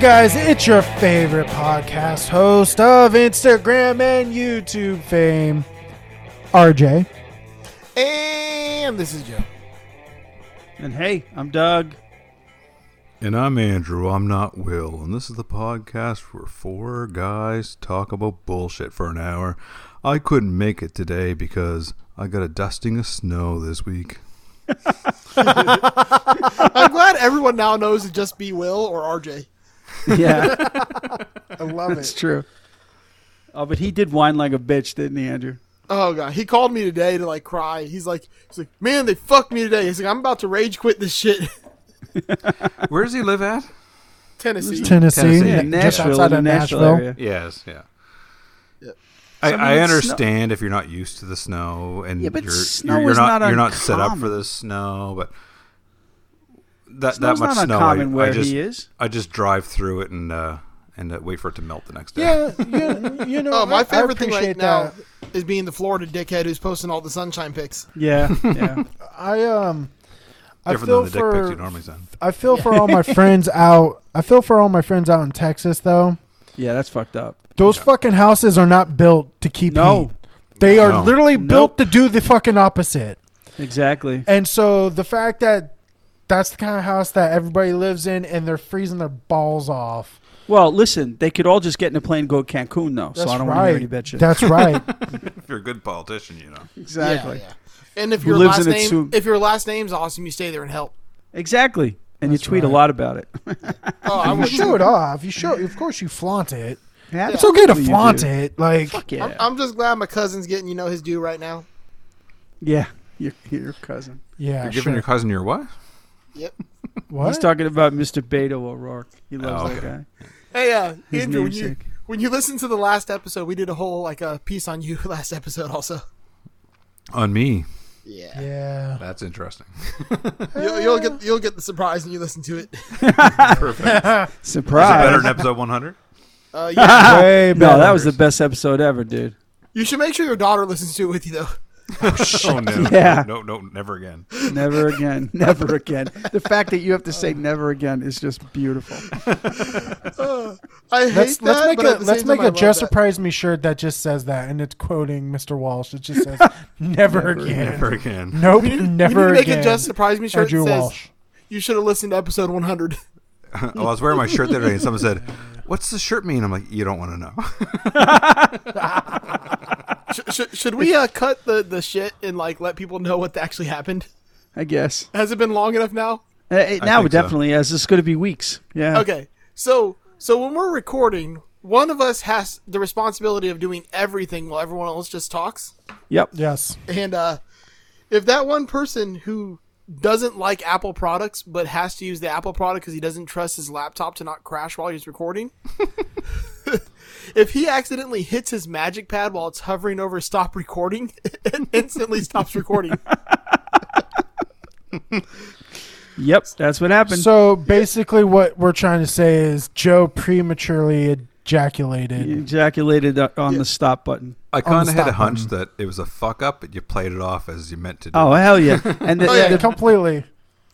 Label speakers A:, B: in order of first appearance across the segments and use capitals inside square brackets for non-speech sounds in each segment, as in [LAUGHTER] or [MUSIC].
A: guys? It's your favorite podcast host of Instagram and YouTube fame, RJ.
B: And this is Joe.
C: And hey, I'm Doug.
D: And I'm Andrew. I'm not Will. And this is the podcast where four guys talk about bullshit for an hour. I couldn't make it today because I got a dusting of snow this week.
B: I'm glad everyone now knows to just be Will or RJ.
C: [LAUGHS] Yeah,
B: I love
C: it's
B: it.
C: true. Oh, but he did whine like a bitch, didn't he, Andrew?
B: Oh god, he called me today to like cry. He's like, he's like, man, they fucked me today. He's like, I'm about to rage quit this shit.
D: [LAUGHS]
B: [LAUGHS]
D: Where does he live at?
B: Tennessee.
A: Tennessee,
D: Tennessee.
C: Yeah,
A: just
C: Nashville,
A: outside
C: the
A: of
C: Nashville,
A: Nashville.
C: area.
D: Yes, yeah.
B: Yeah.
D: I,
C: So, I mean,
D: I
C: it's snow-
D: understand if you're not used to the snow and
C: Yeah, but
D: you're,
C: snow
D: you're, you're
C: is
D: not,
C: not
D: you're not set up for
C: uncommon.
D: this snow, but that
C: Snow's
D: that much
C: not
D: snow,
C: uncommon
D: I, I
C: where
D: just
C: he is.
D: I just drive through it and uh, and uh, wait for it to melt the next day.
A: Yeah, you, you know,
B: [LAUGHS] Oh,
A: I- I
B: my favorite thing
A: appreciate
B: right now
A: that.
B: is being the Florida dickhead who's posting all the sunshine pics.
C: [LAUGHS] Yeah, yeah.
A: I um, I
D: different
A: feel
D: than the
A: for
D: dick pics you normally send.
A: I feel for
D: [LAUGHS]
A: all my friends out. I feel for all my friends out in Texas though.
C: Yeah, that's fucked up.
A: Those fucking houses are not built to keep
C: No.
A: heat. They are
D: No.
A: literally built to do the fucking opposite.
C: Exactly.
A: And so the fact that that's the kind of house that everybody lives in and they're freezing their balls off.
C: Well, listen, they could all just get in a plane and go to Cancun, though, so I don't want to hear any bitch shit.
A: That's right.
D: If you're a good politician, you know.
C: exactly.
B: Yeah, yeah. And if
C: Who
B: your
C: lives
B: last
C: in a
B: name,
C: tube.
B: if your last name's awesome, you stay there and help.
C: Exactly. And you tweet a lot about it.
B: Oh,
C: [LAUGHS]
B: I
A: you
B: will
A: show it off. You show of course you flaunt it.
C: Yeah,
A: It's okay to flaunt it. Like
C: Fuck yeah.
B: I'm, I'm just glad my cousin's getting you know his due right now.
C: yeah, your, your cousin.
A: yeah,
D: You're
A: sure.
D: giving your cousin your what?
B: Yep.
A: what?
C: He's talking about Mr. Beto O'Rourke. He loves
D: Oh,
C: that
D: okay.
C: guy.
B: Hey, uh,
C: His
B: Andrew, when you,
C: namesake.
B: when you listen to the last episode, we did a whole like a piece on you [LAUGHS] last episode also.
D: On me.
B: Yeah.
A: yeah.
D: That's interesting.
B: You'll, you'll get you'll get the surprise when you listen to it.
D: [LAUGHS] Perfect. Is it
C: Surprise.
D: better than episode 100?
B: [LAUGHS] Uh, yeah.
A: Way
C: no,
A: better.
C: that was the best episode ever, [LAUGHS] dude.
B: [LAUGHS] you should make sure your daughter listens to it with you though.
D: [LAUGHS] Oh, [LAUGHS] no.
C: Yeah.
D: No, no, never again.
C: Never again. Never again. The fact that you have to say never again is just beautiful.
B: I hate
A: Let's, let's
B: that.
A: make
B: but at
A: a
B: the
A: let's
B: same
A: make
B: time, I
A: a
B: love
A: just
B: that.
A: surprise me shirt that just says that and it's quoting Mr. Walsh. It just says never, again.
D: Never again.
A: Nope,
B: We need, we
A: never
B: need to
A: again.
B: make a just surprise me shirt that
A: Andrew
B: says
A: Walsh.
B: you should have listened to episode
A: [LAUGHS]
B: 100.
D: [LAUGHS] I was wearing my shirt the other day and someone said, What's the shirt mean? I'm like, You don't want to know. [LAUGHS]
B: Sh- sh- should we uh, cut the, the shit and like let people know what actually happened?
C: I guess.
B: Has it been long enough now?
C: Uh, it- now it
D: think so.
C: definitely is. It's going to be weeks. Yeah.
B: Okay, so so when we're recording, one of us has the responsibility of doing everything while everyone else just talks.
C: Yep.
A: Yes.
B: And uh, if that one person who doesn't like Apple products but has to use the Apple product because he doesn't trust his laptop to not crash while he's recording, [LAUGHS] if he accidentally hits his magic pad while it's hovering over stop recording, [LAUGHS] it instantly stops recording.
C: Yep. That's what happened.
A: So basically, what we're trying to say is Joe prematurely ejaculated.
C: You ejaculated uh, on
B: Yeah.
C: the stop button.
D: I kind of had a
A: stop
D: hunch that it was a fuck up, but you played it off as you meant to do.
C: Oh hell yeah! And the,
B: [LAUGHS] Oh, yeah.
C: the,
A: Completely.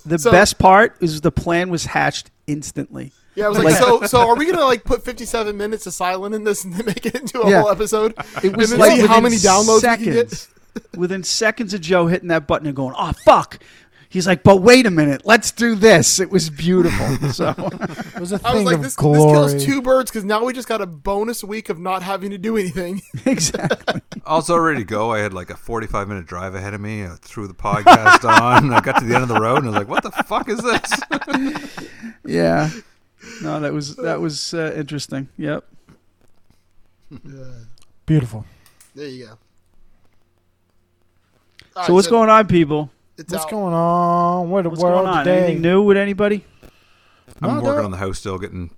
C: the
B: So-
C: best part is the plan was hatched instantly.
B: Yeah, I was like,
C: Like-
B: so so are we gonna like put fifty seven minutes of silent in this and then make it into a
C: Yeah.
B: whole episode?
C: It was
B: And then
C: like
B: see how
C: within
B: many downloads we can get?
C: seconds, within seconds of Joe hitting that button and going, "Oh fuck." He's like, but wait a minute, let's do this. It was beautiful. [LAUGHS] So
A: It was a thing
B: I was like,
A: of
B: this, this
A: glory.
B: kills two birds because now we just got a bonus week of not having to do anything. [LAUGHS]
C: exactly.
D: I was already go. I had like a 45 minute drive ahead of me. I threw the
C: [LAUGHS]
D: podcast on. I got to the end of the road and I was like, What the fuck is this? [LAUGHS]
C: Yeah. No, that was that was uh, interesting. Yep.
A: Beautiful.
B: There you go.
C: so what's going on, people?
A: What's going on? What the
C: What's
A: world
C: going on?
A: today?
C: Anything new with anybody?
D: I'm
A: No,
D: working
A: no.
D: on the house still, getting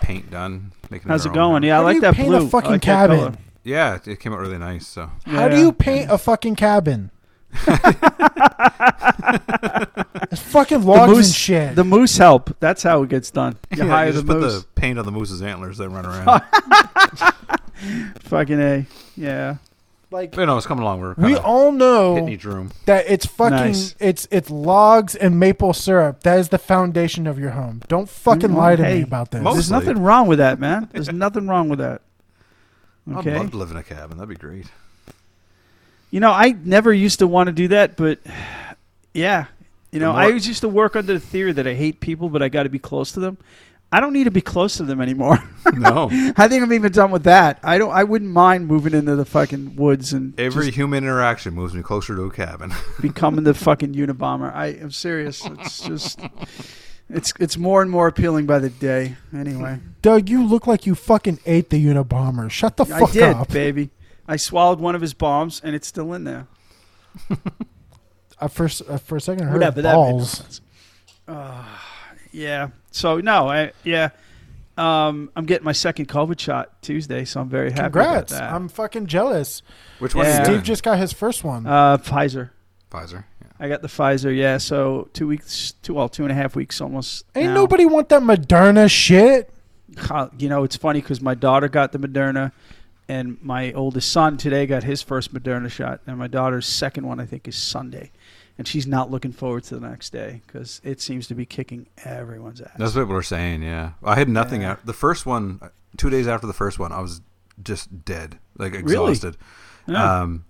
D: paint done. Making
C: How's
D: our
C: it
D: own
C: going?
D: house.
C: Yeah, I
A: How do
C: like
A: you
C: that
A: paint
C: blue.
A: a fucking
C: I like that
A: cabin?
C: color.
D: Yeah, it- it came out really nice. So
A: How do
C: Yeah.
A: you paint a fucking
C: [LAUGHS]
A: cabin? it's fucking logs and shit.
C: The moose help. That's how it gets done. You
D: Yeah, you
C: hire the
D: just put
C: moose.
D: the
C: [LAUGHS]
D: paint on the moose's antlers. They run around.
C: Fucking a. Yeah.
A: Like
D: You know, it's coming along. We're
A: we
D: kinda
A: all
D: hitting
A: know
D: each room.
A: that it's fucking
C: Uh, Nice.
A: it's it's logs and maple syrup. That is the foundation of your home. Don't fucking
C: Mm,
A: lie to me
C: hey.
A: about this.
D: Most-
C: There's
D: Mostly.
C: nothing wrong with that, man.
A: [LAUGHS]
C: There's nothing wrong with that. Okay.
D: I'd love to live in a cabin. That'd be great.
C: [LAUGHS] You know, I never used to want to do that, but [SIGHS] yeah. You
D: The
C: know,
D: more-
C: I always used to work under the theory that I hate people, but I got to be close to them. I don't need to be close to them anymore. [LAUGHS]
D: No.
C: I think I'm even done with that. I don't. I wouldn't mind moving into the fucking woods and
D: Every
C: just
D: human interaction moves me closer to a cabin.
C: becoming the fucking Unabomber. I am serious. It's just, it's it's more and more appealing by the day. Anyway,
A: Doug, you look like you fucking ate the Unabomber. Shut the
C: I
A: fuck
C: did,
A: up.
C: baby. I swallowed one of his bombs, and it's still in there.
A: I first uh, for a second I heard
C: Whatever that
A: balls.
C: means. Ah, Yeah. So no, I yeah. Um, I'm getting my second COVID shot Tuesday, so I'm very happy
A: Congrats.
C: about that.
A: I'm fucking jealous.
D: [LAUGHS] Which one?
C: Yeah.
D: Is
A: Steve just got his first one.
C: uh, Pfizer.
D: Pfizer. Yeah.
C: I got the Pfizer. Yeah. So two weeks, two well, two and a half weeks almost.
A: Ain't
C: now.
A: nobody want that Moderna shit.
C: How- You know, it's funny because my daughter got the Moderna, and my oldest son today got his first Moderna shot, and my daughter's second one I think is Sunday, and she's not looking forward to the next day because it seems to be kicking everyone's ass.
D: That's what people are saying. Yeah, I had nothing.
C: Yeah.
D: out The first one, uh, two days after the first one, I was just dead, like
C: Really?
D: exhausted.
C: Yeah.
D: Um,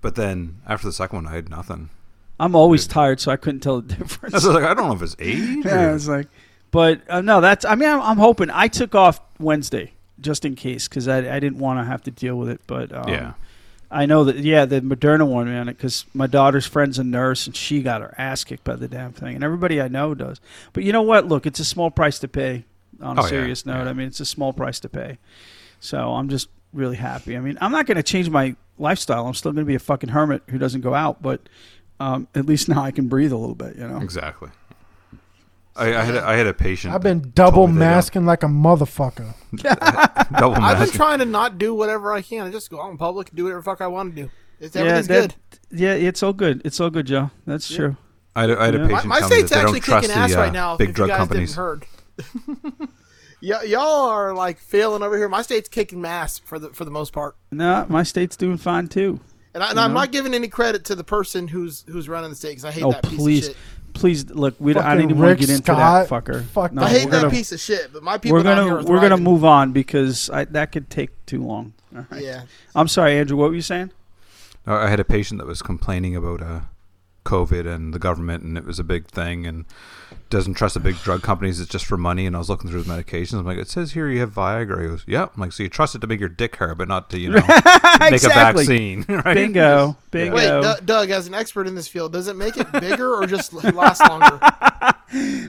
D: but then after the second one, I had nothing. [LAUGHS]
C: I'm always tired, so I couldn't tell the [LAUGHS] difference.
D: I was like, I don't know if it's age.
C: Yeah,
D: or-
C: it's like, but uh, no, that's. I mean, I'm, I'm hoping. I took off Wednesday just in case because I, I didn't want to have to deal with it. But um,
D: yeah.
C: I know that. Yeah, the Moderna one, man, because my daughter's friend's a nurse and she got her ass kicked by the damn thing, and everybody I know does. But you know what? Look, it's a small price to pay. On a
D: Oh, yeah,
C: serious note,
D: yeah.
C: I mean, it's a small price to pay. So I'm just really happy. I mean, I'm not going to change my lifestyle. I'm still going to be a fucking hermit who doesn't go out, but um, at least now I can breathe a little bit. You know.
D: Exactly. I, I had a, I had a patient.
A: I've been
D: that
A: double
D: told me they don't-
A: masking like a motherfucker.
D: [LAUGHS] Double
B: I've been
D: masking.
B: trying to not do whatever I can. I just go out in public and do whatever the fuck I want to do. It's everything's good.
C: Yeah, it's all good. It's all good, Joe. That's true.
D: I had, a- I had a
C: Yeah. My-
D: patient
B: My, my
D: tell me that
B: state's
D: they don't
B: actually
D: trust
B: kicking
D: the
B: ass
D: uh,
B: right now.
D: big
B: if
D: drug
B: you guys
D: companies.
B: Didn't heard. [LAUGHS] y- y'all are like failing over here. My state's kicking ass for the for the most part,
C: No, my state's doing fine too.
B: and, I, and I'm not giving any credit to the person who's who's running the state because I hate
C: oh,
B: that piece
C: please,
B: of shit.
C: please look. We don't, I
A: Fucking
C: don't even want
A: Rick
C: to get into
A: Scott.
C: that fucker.
A: Fuck
C: no,
A: that.
B: I
C: we're
B: hate that
C: gonna,
B: piece of shit. But my people
C: We're
B: down
C: gonna
B: here are
C: we're gonna
B: thriving.
C: move on because I, that could take too long. All right.
B: Yeah,
C: I'm sorry, Andrew. What were
A: [LAUGHS]
C: you saying?
D: Uh, I had a patient that was complaining about uh, COVID and the government, and it was a big thing, and doesn't trust the big drug companies. It's just for money. And I was looking through his medications. I'm like, it says here you have Viagra. He goes, yep. I'm like, so you trust it to make your dick hair, but not to
A: [LAUGHS]
D: you know make
C: Exactly.
D: a vaccine, [LAUGHS] right?
C: Bingo, bingo.
B: Wait, D- Doug, as an expert in this field, does it make it bigger or just [LAUGHS] last longer?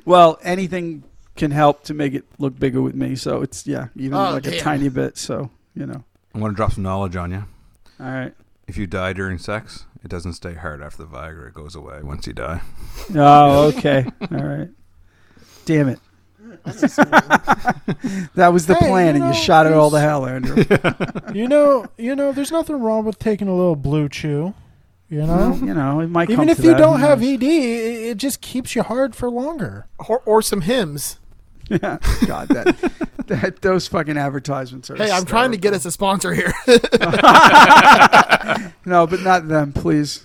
C: well, anything can help to make it look bigger with me. So it's yeah, even
B: Oh,
C: like a
B: damn.
C: tiny bit. So you know.
D: I want to drop some knowledge on you.
C: All right.
D: If you die during sex, it doesn't stay hard after the Viagra. It goes away once you die.
C: Oh, okay. [LAUGHS] All right. Damn it. [LAUGHS] that was the
A: Hey,
C: plan,
A: you
C: and
A: know,
C: you shot it all to
A: there's-
C: hell, Andrew.
A: you know, [LAUGHS] you know, there's nothing wrong with taking a little blue chew. You
C: [LAUGHS] Well,
A: know,
C: you know, it might
A: even
C: come
A: if
C: to
A: you
C: that,
A: don't
C: who
A: have
C: knows?
A: ED, it, it just keeps you hard for
C: [SIGHS]
A: longer.
B: Or, or some hymns?
C: yeah. God, that, [LAUGHS] that those fucking advertisements are.
B: Hey, I'm trying to get us
C: hysterical.
B: a sponsor here.
C: No, but not them, please.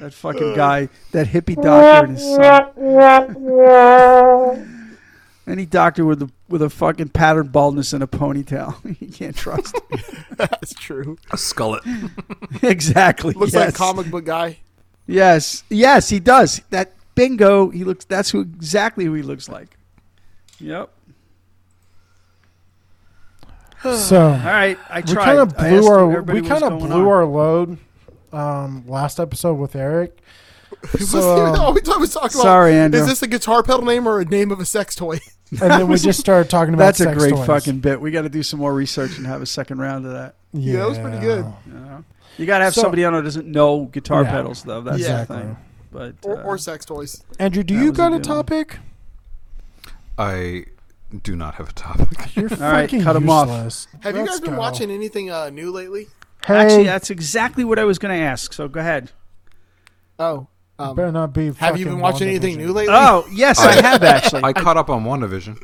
C: That
B: Uh.
C: fucking guy, that hippie doctor and his son. Any doctor with a with a fucking pattern baldness and a ponytail, [LAUGHS] you
B: [LAUGHS]
C: can't trust.
B: [LAUGHS] That's true.
D: A skullet.
C: exactly.
B: Looks like a
C: yes.
B: comic book guy.
C: Yes, yes, he does. That bingo, he looks. That's who exactly who he looks like. Yep.
A: So
C: All right, I
A: we
C: tried.
A: kind of
C: I
A: blew
C: asked
A: our
C: everybody
A: we
C: what's
A: kind of
C: going
A: blew
C: on.
A: our load um, last episode with Eric. So,
B: [LAUGHS] all we talk- we talk about-
C: Sorry, Andrew.
B: Is this a guitar pedal name or a name of a sex toy?
A: and then we just started talking about
C: That's a
A: sex
C: great
A: toys.
C: fucking bit. We got to do some more research and have a second round of that.
B: Yeah, that was pretty good.
C: You, know? You got to have
A: So-
C: somebody on who doesn't know guitar
A: Yeah.
C: pedals, though. That's
A: Exactly.
C: the thing. But
B: [LAUGHS] Or,
C: uh,
B: or sex toys.
A: Andrew, do
C: That
A: you
C: was a
A: got a
C: good one.
A: topic?
D: I do not have a
C: [LAUGHS]
D: topic.
A: You're
C: right,
A: fucking
C: cut 'em off.
A: useless.
B: Have you
A: Let's
B: guys been
A: go.
B: watching anything uh, new lately?
A: Hey,
C: actually, that's exactly what I was going to ask. So go ahead.
B: Oh.
A: you
B: Um,
A: better not be.
B: have you been
A: fucking
B: watching anything
A: WandaVision.
B: new lately?
C: Oh yes, I
A: [LAUGHS]
C: have actually.
D: I caught up on WandaVision.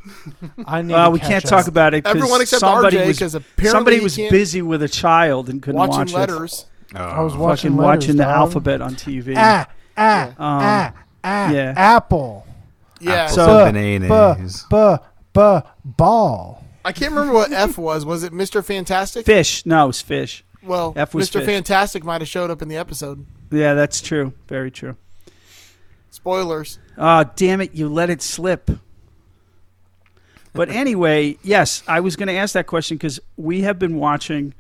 A: I need.
C: Well,
A: to
C: Uh, we
A: catch
C: can't
A: up.
C: talk about it. 'cause
B: Everyone except
C: somebody
B: RJ,
C: was-
B: because apparently
C: somebody
B: he
C: was
B: can't-
C: busy with a child and couldn't
B: Watching
C: watch it.
B: letters.
A: I
D: Um,
A: was watching
C: fucking
A: letters,
C: watching the
A: dog.
C: alphabet on TV.
A: Ah, ah,
B: Yeah.
A: ah, ah,
C: Um, yeah.
A: apple.
B: Yeah.
D: Apple.
B: So
D: Some
A: Buh,
D: bananas.
A: buh, buh, buh, ball.
B: I can't remember what F was. Was it Mr. Fantastic?
C: Fish. No, it was fish.
B: Well,
C: F was
B: Mr.
C: fish.
B: Fantastic might have showed up in the episode.
C: Yeah, that's true. Very true.
B: Spoilers.
C: Ah, damn it, you let it slip. But anyway, yes, I was going to ask that question because we have been watching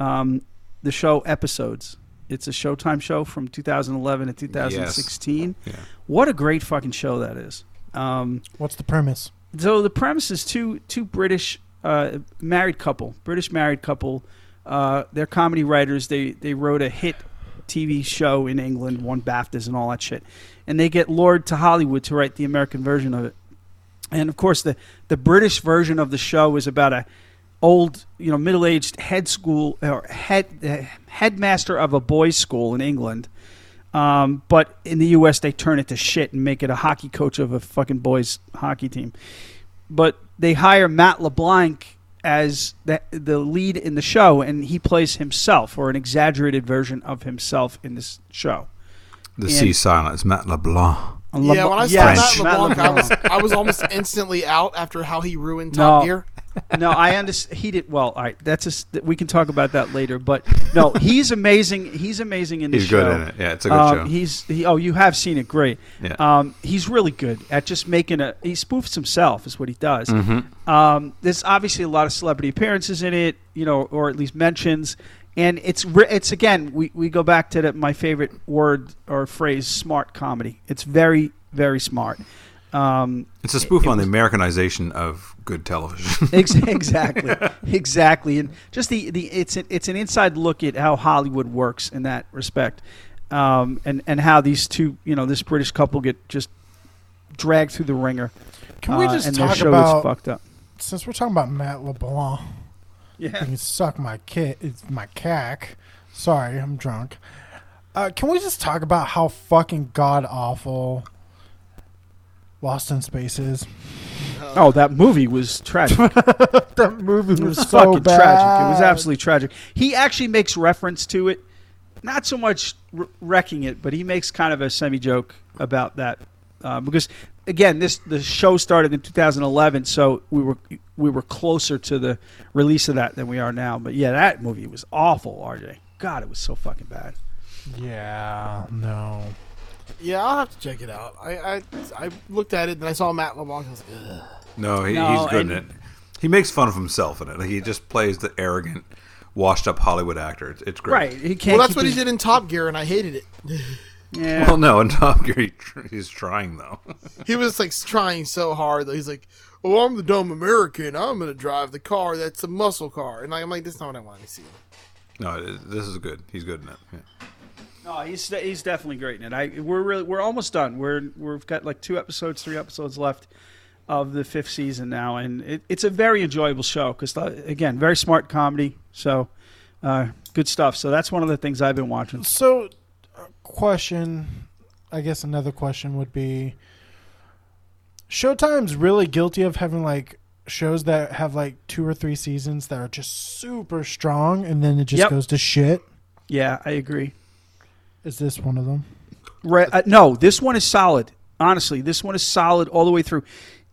C: um, the show episodes. It's a Showtime show from 2011 to 2016.
D: Yes. Yeah.
C: What a great fucking show that is. Um,
A: What's the premise?
C: so the premise is two two British uh, married couple, British married couple. Uh, they're comedy writers. They they wrote a hit TV show in England, won BAFTAs and all that shit, and they get lured to Hollywood to write the American version of it. And of course, the the British version of the show is about a old, you know, middle aged head school or head uh, headmaster of a boys' school in England. Um, but in the U.S., they turn it to shit and make it a hockey coach of a fucking boys' hockey team but they hire Matt LeBlanc as the, the lead in the show, and he plays himself or an exaggerated version of himself in this show.
D: The sea silence, Matt LeBlanc.
C: And
B: yeah,
C: LeBlanc-
B: when I saw
C: Yes,
B: Matt
C: Matt
B: LeBlanc, I was I was almost instantly out after how he ruined Top
C: No.
B: Gear.
C: no, I understand. He did well. All right, that's a, s- th- we can talk about that later. But no, he's amazing. He's amazing in the
D: He's
C: show.
D: good in it. Yeah, it's a good
C: Um,
D: show.
C: He's he, oh, you have seen it, great.
D: Yeah.
C: Um, he's really good at just making a. He spoofs himself, is what he does.
D: Mm-hmm.
C: Um, there's obviously a lot of celebrity appearances in it, you know, or at least mentions. And it's re- it's again we, we go back to the, my favorite word or phrase smart comedy. It's very very smart. Um,
D: It's a spoof
C: it
D: on the
C: was-
D: Americanization of good television. [LAUGHS]
C: Ex- [LAUGHS] exactly, exactly, and just the, the it's an, it's an inside look at how Hollywood works in that respect, um, and and how these two you know this British couple get just dragged through the ringer.
A: Can we
C: uh,
A: just
C: and their
A: talk
C: show is
A: about
C: fucked up?
A: since we're talking about Matt LeBlanc?
C: Yeah,
A: You can suck my kit. It's my cack. Sorry, I'm drunk. Uh, can we just talk about how fucking god awful Lost in Space is?
C: Oh, that movie was tragic. it
A: That movie
C: was
B: [LAUGHS]
C: fucking tragic. It was absolutely tragic. He actually makes reference to it, not so much r- wrecking it, but he makes kind of a semi joke about that uh, because again, this the show started in 2011, so we were we were closer to the release of that than we are now. But yeah, that movie was awful, RJ. God, it was so fucking bad.
A: Yeah, no.
B: Yeah, I'll have to check it out. I I, I looked at it and I saw Matt LeBlanc. I was like, Ugh.
D: no, he,
C: No,
D: he's good in it.
C: and-
D: He makes fun of himself in it. He just plays the arrogant, washed up Hollywood actor. It's, it's great.
C: Right? He can't.
B: Well, that's
C: keep
B: what he
C: his-
B: did in Top Gear, and I hated it.
C: Yeah.
D: [LAUGHS] Well, no, in Top Gear, he tr- he's trying, though. [LAUGHS]
B: He was like trying so hard that he's like, "Oh, I'm the dumb American. I'm gonna drive the car that's a muscle car," and I'm like, "That's not what I wanted to see."
D: no, it, this is good. He's good in it. Yeah.
C: No, he's he's definitely great in it. I we're really we're almost done. We're we've got like two episodes, three episodes left of the fifth season now, and it, it's a very enjoyable show because again, very smart comedy. So uh, good stuff. So that's one of the things I've been watching.
A: So, uh, question. I guess another question would be: Showtime's really guilty of having like shows that have like two or three seasons that are just super strong, and then it just
C: Yep.
A: goes to shit.
C: Yeah, I agree.
A: Is this one of them?
C: Right. Uh, no, this one is solid. Honestly, this one is solid all the way through.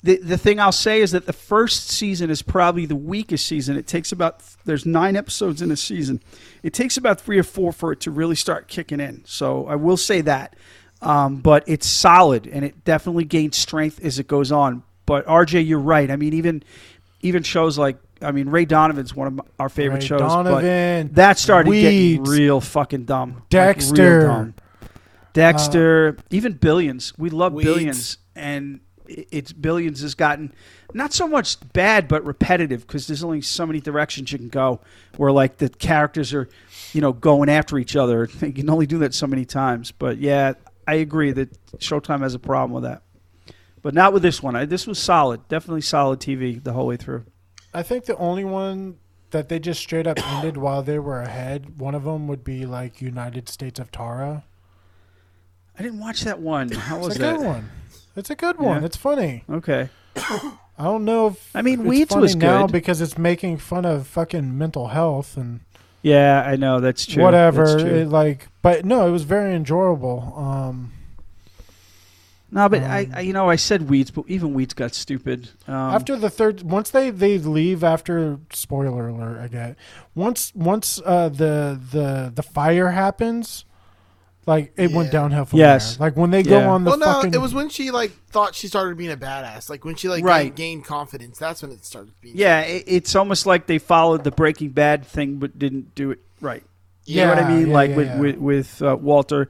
C: The, the thing I'll say is that the first season is probably the weakest season. It takes about there's nine episodes in a season. It takes about three or four for it to really start kicking in. So I will say that, um, but it's solid and it definitely gains strength as it goes on. But RJ, you're right. I mean, even even shows like I mean Ray Donovan's one of my- our favorite
A: Ray
C: shows. but
A: Donovan,
C: that started getting
A: Weeds,
C: real fucking dumb. Like, real
A: Dexter.
C: dumb. Dexter, even Billions. We love
B: Weeds.
C: Billions, and i- it's Billions has gotten not so much bad, but repetitive because there's only so many directions you can go. Where like the characters are, you know, going after each other. [LAUGHS] You can only do that so many times. But yeah, I agree that Showtime has a problem with that. But not with this one. I, this was solid, definitely solid TV the whole way through.
A: I think the only one that they just straight up [COUGHS] ended while they were ahead. One of them would be like United States of Tara.
C: I didn't watch that one. How was
A: It's a
C: that?
A: good one. It's a good one.
C: Yeah.
A: It's funny.
C: Okay.
A: I don't know if
C: I mean,
A: it's
C: Weeds
A: funny
C: was
A: now
C: good.
A: because it's making fun of fucking mental health and
C: Yeah, I know that's true.
A: whatever.
C: That's true.
A: It, like, but no, it was very enjoyable. Um,
C: no, but I,
A: um,
C: I, you know, I said weeds, but even weeds got stupid. Um,
A: after the third, once they they leave after spoiler alert, I get once once uh, the the the fire happens, like it went
B: Yeah.
A: downhill from
C: Yes.
A: there. Like when they go
C: Yeah.
A: on the
B: well, no,
A: fucking
B: it was when she like thought she started being a badass. Like when she like
C: Right.
B: gained, gained confidence. That's when it started being.
C: yeah, it, it's almost like they followed the Breaking Bad thing, but didn't do it right. You know what I
A: Yeah,
C: mean?
A: yeah,
C: like
A: yeah,
C: with
A: yeah.
C: with, with uh, Walter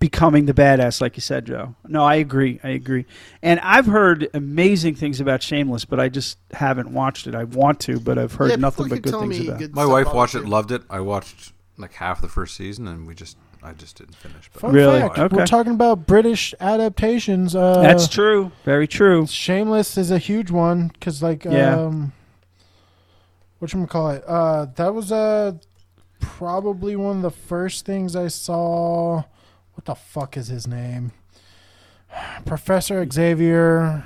C: becoming the badass, like you said, Joe. No, I agree. I agree. And I've heard amazing things about Shameless, but I just haven't watched it. I want to, but I've heard
B: Yeah,
C: nothing
B: people can
C: but good
B: tell
C: things
B: me
C: about. it.
B: good
D: My
B: stuff
D: wife
B: about
D: watched it,
B: too.
D: loved it. I watched like half the first season, and we just I just didn't finish. But
A: Fun
C: Really?
A: fact,
C: Okay.
A: We're talking about British adaptations. Uh,
C: That's true. Very true.
A: Shameless is a huge one because, like,
C: Yeah.
A: um, what you call it? Uh, that was uh, probably one of the first things I saw. What the fuck is his name? [SIGHS] Professor Xavier.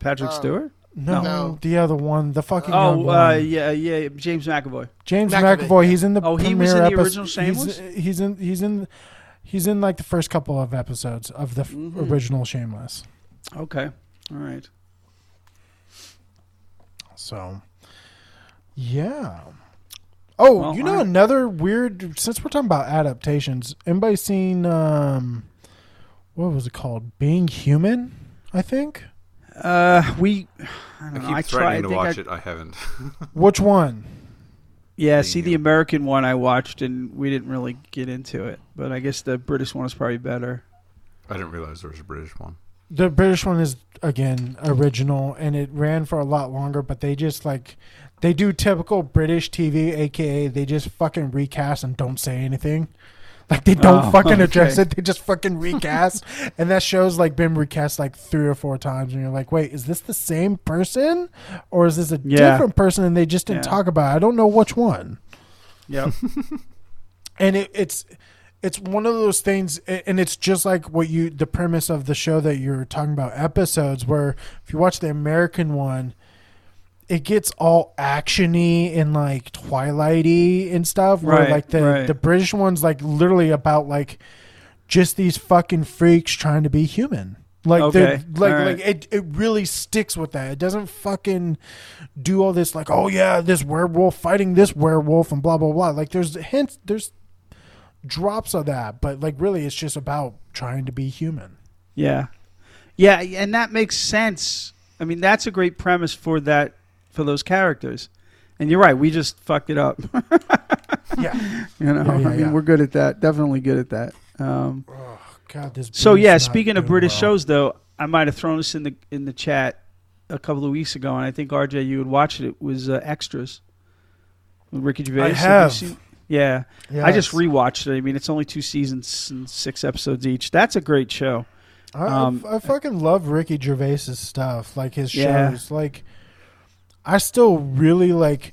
C: Patrick
B: Um,
C: Stewart.
A: No,
B: No.
A: the other one, the fucking young
C: Oh, uh,
A: one.
C: yeah, yeah. James McAvoy.
A: James
B: McAvoy,
A: McAvoy. He's in the
C: Oh, he
A: premiere
C: was in the
A: epi-
C: original Shameless?
A: He's, he's in. He's in. He's in like the first couple of episodes of the f-
C: Mhm.
A: original Shameless.
C: Okay. All right.
A: So, yeah. Oh,
C: Well,
A: you know
C: I-
A: another weird. Since we're talking about adaptations, anybody seen um, what was it called? Being Human, I think.
C: Uh, we. I,
D: I
C: don't know.
D: keep
C: I try. I
D: threatening
C: think
D: to watch
C: I,
D: it. I haven't. [LAUGHS]
A: Which one?
C: Yeah,
D: Being uh,
C: see, the
D: human.
C: American one I watched, and we didn't really get into it. But I guess the British one is probably better.
D: I didn't realize there was a British one.
A: The British one is again original, and it ran for a lot longer. But they just like they do typical British TV, aka they just fucking recast and don't say anything. Like they don't
C: Oh,
A: fucking address
C: okay.
A: it. They just fucking
C: [LAUGHS]
A: recast, and that show's like been recast like three or four times, and you're like, wait, is this the same person, or is this a
C: Yeah.
A: different person? And they just didn't
C: Yeah.
A: talk about. It. I don't know which one
C: Yep.
A: and it, it's it's one of those things a- and it's just like what you the premise of the show that you're talking about episodes where if you watch the american one it gets all actiony and like twilighty and stuff where
C: Right,
A: like the
C: right.
A: the british one's like literally about like just these fucking freaks trying to be human like they're
C: Okay,
A: like
C: all
A: like it, it really sticks with that it doesn't fucking do all this like oh yeah this werewolf fighting this werewolf and blah blah blah like there's hints there's drops of that but like really it's just about trying to be human
C: [LAUGHS] yeah. Yeah, and that makes sense. I mean, that's a great premise for that for those characters. And you're right. We just fucked it up. [LAUGHS]
A: yeah
C: You know,
A: Yeah, yeah,
C: I mean,
A: yeah.
C: we're good at that. Definitely good at that. Um,
A: oh god this
C: so
A: beer's
C: yeah,
A: not
C: speaking of
A: doing
C: British
A: well.
C: shows, though, I might have thrown this in the in the chat a couple of weeks ago, and I think RJ, you would watch it. It was uh, Extras with Ricky Gervais. you
A: have.
C: seen- yeah, I just rewatched it. I mean, it's only two seasons and six episodes each. That's a great show.
A: I, I
C: um,
A: f- I fucking love ricky gervais's stuff like his
C: Yeah.
A: shows like i still really like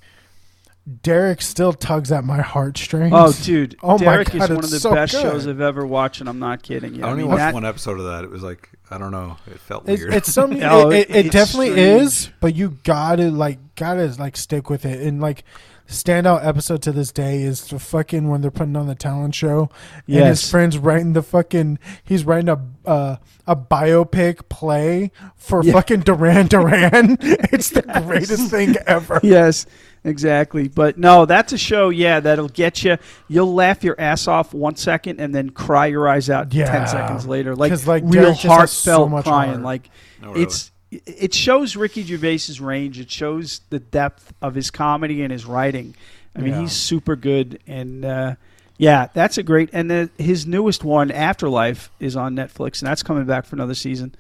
A: derek still tugs at my heartstrings
C: Oh, dude,
A: Oh my
C: Derek
A: God,
C: is one
A: it's
C: of the
A: so
C: best
A: good.
C: shows I've ever watched, and I'm not kidding you.
D: I
C: I,
D: only
C: mean,
D: watched
C: that,
D: one episode of that. It was like I don't know. It felt
A: It's,
D: weird.
A: it's
C: [LAUGHS]
A: something.
C: No,
A: it, it, it
C: it's
A: definitely
C: strange.
A: is, but you gotta like gotta like stick with it and like standout episode to this day is the fucking when they're putting on the talent show and his
C: Yes.
A: friends writing the fucking he's writing a uh, a biopic play for
C: Yeah.
A: fucking Duran
C: [LAUGHS]
A: Duran. [LAUGHS] it's the greatest thing ever.
C: yes, exactly. But no, that's a show. Yeah, that'll get you. You'll laugh your ass off one second and then cry your eyes out
A: Yeah.
C: ten seconds later. Like
A: 'Cause, like,
C: real
A: Derek just has so
C: heartfelt
A: much
C: crying.
A: heart.
C: Like
D: No, really.
C: it's it shows Ricky Gervais's range. It shows the depth of his comedy and his writing. I mean,
A: Yeah.
C: he's super good. And uh, yeah, that's a great. And then his newest one, Afterlife, is on Netflix, and that's coming back for another season.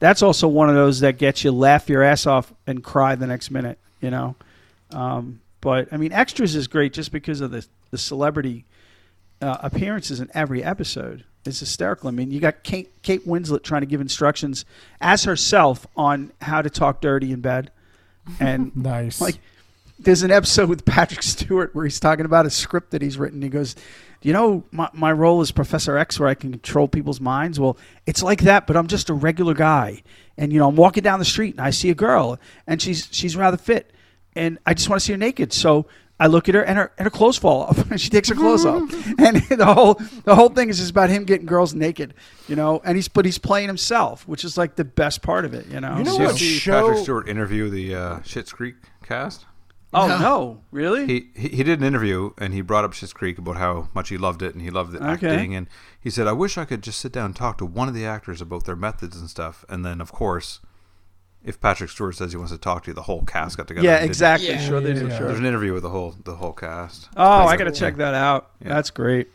C: That's also one of those that gets you laugh your ass off and cry the next minute. You know, um, but I mean, Extras is great just because of the the celebrity uh, appearances in every episode is hysterical. I mean, you got Kate, Kate Winslet trying to give instructions as herself on how to talk dirty in bed, and
A: Nice.
C: like there's an episode with Patrick Stewart where he's talking about a script that he's written. He goes, "You know, my my role is Professor X, where I can control people's minds. Well, it's like that, but I'm just a regular guy, and you know, I'm walking down the street and I see a girl, and she's she's rather fit, and I just want to see her naked. So I look at her and her and her clothes fall off. [LAUGHS] she takes her clothes off, and [LAUGHS] the whole the whole thing is just about him getting girls naked, you know. And he's but he's playing himself, which is like the best part of it, you know.
A: You know
D: Did you
A: what
C: So-
D: see
A: show-
D: Patrick Stewart interview the uh, Schitt's Creek cast?
C: Oh no, really?
D: He, he he did an interview and he brought up Schitt's Creek about how much he loved it and he loved the
C: Okay.
D: acting and he said I wish I could just sit down and talk to one of the actors about their methods and stuff and then of course if Patrick Stewart says he wants to talk to you the whole cast got together.
C: yeah,
D: and did-
C: exactly.
B: Yeah.
C: Sure, they
A: Yeah,
C: do.
A: yeah.
C: Sure.
D: There's an interview with the whole the whole cast.
C: Oh, I gotta check that out. That's great.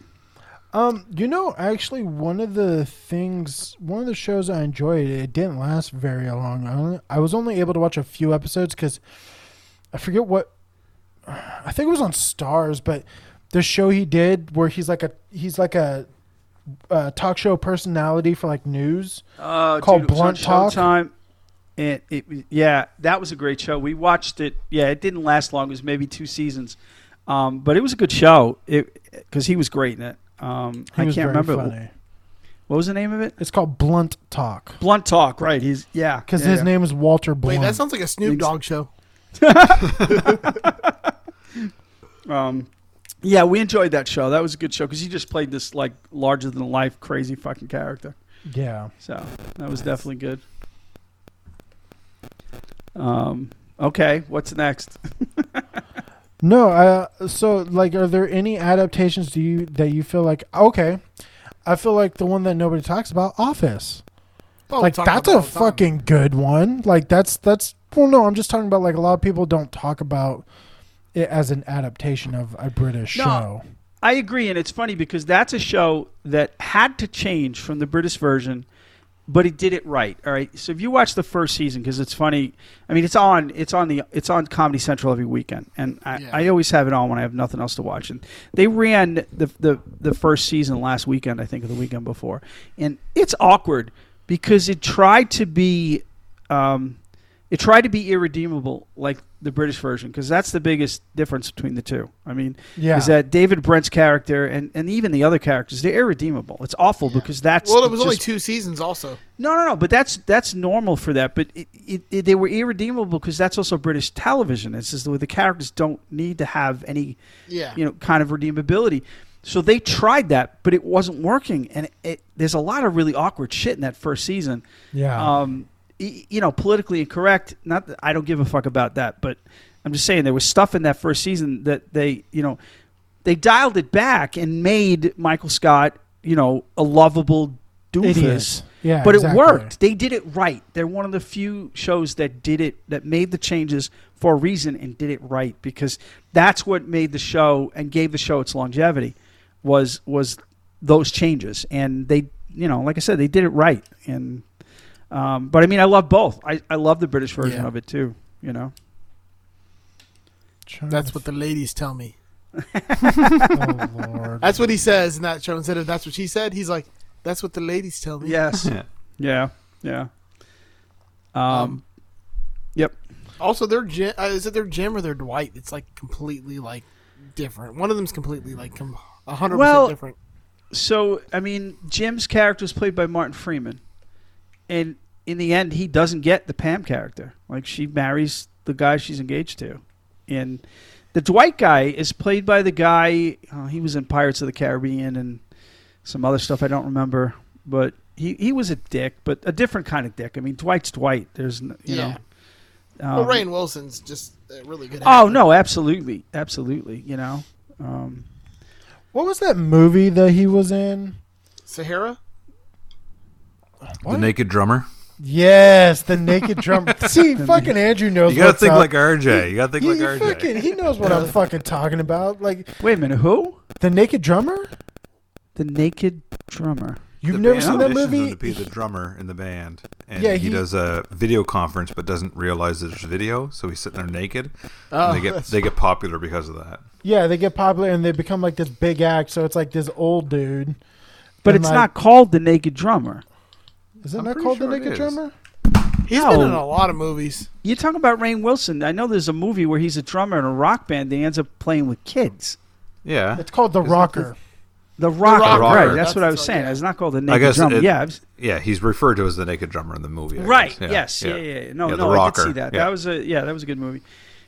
A: Um, you know, actually, one of the things, one of the shows I enjoyed, it didn't last very long. I, only, I was only able to watch a few episodes because I forget what. I think it was on Stars, but the show he did where he's like a he's like a, uh talk show personality for like news.
C: Uh,
A: Called
C: dude, it was on
A: Blunt Talk?
C: Showtime. And it, yeah, that was a great show. We watched it. Yeah, it didn't last long. It was maybe two seasons, um, but it was a good show. It because he was great in it. Um,
A: He
C: I
A: was
C: can't
A: very
C: remember
A: funny.
C: what was the name of it.
A: It's called Blunt Talk
C: Blunt Talk, right? He's yeah,
A: because
C: yeah,
A: his
C: yeah.
A: name is Walter Blunt.
B: Wait, that sounds like a Snoop Dogg show.
C: Um, yeah, we enjoyed that show. That was a good show because he just played this like larger than life, crazy fucking character.
A: yeah.
C: So that was definitely good. Um, okay, what's next?
A: No, uh, so like, are there any adaptations do you that you feel like okay? I feel like the one that nobody talks about, Office.
B: Oh,
A: like
B: talk about
A: that's
B: that
A: a
B: all the time.
A: fucking good one. Like that's that's well, no, I'm just talking about like a lot of people don't talk about it as an adaptation of a British
C: No.
A: show.
C: I agree, and it's funny because that's a show that had to change from the British version, but it did it right. All right, so if you watch the first season, because it's funny, I mean, it's on, it's on the, it's on Comedy Central every weekend, and I,
B: Yeah.
C: I always have it on when I have nothing else to watch. And they ran the, the the first season last weekend, I think, or the weekend before, and it's awkward because it tried to be. Um, it tried to be irredeemable like the British version because that's the biggest difference between the two. I mean,
A: Yeah.
C: is that David Brent's character and, and even the other characters they're irredeemable. It's awful because that's
B: Well, it was
C: just-
B: only two seasons, also.
C: no, no, no. But that's that's normal for that. But it, it, it, they were irredeemable because that's also British television. It's just the way the characters don't need to have any,
B: Yeah.
C: you know, kind of redeemability. So they tried that, but it wasn't working. And it, there's a lot of really awkward shit in that first season.
A: Yeah.
C: Um, y- you know, politically incorrect. Not that I don't give a fuck about that, but I'm just saying there was stuff in that first season that they, you know, they dialed it back and made Michael Scott, you know, a lovable doofus.
A: Idiot. Yeah,
C: but
A: exactly.
C: it worked. They did it right. They're one of the few shows that did it that made the changes for a reason and did it right because that's what made the show and gave the show its longevity was was those changes and they you know like I said they did it right and um, but I mean I love both. I, I love the British version
B: Yeah.
C: of it too. You know.
A: Trying
B: That's
A: to- [LAUGHS]
B: what the ladies tell me.
A: oh, [LAUGHS] Lord.
B: That's what he says in that show. Instead of that's what she said, he's like, that's what the ladies tell me.
C: Yes.
D: Yeah.
C: [LAUGHS] yeah. Yeah. Um,
B: Um,
C: Yep.
B: Also, their Jim, uh, is it their Jim or their Dwight? It's like completely like different. One of them's completely like com- a hundred
C: Well-
B: percent different.
C: So I mean, Jim's character is played by Martin Freeman, and in the end, he doesn't get the Pam character. Like she marries the guy she's engaged to, and the Dwight guy is played by the guy uh, he was in Pirates of the Caribbean and some other stuff I don't remember, but he he was a dick, but a different kind of dick. I mean, Dwight's Dwight. There's n- you
B: Yeah.
C: know. Um,
B: well, Rain Wilson's just a really good.
C: Oh
B: actor.
C: no, absolutely, absolutely. You know, um,
A: What was that movie that he was in?
B: Sahara.
A: What?
D: The Naked Drummer.
A: Yes, the [LAUGHS] naked drum. See, fucking Andrew knows.
D: You gotta
A: what's
D: think
A: up.
D: like RJ. You gotta think
A: he,
D: like
A: he
D: RJ.
A: fucking he knows what
B: [LAUGHS]
A: I'm fucking talking about. Like
C: wait a minute, who?
A: the naked drummer.
C: The Naked Drummer.
A: You've
D: The
A: never
D: band
A: seen that
D: auditions him
A: movie?
D: To be the drummer in the band, and
A: Yeah,
D: he,
A: he-
D: does a video conference, but doesn't realize there's video, so he's sitting there naked.
B: Oh,
D: and they get
B: that's-
D: they get popular because of that.
A: Yeah, they get popular and they become like this big act. So it's like this old dude.
C: But
A: And,
C: it's
A: like-
C: not called the Naked Drummer.
A: Is it
D: I'm
A: not
D: pretty
A: called
D: sure
A: the
D: it
A: Naked
D: is.
A: Drummer?
B: He's
C: No.
B: been in a lot of movies.
C: You're talking about Rain Wilson. I know there's a movie where he's a drummer in a rock band. That he ends up playing with kids.
D: Yeah,
A: It's called the
D: Isn't it
A: Rocker.
C: The Rocker,
B: Rocker.
C: right?
D: Rocker.
C: That's, uh, what I
B: That's-
C: was saying.
B: yeah.
C: It's not called the Naked
D: guess
C: Drummer.
D: it-
C: yeah, I was-
D: yeah. He's referred to as the naked drummer in the movie. I
C: right.
D: guess.
C: Yes. Yeah. Yeah. No.
D: Yeah,
C: no.
D: The
C: I did
D: Rocker.
C: see that.
D: Yeah.
C: That was a yeah. That was a good movie.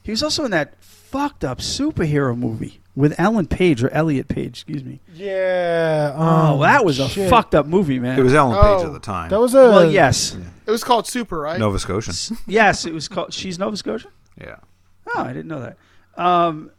C: He was also in that fucked up superhero movie with Alan Page or Elliot Page, excuse me.
A: [LAUGHS] Yeah.
C: Oh,
A: um,
C: that was a
A: shit.
C: fucked up movie, man.
D: It was Alan Page
B: Oh,
D: at the time.
A: That was a.
C: well, yes,
B: It was called Super, right?
D: Nova Scotian.
C: S- yes, it was called. She's Nova Scotia.
D: Yeah.
C: Oh, I didn't know that. Um,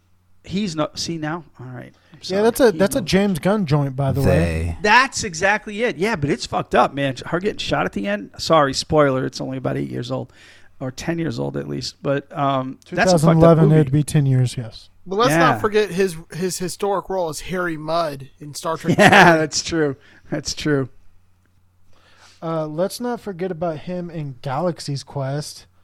C: he's not. See now, all right. I'm
A: Yeah,
C: sorry.
A: that's a
C: He's
A: that's a
C: Nova-
A: James Gunn joint, by the way.
C: That's exactly it. Yeah, but it's fucked up, man. Her getting shot at the end. Sorry, spoiler. It's only about eight years old, or ten years old at least. But um, that's a fucked up
A: 2011.
C: movie.
A: It'd be 10 years. Yes.
B: But let's
C: Yeah.
B: not forget his his historic role as Harry Mudd in Star Trek.
C: [LAUGHS] yeah, that's true. That's true.
A: Uh, let's not forget about him in Galaxy's Quest.
B: [LAUGHS]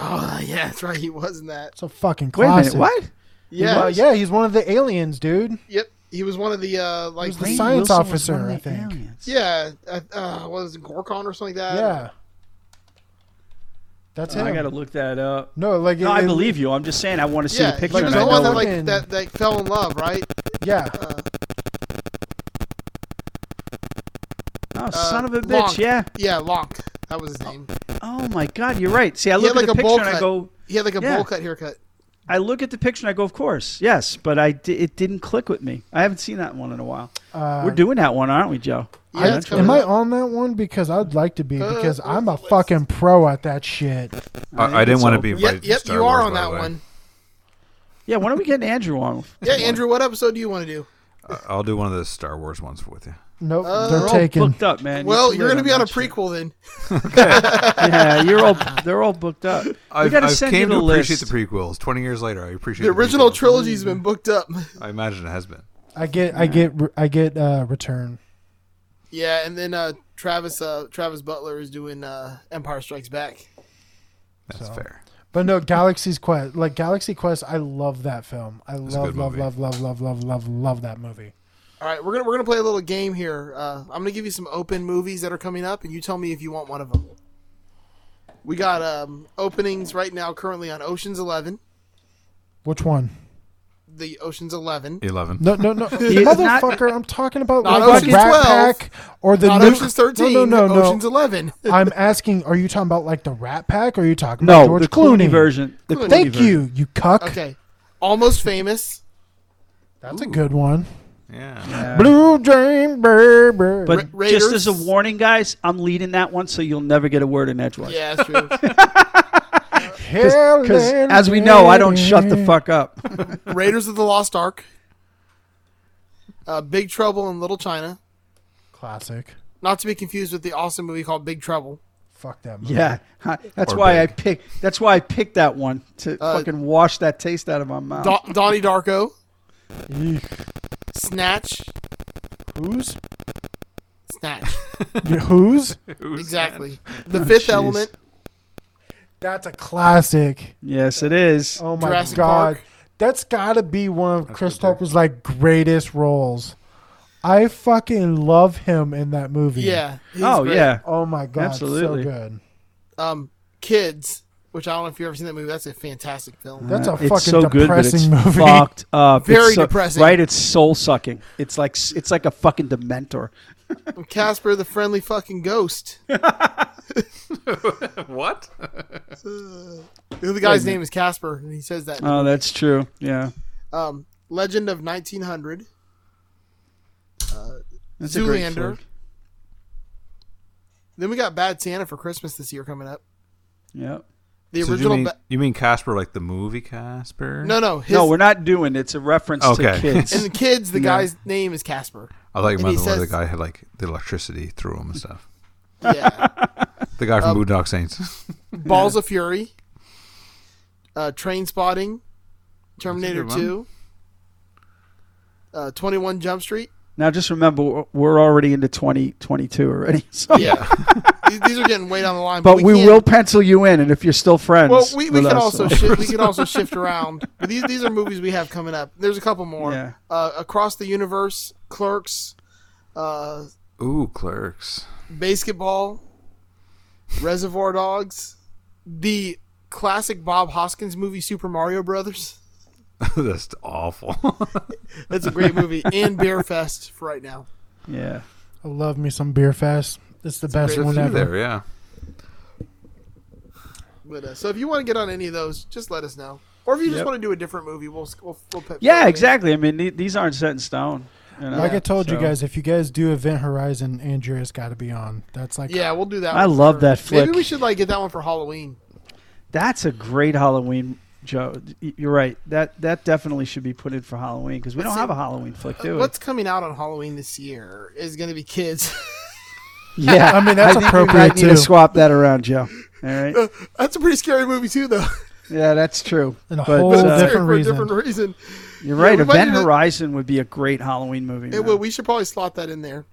B: Oh yeah, that's right. He was in that.
A: It's a fucking
C: Wait a
A: classic.
C: minute. What?
B: Yeah,
A: Well, yeah, he's one of the aliens, dude.
B: Yep. He was one of the uh like
A: was the
C: Rainn
A: science
C: Wilson was
A: officer,
C: one of the
A: I think.
C: aliens.
B: yeah, uh, uh, what was it, Gorkon or something like
D: Uh,
B: that?
A: Yeah. That's
C: Oh, I
A: him.
C: gotta look that up.
A: no, like
C: No,
A: it-
C: I
A: it-
C: believe you. I'm just saying I want to see
B: Yeah,
C: the
B: he
C: picture.
B: was
C: and
B: the
C: I
B: one
C: know
B: that
C: it-
A: in-
B: like that, that fell in love, right?
A: Yeah.
C: oh,
B: Uh,
C: son of a bitch!
B: Lonk.
C: Yeah.
B: Yeah, Lonk. That was his name.
C: Oh my God, you're right. See, I
B: He
C: look
B: had,
C: at the
B: like, a bowl
C: picture and I
B: cut.
C: go,
B: He had like a
C: Yeah.
B: bowl cut haircut.
C: I look at the picture and I go, of course, yes, but I di- it didn't click with me. I haven't seen that one in a while.
A: Uh,
C: We're doing that one, aren't we, Joe?
B: Yeah, it's
C: Eventually.
B: coming
A: Am I
B: up.
A: on that one? Because I'd like to be,
B: Uh,
A: because
B: what's
A: I'm
B: the
A: a
B: list?
A: fucking pro at that shit.
D: I,
C: think
D: I didn't
C: it's
D: want to
C: all-
D: be invited.
B: Yep,
D: to
B: yep,
D: Star
B: you are
D: Wars,
B: on
D: by the
B: that
D: way.
B: one.
C: Yeah, when are we getting Andrew on?
B: [LAUGHS] Yeah, Andrew, what episode do you want to do?
D: I- I'll do one of the Star Wars ones with you.
A: Nope,
B: Uh,
A: they're
B: they're all
A: taken.
C: booked up, man.
B: Well,
C: too
B: you're
C: late
B: going to be on a
C: that shit.
B: prequel then.
C: [LAUGHS] yeah, you're all they're all booked up. We
D: I've,
C: gotta
D: I've
C: send
D: came
C: you the
D: to
C: list.
D: appreciate the prequels. Twenty years later, I appreciate
B: The original
D: prequels.
B: trilogy's been booked up. [LAUGHS]
D: I imagine it has been.
A: I get, I get, I get uh, return.
B: Yeah, and then uh, Travis uh, Travis Butler is doing uh, Empire Strikes Back.
D: That's
A: So.
D: fair.
A: But no, Galaxy's Quest, like Galaxy Quest, I love that film. I
D: a
A: love,
D: good
A: love,
D: movie.
A: love, love, love, love, love, love that movie.
B: All right, we're gonna we're gonna play a little game here. Uh, I'm gonna give you some open movies that are coming up, and you tell me if you want one of them. We got um, openings right now, currently on Ocean's Eleven,
A: Which one?
B: the Ocean's Eleven,
D: Eleven.
A: No,
B: [LAUGHS]
A: no, no,
C: not-
A: motherfucker! I'm talking about
B: Not
A: like
B: Ocean's
A: the Rat
B: 12,
A: Pack or the
B: not
A: new-
B: Ocean's Thirteen,
A: No, no, no, no.
B: Ocean's Eleven. [LAUGHS]
A: I'm asking, are you talking about like the Rat Pack? Or are you talking
C: no,
A: about George
C: the Clooney, version. The Clooney
A: Thank
C: version.
A: you, you cuck.
B: Okay, Almost Famous.
A: That's a good one.
D: Yeah.
A: Blue Dream Baby.
C: But
B: Ra-
C: just as a
B: Raiders.
C: warning, guys, I'm leading that one, so you'll never get a word in
B: [LAUGHS]
C: edgewise.
B: Yeah, that's true.
C: Because, as we know, I don't shut the fuck up. [LAUGHS]
B: Raiders of the Lost Ark. Uh, Big Trouble in Little China.
A: Classic.
B: Not to be confused with the awesome movie called Big Trouble.
A: Fuck that movie.
C: Yeah, I- that's
D: Or
C: why I
D: big.
C: picked. That's why I picked that one to
B: Uh,
C: fucking wash that taste out of my mouth.
B: Don- Donnie Darko.
A: Eek.
B: Snatch.
A: Who's?
B: Snatch.
A: Yeah, who's?
B: Exactly. The Oh, Fifth
C: jeez.
B: Element.
A: That's a classic.
C: yes, it is.
A: Oh my
B: Jurassic
A: god.
B: Park.
A: That's gotta be one of Chris Tucker's like greatest roles. I fucking love him in that movie.
B: Yeah. he's
C: oh
B: great.
C: yeah,
A: Oh my god.
C: Absolutely.
A: So good.
B: Um, Kids, which I don't know if you've ever seen that movie. That's a fantastic film.
A: That's a
C: Uh,
A: fucking
C: it's so good, but it's
A: depressing movie. [LAUGHS]
C: fucked up. It's
B: Very
C: so-
B: depressing.
C: right? It's soul sucking. It's like s- it's like a fucking dementor.
B: Casper the Friendly Fucking Ghost.
D: What?
B: The other guy's name is Casper, and he says that.
C: Oh, that's true. Yeah,
B: Um, Legend of 1900.
C: that's a great
B: Zoolander.
C: flick.
B: Then we got Bad Santa for Christmas this year coming up.
C: Yeah.
B: The
D: So you,
B: original.
D: mean,
B: Ba-
D: you mean Casper like the movie Casper?
B: no, no. His,
C: No, we're not doing. It's a reference to
D: Okay.
B: in
C: kids.
B: the kids, the
C: No.
B: guy's name is Casper.
D: I thought you
B: And
D: meant
B: he
D: the one where
B: says-
D: the guy had like the electricity through him and stuff.
B: Yeah.
D: The guy
B: Um,
D: from Boondock Saints. [LAUGHS]
B: Balls of Fury. Uh, Train Spotting. Terminator
D: That's a good
B: 2. Uh, 21 Jump Street.
C: now, just remember, we're- we're already into twenty twenty two already. [LAUGHS] So,
B: Yeah. [LAUGHS] these, these are getting way down the line.
C: but we,
B: can't-
C: will pencil you in, and if you're still friends,
B: Well, we, we
C: with
B: could
C: us, [LAUGHS]
B: also
C: so-
B: shi- we could also shift around. But these these are movies we have coming up. There's a couple more.
C: Yeah.
B: Uh, Across the Universe, Clerks, uh,
D: Ooh, Clerks. [LAUGHS]
B: Basketball, Reservoir Dogs, the classic Bob Hoskins movie Super Mario Brothers.
D: That's awful. [LAUGHS]
B: That's a great
C: [LAUGHS]
B: movie. And Beer Fest for right now.
C: yeah.
A: I love me some Beer Fest. It's the best
D: There's a
A: one
D: few
A: ever.
D: there, yeah.
B: But uh, so if you want to get on any of those, just let us know. Or if you just
C: Yep.
B: want to do a different movie, we'll we'll, we'll put
C: Yeah, exactly. I mean, the- these aren't set in stone. you know?
A: Like I told you
C: So-
A: guys, if you guys do Event Horizon, Andrea's got to be on. That's like
B: Yeah, we'll do that.
C: I
B: one
C: love
B: for-
C: that flick.
B: Maybe we should like get that one for Halloween.
C: That's a great Halloween, Joe. Y- You're right. That that definitely should be put in for Halloween because we don't
B: Let's
C: have
B: see. Uh,
C: a Halloween flick, do
A: [LAUGHS]
C: we?
B: What's coming out on Halloween this year is going to be kids. [LAUGHS]
C: Yeah,
A: I mean, that's
C: think we
A: appropriate,
C: might need
A: too.
C: to swap that around, Joe. All right.
B: Uh, That's a pretty scary movie too,
C: [LAUGHS]
B: though.
C: Yeah, that's true.
A: And a
C: But,
A: whole
B: But it's
C: uh,
A: different
B: scary for a
A: reason.
B: different reason.
C: You're right.
B: we might
C: Event
B: need to-
C: Horizon would be a great Halloween movie.
B: It
C: man.
B: will, we should probably slot that in there.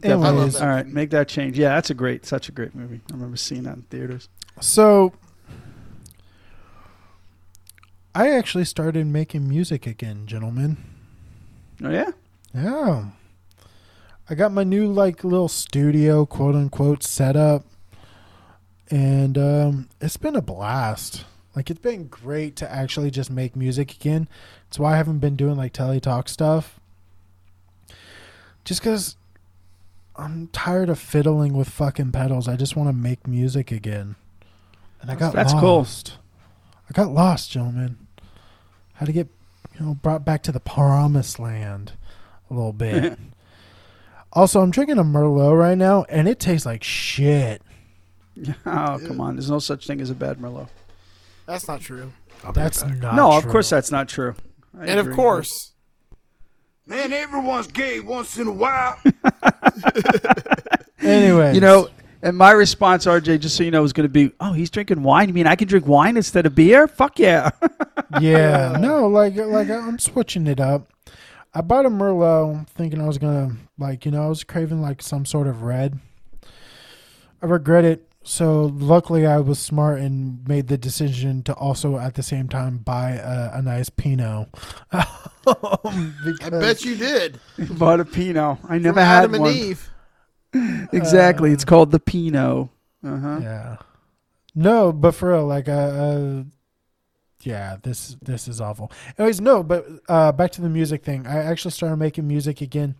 C: Definitely.
B: I love
A: Anyways,
B: that.
C: All right, make that change. Yeah, that's a great, such a great movie. I remember seeing that in theaters.
A: so I actually started making music again, gentlemen.
C: Oh yeah, [LAUGHS]
A: Yeah. I got my new like little studio, quote unquote, set up. And um, it's been a blast. Like it's been great to actually just make music again. That's why I haven't been doing like teletalk stuff. Just because I'm tired of fiddling with fucking pedals. I just want to make music again. And I got
C: That's cool.
A: lost. I got lost, gentlemen. How to get you know brought back to the promised land a little
C: [LAUGHS]
A: bit. also, I'm drinking a Merlot right now, and it tastes like shit.
C: Oh come on, there's no such thing as a bad Merlot.
B: That's not true.
D: I'll be right
A: That's
D: back.
A: not.
C: no, of
A: true.
C: course that's not true. I
B: and of
C: agree.
B: course,
E: Man, everyone's gay once in a while.
A: Anyway,
C: you know. And my response, RJ, just so you know, is going to be, "Oh, he's drinking wine. You mean I can drink wine instead of beer? Fuck yeah!" [LAUGHS]
A: yeah, no, like like I'm switching it up. I bought a Merlot thinking I was gonna like you know I was craving like some sort of red. I regret it. So luckily I was smart and made the decision to also at the same time buy uh, a, a nice Pinot. [LAUGHS]
B: I bet you did.
C: Bought a Pinot. I never
B: From
C: had
B: Adam and
C: one.
B: Eve.
C: Exactly. it's called the Pinot. Uh huh.
A: Yeah. No, but for real, like, uh, uh, yeah, this this is awful. Anyways, no, but uh, back to the music thing. I actually started making music again.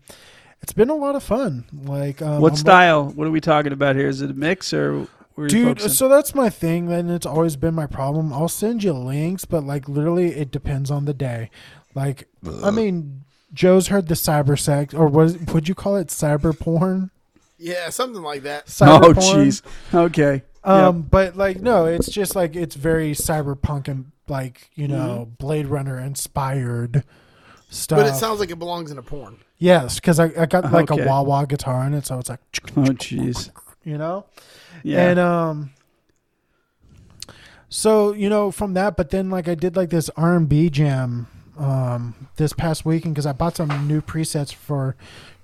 A: It's been a lot of fun. Like, um,
C: What
A: I'm-
C: style? What are we talking about here? Is it a mix or? were you
A: Dude,
C: focusing-
A: so that's my thing, and it's always been my problem. I'll send you links, but like literally, it depends on the day. Like, I mean, Joe's heard the cyber sex, or was would you call it cyber
C: [LAUGHS]
A: porn?
B: Yeah, something like that.
A: Cyber
C: oh,
A: porn?
C: jeez. Okay.
A: Um, but like no, it's just like it's very cyberpunk and like you know
C: Mm-hmm.
A: Blade Runner inspired stuff.
B: But it sounds like it belongs in a porn.
A: yes, because I, I got like
C: Okay.
A: a wah wah guitar in it, so it's like
C: Yep. Oh, jeez.
A: you know,
C: Yeah.
A: and um. So you know from that, but then like I did like this R and B jam um this past weekend because I bought some new presets for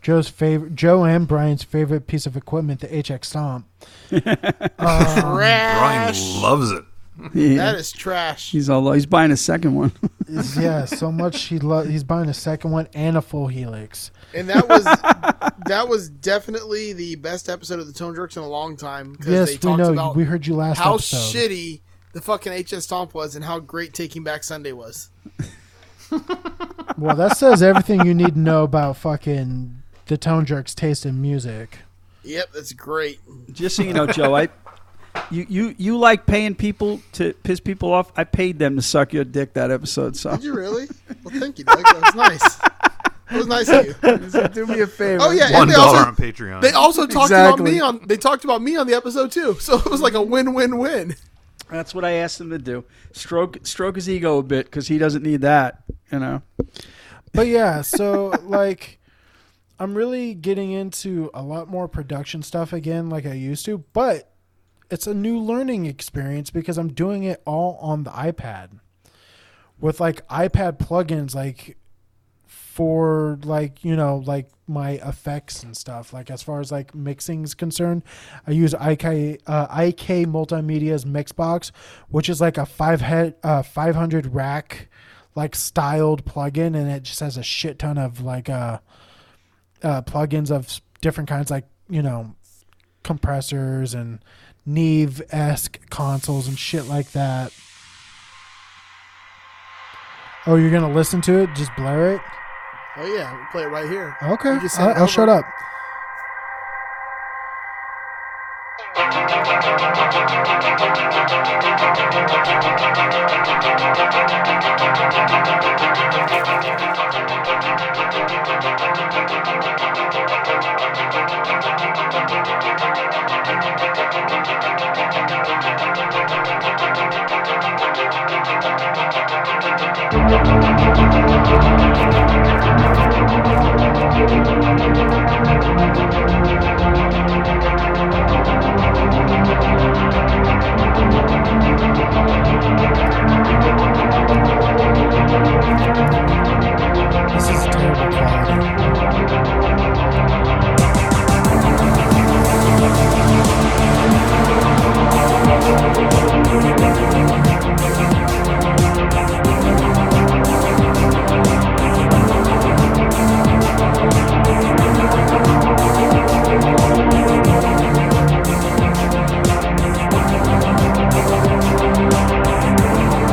A: Joe's favorite Joe and Brian's favorite piece of equipment, the HX
C: [LAUGHS]
A: Stomp.
B: Trash.
D: Brian loves it.
C: Yeah.
B: That is trash.
C: he's all. He's buying a second one.
A: yeah, so much he lo- he's buying a second one and a full helix.
B: And that was that was definitely the best episode of the Tone Jerks in a long time because they
A: Yes, we
B: talked
A: know.
B: about
A: We heard you last
B: how
A: episode.
B: shitty the fucking HS Stomp was and how great Taking Back Sunday was.
A: Well,
B: [LAUGHS]
A: that says everything you need to know about fucking the Tone Jerks' taste in music.
B: Yep, that's great.
C: [LAUGHS] Just so you know, Joe, I. You, you you like paying people to piss people off? I paid them to suck your dick that episode. So
B: Did you really? Well, thank you, Doug. That was nice. That was nice of [LAUGHS] you.
C: do me a favor.
B: Oh yeah,
D: One
B: and they
D: dollar
B: also
D: on Patreon.
B: they also talked about
C: Exactly.
B: me on they talked about me on the episode too. [LAUGHS] So it was like a win-win-win.
C: that's what I asked him to do. Stroke stroke his ego a bit because he doesn't need that. You know.
A: But yeah, so like I'm really getting into a lot more production stuff again like I used to, but it's a new learning experience because I'm doing it all on the iPad. With like iPad plugins like for like, you know, like my effects and stuff. Like as far as like mixing's concerned, I use IK uh, IK Multimedia's Mixbox, which is like a 5 head uh 500 rack like styled plugin and it just has a shit ton of like uh uh, plugins of s- different kinds, like you know, compressors and Neve esque consoles and shit like that. Oh, you're gonna listen to it? Just blare it?
B: Oh yeah, we'll play it right here.
A: Okay,
B: You just
A: I,
B: said
A: I'll shut
B: over.
A: up.
F: Thank you.
A: This is terrible quality.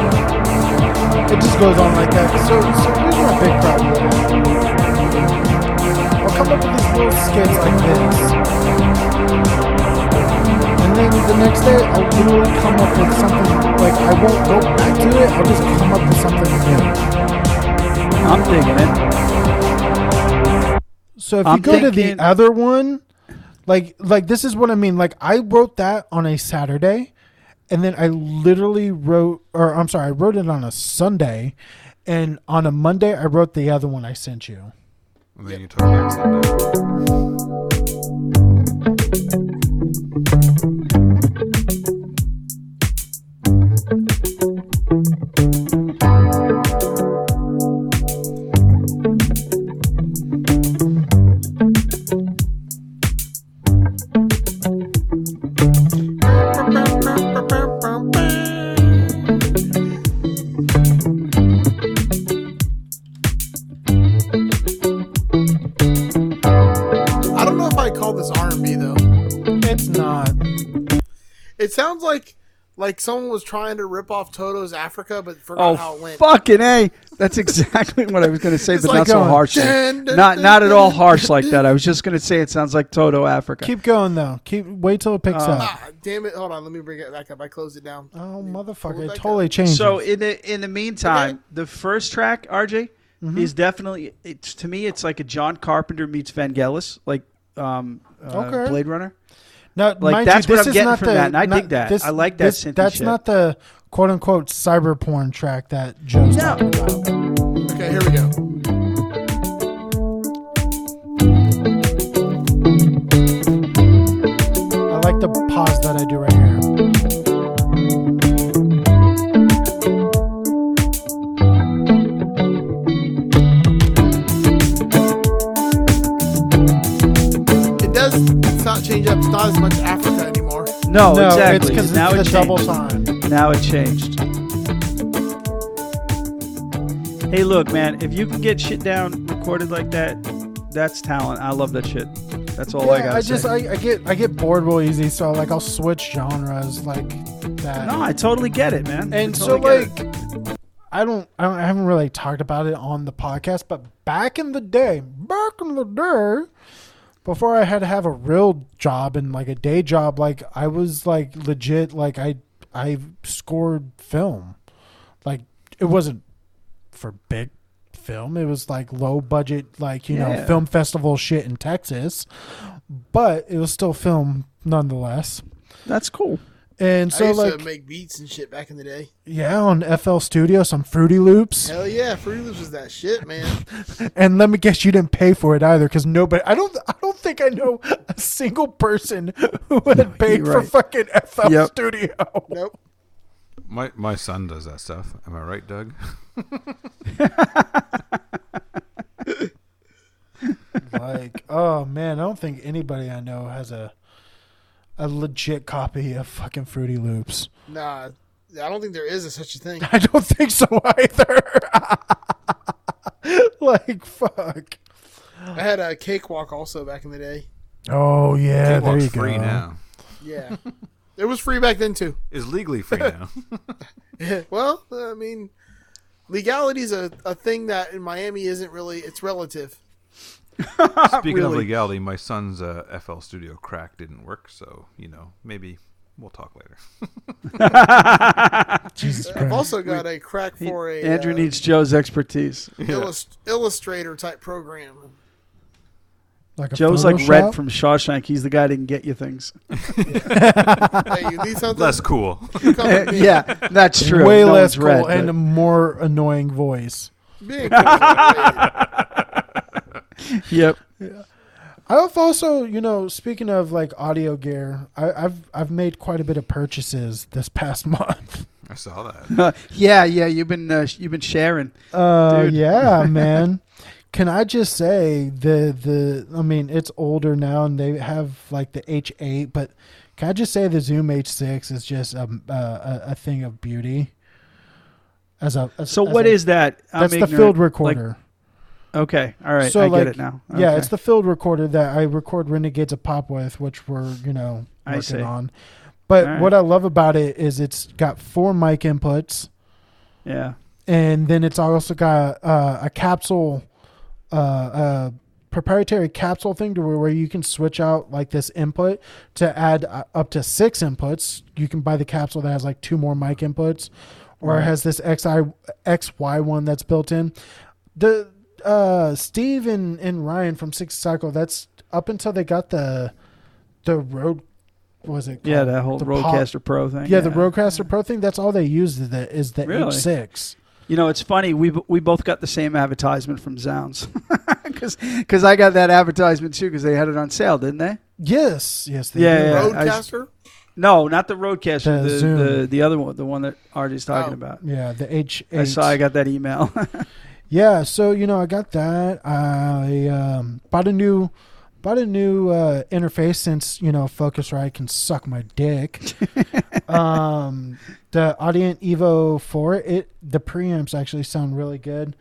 A: It just goes on like that. So, so here's my big problem. with it. I'll come up with these little skits like this, and then the next day I'll literally come up with something like I won't go back to it. I'll just come up with something new.
C: I'm digging it.
A: So if
C: I'm
A: you go to
C: thinking-
A: the other one, like like this is what I mean. Like I wrote that on a Saturday, and then I literally wrote, or I'm sorry, I wrote it on a Sunday, and on a Monday I wrote the other one I sent you.
D: And then you talk back Sunday.
B: I don't know if I call this R and B though.
A: It's not.
B: It sounds like like someone was trying to rip off Toto's Africa, but forgot how it
C: Oh,
B: went.
C: fucking a! That's exactly what I was going to say,
B: It's
C: but
B: like
C: not so
A: going,
C: harsh.
B: dun, dun,
C: Not
B: dun,
C: not at all
B: dun,
C: harsh like that. I was just going to say it sounds like Toto Africa.
A: Keep going though. Keep wait till it picks
C: Uh,
A: up.
B: Ah, damn it! Hold on, let me bring it back up. I closed it down.
A: Oh
B: pull
A: motherfucker!
B: it
A: It
B: back
A: totally changed.
C: So in the in the meantime, the first track, RJ,
A: Mm-hmm.
C: is definitely it's to me it's like a John Carpenter meets Vangelis, like um uh,
A: Okay.
C: Blade Runner.
A: now,
C: like,
A: mind
C: that's
A: you,
C: what
A: this
C: I'm
A: is
C: getting
A: not
C: from
A: the,
C: that, and I
A: not-
C: dig that.
A: this-
C: I like that
A: this-
C: synth and
A: That's
C: shit.
A: not the quote unquote cyber porn track that Joe's talking about.
B: Okay, here we go.
A: I like the pause that I do right here.
B: It does. It's not changed up. It's not as much Africa anymore.
C: No,
A: no, it's
C: Oh, exactly.
A: because
C: now
A: it's
C: it
A: the double
C: changed.
A: time.
C: Now it changed. Hey, look, man, if you can get shit down recorded like that, that's talent. I love that shit. That's all I
A: yeah,
C: got.
A: I just
C: say.
A: I, I get I get bored real easy, so like I'll switch genres like that.
C: no, I totally get it, man. I
A: and so
C: totally get
A: like I don't, I don't I haven't really talked about it on the podcast but back in the day back in the day before I had to have a real job and like a day job like I was like legit like I I scored film like it wasn't for big film it was like low budget like you know
C: Yeah.
A: film festival shit in Texas but it was still film nonetheless
C: it. that's cool.
A: and
B: I
A: so
B: used
A: like
B: to make beats and shit back in the day.
A: yeah on FL Studio some fruity loops
B: Hell yeah, Fruity Loops was that shit, man.
A: And let me guess, you didn't pay for it either, because nobody. I don't. I don't think I know a single person who had paid
C: you're
A: for
C: right.
A: fucking FL
C: Yep.
A: Studio.
B: nope.
D: My my son does that stuff. Am I right, Doug?
A: Like, oh man, I don't think anybody I know has a a legit copy of fucking Fruity Loops.
B: Nah, I don't think there is a such a thing.
A: I don't think so either. [LAUGHS] like, fuck.
B: I had a cakewalk also back in the day.
A: Oh yeah, there
D: Walk's
A: you
D: free
A: go.
D: now.
C: [LAUGHS]
B: Yeah, it was free back then too. [LAUGHS]
D: Is legally free now.
B: well, I mean, legality's a, a thing that in Miami isn't really. It's relative.
D: Speaking of
C: Really?
D: legality, my son's uh, FL Studio crack didn't work, so you know maybe we'll talk
A: [LAUGHS]
D: later.
A: Jesus
B: I've
A: Christ.
B: also got a crack
C: He-
B: for a
C: Andrew
B: uh,
C: needs Joe's expertise.
B: illust- Illustrator type program.
C: [LAUGHS]
A: like a
C: Joe's like
A: Photoshop?
C: Red from Shawshank. He's the guy that can get you things.
B: hey, you need something?
D: [LAUGHS] Less cool. [LAUGHS]
B: You come with me.
C: [LAUGHS] yeah, that's true.
A: Way
C: No
A: less
C: one's
A: cool
C: red,
A: and a more annoying voice.
C: [LAUGHS]
B: Big. I
C: but-
A: [LAUGHS]
C: yep. [LAUGHS]
A: I've also, you know, speaking of like audio gear, I, I've I've made quite a bit of purchases this [LAUGHS] past month.
D: I saw that.
C: yeah, yeah. You've been uh, sh- you've been sharing.
A: Uh,
C: Dude.
A: yeah,
C: [LAUGHS]
A: man. Can I just say the the? I mean, it's older now, and they have like the H8, but can I just say the Zoom H6 is just a a, a, a thing of beauty. As a as,
C: So
A: as
C: what
A: a-
C: is that? I'm
A: that's the
C: ignorant.
A: field
C: Like,
A: recorder?
C: okay, all right. I get it now.
A: Yeah,
C: Okay.
A: it's the field recorder that I record Renegades of Pop with, which we're, you know,
C: I see.
A: working on. But
C: All right.
A: what I love about it is it's got four mic inputs,
C: yeah.
A: and then it's also got uh, a capsule, uh, a proprietary capsule thing to where, where you can switch out like this input to add uh, up to six inputs. You can buy the capsule that has like two more mic inputs, or it
C: Right.
A: has this XI, XY one that's built in. The uh, Steve and, and Ryan from Six Cycle, that's up until they got the the road. What was it?
C: Yeah,
A: called?
C: that whole
A: The pop-
C: Roadcaster Pro thing.
A: Yeah, the Roadcaster Pro thing. That's all they used is the, is the
C: Really?
A: H6.
C: You know, it's funny. We b- we both got the same advertisement from Zounds, [LAUGHS] because I got that advertisement too because they had it on sale, didn't they?
A: Yes, yes, they
C: Yeah,
A: do.
C: yeah.
B: Roadcaster?
C: No, not the Roadcaster.
A: The
C: The
A: Zoom.
C: the, the, other one, the one that Artie's talking
B: Oh.
C: about.
A: Yeah, the H.
C: I saw. I got that email. [LAUGHS]
A: yeah, so you know, I got that. I um, bought a new, bought a new uh, interface since you know Focusrite can suck my
C: [LAUGHS]
A: dick. um, the Audient Evo Four, it the preamps actually sound really good.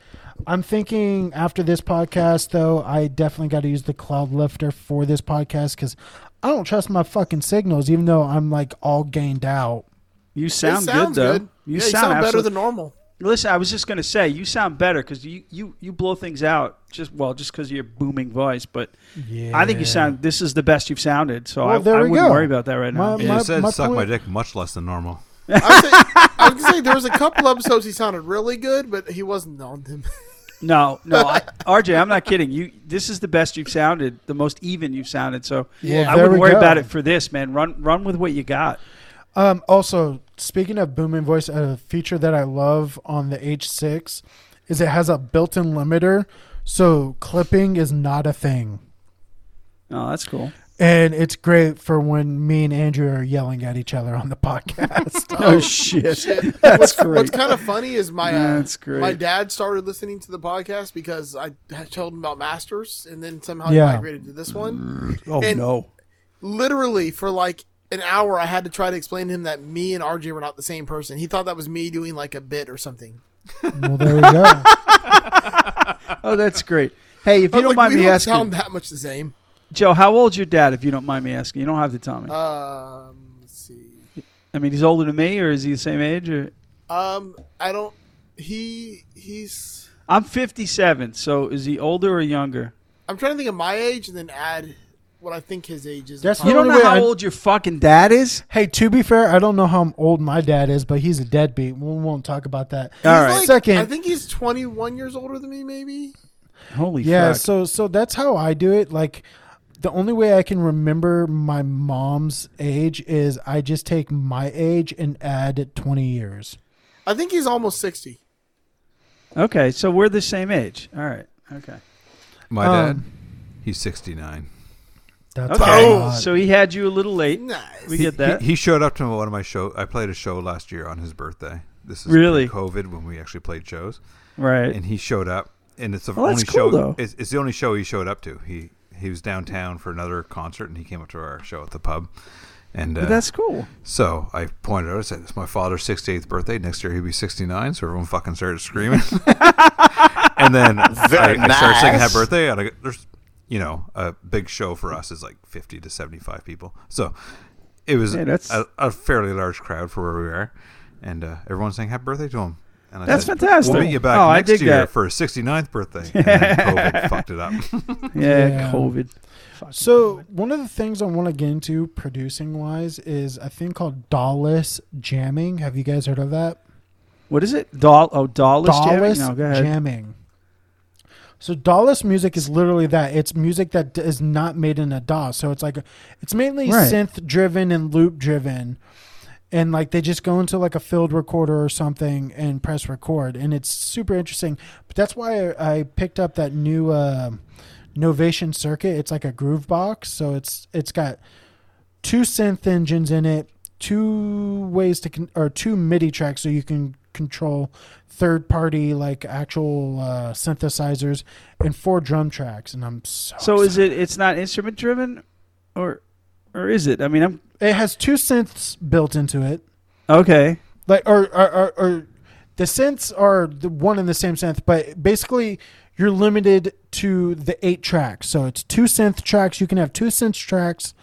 A: I'm thinking after this podcast, though, I definitely got to use the Cloud Lifter for this podcast because I don't trust my fucking signals, even though I'm like all gained out.
C: you
B: It
C: sound good
B: sounds
C: though.
B: Yeah, you sound better
C: absolute-
B: than normal.
C: Listen, I was just gonna say you sound better because you, you you blow things out just well just because of your booming voice, but
A: Yeah,
C: I think you sound this is the best you've sounded. So
A: Well,
C: I,
A: there
C: I
A: we
C: wouldn't
A: go.
C: worry about that right now.
A: My-
D: Yeah,
A: my-
D: you said
A: my
D: suck my
A: point-
D: dick much less than normal.
B: [LAUGHS] I was, saying, I was gonna say there was a couple episodes he sounded really good, but he wasn't on them. [LAUGHS]
C: no, no, I, RJ, I'm not kidding. You this is the best you've sounded, the most even you've sounded. So
A: Yeah,
C: I
A: there
C: wouldn't
A: we
C: worry
A: go.
C: about it for this, man. Run run with what you got.
A: Um, also, speaking of booming voice, a feature that I love on the H6 is it has a built-in limiter, so clipping is not a thing,
C: Oh,
A: [LAUGHS]
C: that's cool.
A: and it's great for when me and Andrew are yelling at each other on the [LAUGHS] podcast.
C: Oh, shit. [LAUGHS]
B: what's,
C: great.
B: what's kind of funny is my uh,
C: That's great.
B: my dad started listening to the podcast because I had told him about Masters, and then somehow
A: Yeah.
B: he migrated to this one.
C: Oh
B: And-
C: no.
B: Literally for like an hour, I had to try to explain to him that me and RJ were not the same person. He thought that was me doing like a bit or something.
A: well, there we go.
C: Oh, that's great. Hey, if you
B: But,
C: don't
B: like,
C: mind
B: we
C: me
B: don't
C: asking,
B: sound that much the same.
C: Joe, how old's your dad? If you don't mind me asking, you don't have to tell me.
B: Um, let's see.
C: I mean, he's older than me, or is he the same age? Or
B: Um, I don't. He he's.
C: I'm 57, so is he older or younger?
B: I'm trying to think of my age and then add what I think his age is.
A: That's
C: You
A: The
C: don't
A: only way
C: know how
A: I-
C: old your fucking dad is.
A: [LAUGHS] hey, to be fair, I don't know how old my dad is, but he's a deadbeat. We won't talk about that.
C: All
B: He's
C: right.
B: like-
A: Second-
B: I think he's 21 years older than me, maybe.
C: Holy
A: yeah
C: fuck!
A: so so that's how i do it like the only way i can remember my mom's age is i just take my age and add 20 years
B: I think he's almost 60.
C: okay, so we're the same age. All right. Okay.
D: My
A: Um,
D: dad, he's 69.
A: that's
C: Okay. Oh,
A: a lot.
C: So he had you a little late.
B: Nice.
C: We
D: He,
C: get that.
D: He, he showed up to one of my show. I played a show last year on his birthday. This is
C: Really?
D: COVID when we actually played shows,
C: right.
D: and he showed up, and it's the
C: Well, that's
D: only show.
C: cool, though.
D: It's, it's the only show he showed up to. He he was downtown for another concert, and he came up to our show at the pub. And uh,
C: But that's cool.
D: so I pointed out, I said, "It's my father's 68th birthday. Next year he'll be 69." So everyone fucking started [LAUGHS] screaming. and then I, I started singing "Happy
E: nice.
D: Birthday," and I, go- there's, you know, a big show for us is like 50 to 75 people. So it was
C: Hey, that's-
D: a, a fairly large crowd for where we are, and uh, everyone sang "Happy Birthday" to him. And I
C: That's
D: said,
C: fantastic.
D: We'll meet you back
C: Oh, I
D: next
C: dig
D: year
C: that.
D: for her 69th
C: [LAUGHS]
D: birthday. And then COVID fucked it up.
C: Yeah,
A: Yeah.
C: COVID.
A: So one of the things I want to get into producing wise is a thing called Dallas jamming. Have you guys heard of that?
C: What is it? Doll? Oh, Dallas.
A: Dallas
C: jamming? No, go ahead.
A: jamming. So Dallas music is literally that. It's music that d- is not made in a DAW. So it's like it's mainly
C: Right.
A: synth driven and loop driven. And like they just go into like a field recorder or something and press record, and it's super interesting. But that's why I, I picked up that new uh, Novation circuit. It's like a groove box, so it's it's got two synth engines in it, two ways to con- or two MIDI tracks, so you can control third party like actual uh, synthesizers, and four drum tracks. And I'm so
C: So is it? It's not instrument driven, or or is it? I mean, I'm
A: it has two synths built into it,
C: okay.
A: like or or, or, or the synths are the one and the same synth, but basically you're limited to the eight tracks. So it's two synth tracks. You can have two synth tracks,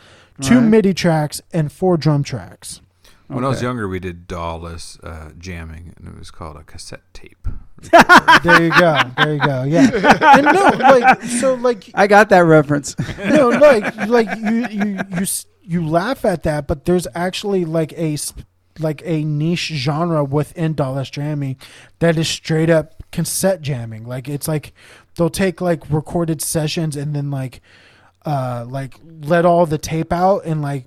A: two
C: Alright.
A: MIDI tracks, and four drum tracks.
D: When I was
C: Okay.
D: younger, we did Dallas uh, jamming, and it was called a cassette tape.
A: There you go. There you go.
C: [LAUGHS]
A: Yeah. And no, like so, like
C: I got that reference. [LAUGHS]
A: no, like like you you you s- you laugh at that, but there's actually like a sp- like a niche genre within Dallas jamming that is straight up cassette jamming. Like it's like they'll take like recorded sessions and then like uh like let all the tape out and like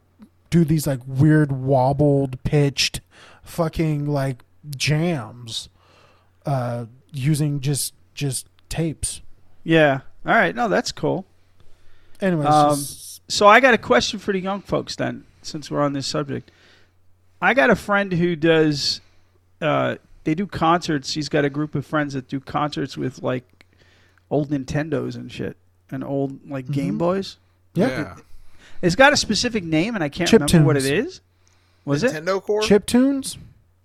A: do these like weird wobbled pitched fucking like jams uh using just just tapes.
C: yeah. All right. No, that's cool.
A: Anyways,
C: Um,
A: just-
C: So I got a question for the young folks then, since we're on this subject. I got a friend who does. Uh, they do concerts. He's got a group of friends that do concerts with like old Nintendos and shit, and old like
A: Mm-hmm.
C: Game Boys.
A: Yeah.
C: It's got a specific name, and I can't remember what it is. Was it
B: Nintendo Core.
A: chip tunes.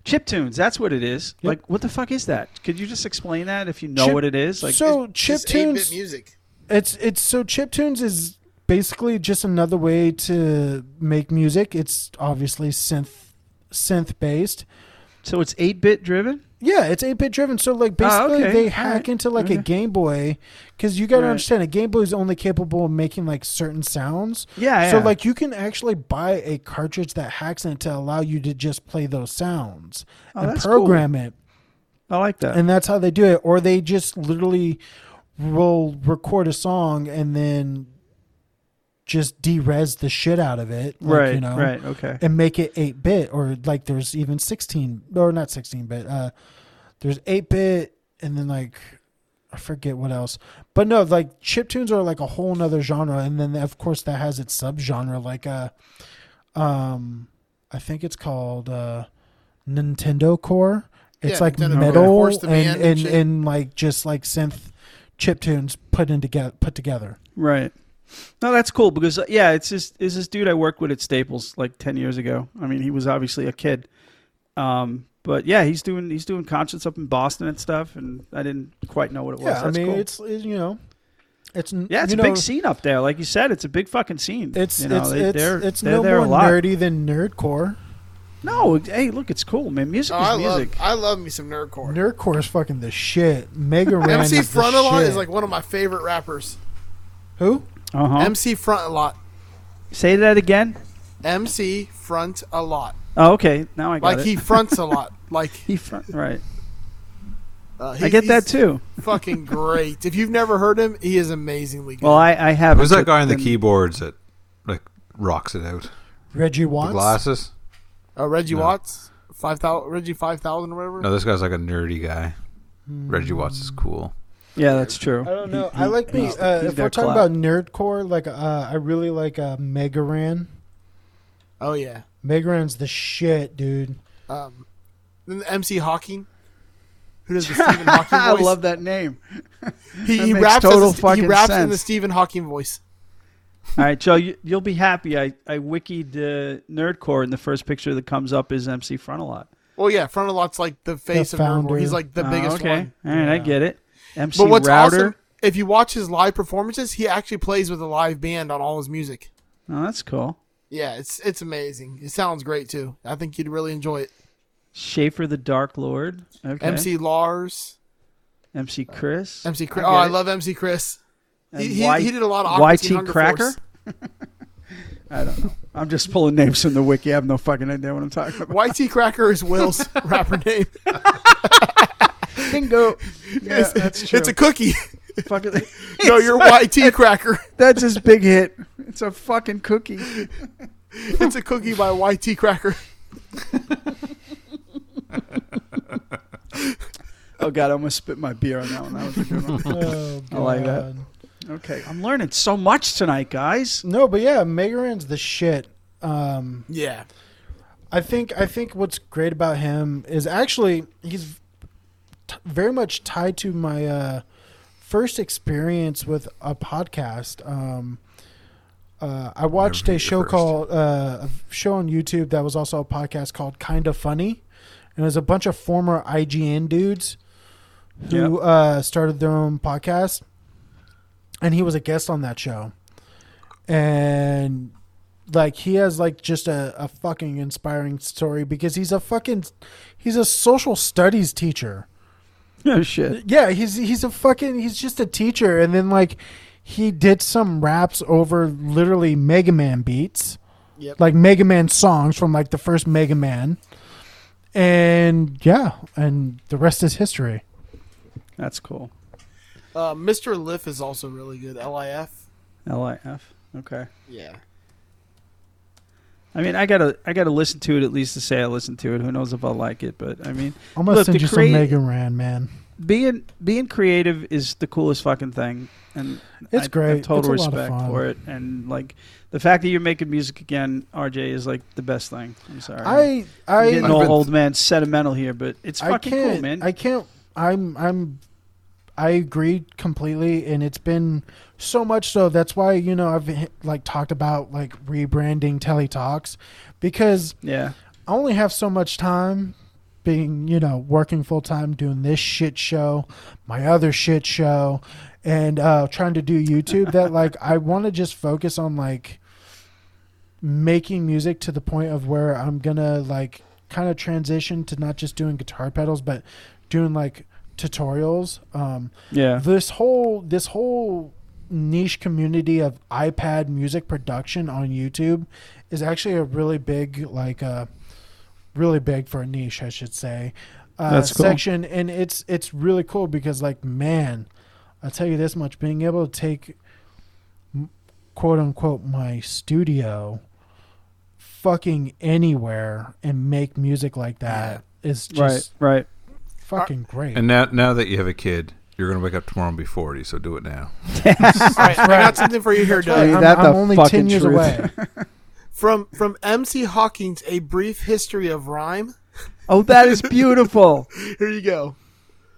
C: Chip tunes, that's what it is.
A: Yep.
C: Like, what the fuck is that? Could you just explain that if you know
A: Chip-
C: what it is? Like,
A: so chip
B: Just 8-bit
A: tunes
B: music.
A: it's it's so chip tunes is basically just another way to make music it's obviously synth synth based
C: so it's eight bit driven.
A: yeah it's 8-bit driven so like basically
C: Ah, okay.
A: they
C: All
A: hack
C: right.
A: into like a
C: Okay.
A: game boy because you gotta
C: Right.
A: understand a game boy is only capable of making like certain sounds
C: Yeah,
A: so
C: yeah.
A: like you can actually buy a cartridge that hacks in it to allow you to just play those sounds
C: Oh,
A: and
C: that's cool.
A: program it
C: I like that.
A: and that's how they do it or they just literally will record a song and then just de-res the shit out of it like,
C: right,
A: you know
C: right, okay.
A: and make it 8-bit or like there's even 16 or not 16-bit uh there's 8-bit and then like i forget what else but no like chip tunes are like a whole nother genre and then of course that has its subgenre like uh um i think it's called uh nintendo core it's
B: Yeah,
A: like
B: Nintendo Core.
A: metal
B: Force the band
A: and
B: and
A: and, and,
B: shit.
A: like just like synth chip tunes put in together put together
C: Right. No, that's cool because uh, yeah, it's this is this dude I worked with at Staples like ten years ago. I mean, he was obviously a kid, um, but yeah, he's doing he's doing concerts up in Boston and stuff, and I didn't quite know what it was.
A: yeah i
C: That's
A: mean
C: cool.
A: it's it- you know it's n-
C: yeah, it's
A: you
C: a
A: know,
C: big scene up there. Like you said, it's a big fucking scene.
A: It's
C: you know,
A: it's
C: they,
A: it's,
C: they're,
A: it's
C: they're
A: no
C: there
A: more
C: a lot.
A: nerdy than nerdcore.
C: No, hey, look, it's cool, man. Music
B: Oh,
C: is
B: I
C: music.
B: love I love me some nerdcore.
A: Nerdcore is fucking the shit.
B: [LAUGHS]
A: Mega Ran
B: MC
A: is the
B: Frontalot
A: shit.
B: is like one of my favorite rappers.
A: who?
C: Uh huh.
B: MC Frontalot.
C: Say that again.
B: MC front a lot.
C: Oh, okay. Now I got
B: Like
C: it.
B: he fronts a
C: [LAUGHS]
B: lot. Like
C: he front, right.
B: uh,
C: I
B: he-
C: get that
B: he's
C: too.
B: Fucking great. If you've never heard him, he is amazingly good.
C: Well, I I have.
D: Who's that guy on the keyboards that like rocks it out?
A: Reggie
D: The
A: Watts.
D: glasses?
B: uh, Reggie
D: No.
B: Watts, five thousand. Reggie five thousand or whatever.
D: No, this guy's like a nerdy guy. Reggie Watts is cool.
C: Yeah, that's true.
A: I don't know.
C: He- he-
A: I like me.
C: he's the-
A: Uh,
C: he's
A: if
C: their
A: we're talking
C: clout.
A: about nerdcore, like uh, I really like uh, Mega Ran.
B: Oh yeah.
A: Mega Ran's the shit, [LAUGHS] dude.
B: Um, then the MC Hawking, who
C: [LAUGHS]
B: does the Stephen Hawking
C: I
B: voice.
C: love that name.
B: he,
C: that
B: he
C: makes
B: raps as a
C: total
B: st-
C: fucking
B: he raps in the
C: sense.
B: Stephen Hawking voice.
C: All right, Joe, you, you'll be happy. I I wikied uh, nerdcore, and the first picture that comes up is MC Frontalot.
B: Well, yeah, Frontalot's like the face of
A: founder.
B: Nerdcore. He's like the
C: Oh,
B: biggest
C: okay.
B: one.
C: All right, I
A: Yeah.
C: get it. MC
B: But what's
C: Router.
B: awesome, if you watch his live performances, he actually plays with a live band on all his music.
C: Oh, that's cool.
B: Yeah, it's it's amazing. It sounds great too. I think you'd really enjoy it.
C: Schaefer the Dark Lord. Okay.
B: MC Lars,
C: MC Chris.
B: MC Chris.
C: I
B: oh,
C: get
B: I
C: it.
B: love MC Chris.
C: And
B: He, he,
C: Y-
B: he did a lot of awkward Teen
C: YT
B: Hunger
C: Cracker.
B: Force.
C: [LAUGHS] I don't know. I'm just pulling names from the wiki. I have no fucking idea what I'm talking about.
B: YT Cracker is [LAUGHS] Will's rapper name.
C: Bingo. [LAUGHS] Yeah,
B: It's-
C: that's true.
B: It's a
C: [LAUGHS]
B: cookie. [LAUGHS]
C: fucking.
B: no, you're YT Cracker. [LAUGHS]
C: That's his big hit. It's a fucking cookie.
B: It's a cookie by YT Cracker.
C: Oh god, I almost spit my beer on that one. That was a good one.
A: Oh,
C: I like that.
A: God.
C: Okay, I'm learning so much
A: [LAUGHS]
C: tonight, guys.
A: No, but yeah, Megaran's the shit. Um,
B: Yeah.
A: I think I think what's great about him is actually he's t- very much tied to my uh, first experience with a podcast. Um, uh, I watched
D: heard
A: a
D: your
A: show
D: first.
A: called uh, a show on YouTube that was also a podcast called Kind of Funny, and it was a bunch of former IGN dudes who uh, started their own podcast, and he was a guest on that show, and like he has like just a, a fucking inspiring story because he's a fucking he's a social studies teacher
C: Oh shit.
A: yeah he's he's a fucking he's just a teacher and then like he did some raps over literally mega man beats
B: Yep.
A: like mega man songs from like the first mega man and yeah and the rest is history
C: That's cool.
B: Uh, Mr. Liff is also really good. LIF.
C: L-I-F. Okay.
B: Yeah.
C: I mean, I gotta, I gotta listen to it at least to say I listened to it. Who knows if I'll like it? But I mean,
A: i'm gonna
C: Look,
A: send
C: to
A: you
C: create-
A: some mega ran man
C: being being creative is the coolest fucking thing, and
A: It's
C: I
A: great.
C: Have total
A: It's a lot of
C: respect
A: fun.
C: for it, and like the fact that you're making music again, RJ, is like the best thing. I'm sorry.
A: i
C: I'm
A: i
C: getting
D: I've
C: all
D: been-
C: old man sentimental here, but it's fucking
A: can't,
C: cool, man.
A: I can't. I'm. I'm. I agree completely, and it's been so much so. That's why you know I've h- like talked about like rebranding Teletalks because
C: yeah.
A: I only have so much time being you know working full time doing this shit show, my other shit show, and uh, trying to do YouTube. that like I want to just focus on like making music to the point of where I'm gonna like kind of transition to not just doing guitar pedals, but doing like tutorials. Um,
C: Yeah.
A: this whole this whole niche community of iPad music production on YouTube is actually a really big like uh really big for a niche I should say uh,
C: That's cool.
A: section and it's it's really cool because like man I'll tell you this much being able to take m- quote unquote my studio fucking anywhere and make music like that is just
C: right. Right.
A: fucking great
D: And now, now that you have a kid, you're going to wake up tomorrow and be 40, so do it now.
B: All right, I got something for you here, Doug.
C: Ain't
A: I'm,
C: that the
A: I'm only 10
C: fucking
A: years
C: truth? [LAUGHS]
A: away
B: From from MC Hawkins, a brief history of rhyme.
C: Oh, that is beautiful.
B: Here you go.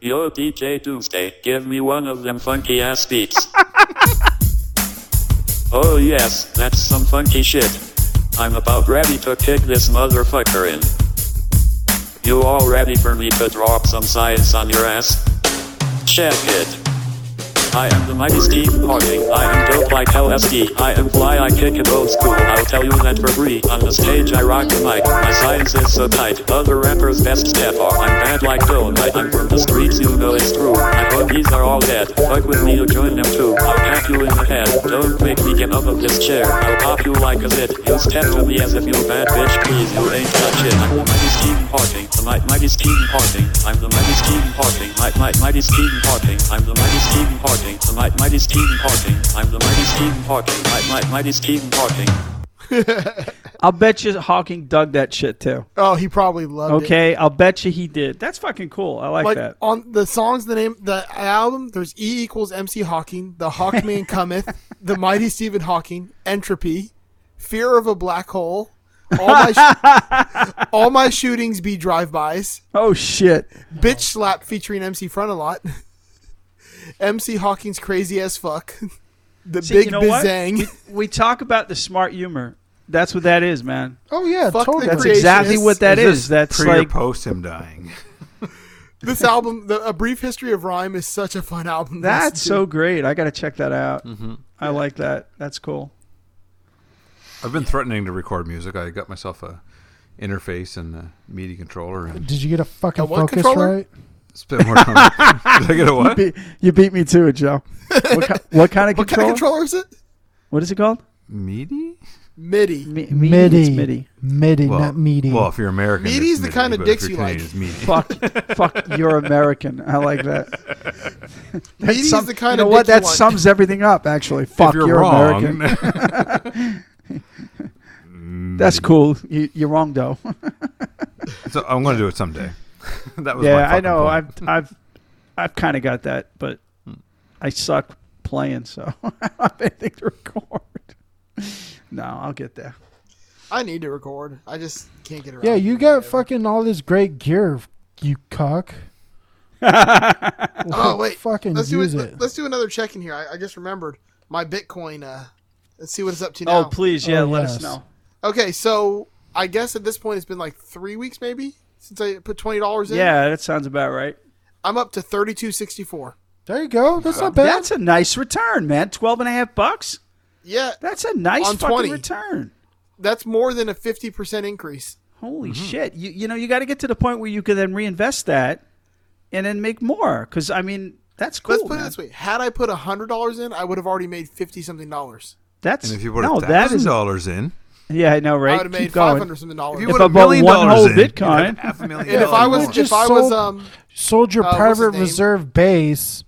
F: Yo, DJ Tuesday, give me one of them funky ass beats. oh, yes, that's some funky shit. I'm about ready to kick this motherfucker in. You all ready for me to drop some science on your ass? Check it. I am the mighty Steve Harding. I am dope like LSD. I am fly, I kick it old school. I'll tell you that for free. On the stage, I rock the mic. My science is so tight. Other rappers' best step are. I'm bad like dynamite. I'm from the streets, you know it's true. My homies are all dead. Fuck with me, you join them too. I'll pat you in the head. Don't make me get up of this chair. I'll pop you like a zit. You step to me as if you bad bitch. Please, you ain't touch it. I'm the mighty Stephen Hawking. The might, mighty Stephen Hawking. I'm the mighty Stephen Hawking. Might, might, mighty Stephen Hawking. I'm the mighty Stephen Hawking. The might, mighty Stephen Hawking. I'm the mighty Stephen Hawking. Might, might, mighty Stephen Hawking.
C: [LAUGHS] I'll bet you Hawking dug that shit too.
B: Oh, he probably loved it.
C: Okay, I'll bet you he did. That's fucking cool. I like,
B: Like
C: that.
B: on the songs, the name, the album. There's E equals MC Hawking. The
C: [LAUGHS]
B: Hawkman cometh. The mighty Stephen Hawking. Entropy. Fear of a black hole. All my, sh-
C: [LAUGHS]
B: all my shootings be drive-bys.
C: Oh shit.
B: Bitch Slap featuring MC Frontalot. [LAUGHS] MC Hawkins Crazy As Fuck. [LAUGHS] The
C: See,
B: Big
C: you know what?
B: [LAUGHS] Bizang.
C: We talk about the smart humor. That's what that is, man.
A: Oh yeah,
B: Fuck the
A: totally.
C: That's
B: Creationist.
C: exactly what that
D: this
C: is. That's
D: pre or
C: like
D: post him dying.
B: This album, the, A Brief History of Rhyme, is such a fun album. to
C: that's
B: listen to.
C: so great. I gotta check that out. I like that. That's cool.
D: I've been threatening to record music. I got myself a interface and the MIDI controller and
A: Did you get a fucking
B: A what
A: focus
B: controller?
A: right?
D: spent more time. Did I get a what?
C: Be- you beat me to it, [LAUGHS] Joe. What, ki- what kind of
B: What
C: controller?
B: kind of controller is it?
C: What is it called?
D: MIDI?
B: MIDI.
C: Mi-
A: MIDI.
C: It's MIDI.
A: MIDI, not meaty.
D: Well, if you're American, it's
B: Meaty's the
D: MIDI,
B: kind of
D: but if
B: Dixie
D: you're Canadian,
B: like.
D: it's meaty.
C: Fuck, fuck, you're American. I
B: [LAUGHS]
C: like that. That
B: MIDI is
C: sum-
B: the kind
C: you know
B: of
C: what?
B: dick you
C: That
B: want.
C: sums everything up, actually. Fuck,
D: if you're,
C: American.
D: wrong, [LAUGHS]
C: That's cool. You, you're wrong, though.
D: So I'm going to do it someday. [LAUGHS] that was my
C: yeah, I
D: fucking
C: know.
D: point. Hmm.
C: I've, I've, I've kind of got that, but I suck playing, so [LAUGHS] I don't have anything to record. No, I'll get there.
B: I need to record. I just can't get around.
A: yeah,
B: to
A: you
B: it.
A: got fucking all this great gear, you cock.
B: [LAUGHS] Oh wait,
A: fucking
B: let's do
A: use
B: it.
A: it.
B: Let's do another check in here. I, I just remembered my Bitcoin. Uh, let's see what it's up to now.
C: Oh, please, yeah,
A: Oh,
C: let us
A: yes.
C: know.
B: Okay, so I guess at this point it's been like three weeks maybe since I put twenty dollars in.
C: Yeah, that sounds about right.
B: I'm up to thirty two sixty four.
A: There you go. That's not bad.
C: That's a nice return, man. Twelve and a half bucks.
B: Yeah,
C: That's a nice
B: On
C: fucking
B: 20.
C: return.
B: that's more than a fifty percent increase.
C: Holy
A: Mm-hmm.
C: shit! You you know you got to get to the point where you can then reinvest that, and then make more. Because I mean that's cool.
B: Let's put
C: man.
B: it this way: had I put hundred dollars in, I would have already made fifty something dollars.
C: That's
D: and if you put
C: no, that
D: thousand
C: is
D: dollars in,
C: yeah, I know,
B: I
C: right?
B: would have
C: Keep
B: made five
C: going.
B: hundred something dollars.
D: you
C: If
D: would have
C: I bought
D: million
C: one
D: dollars
C: whole
D: in, you'd
C: Bitcoin-
D: have half a million
B: And if
D: dollars
B: I was
D: more.
A: just
B: if I was
A: sold-
B: um
A: sold your
B: Uh, what's
A: private
B: his name?
A: reserve base.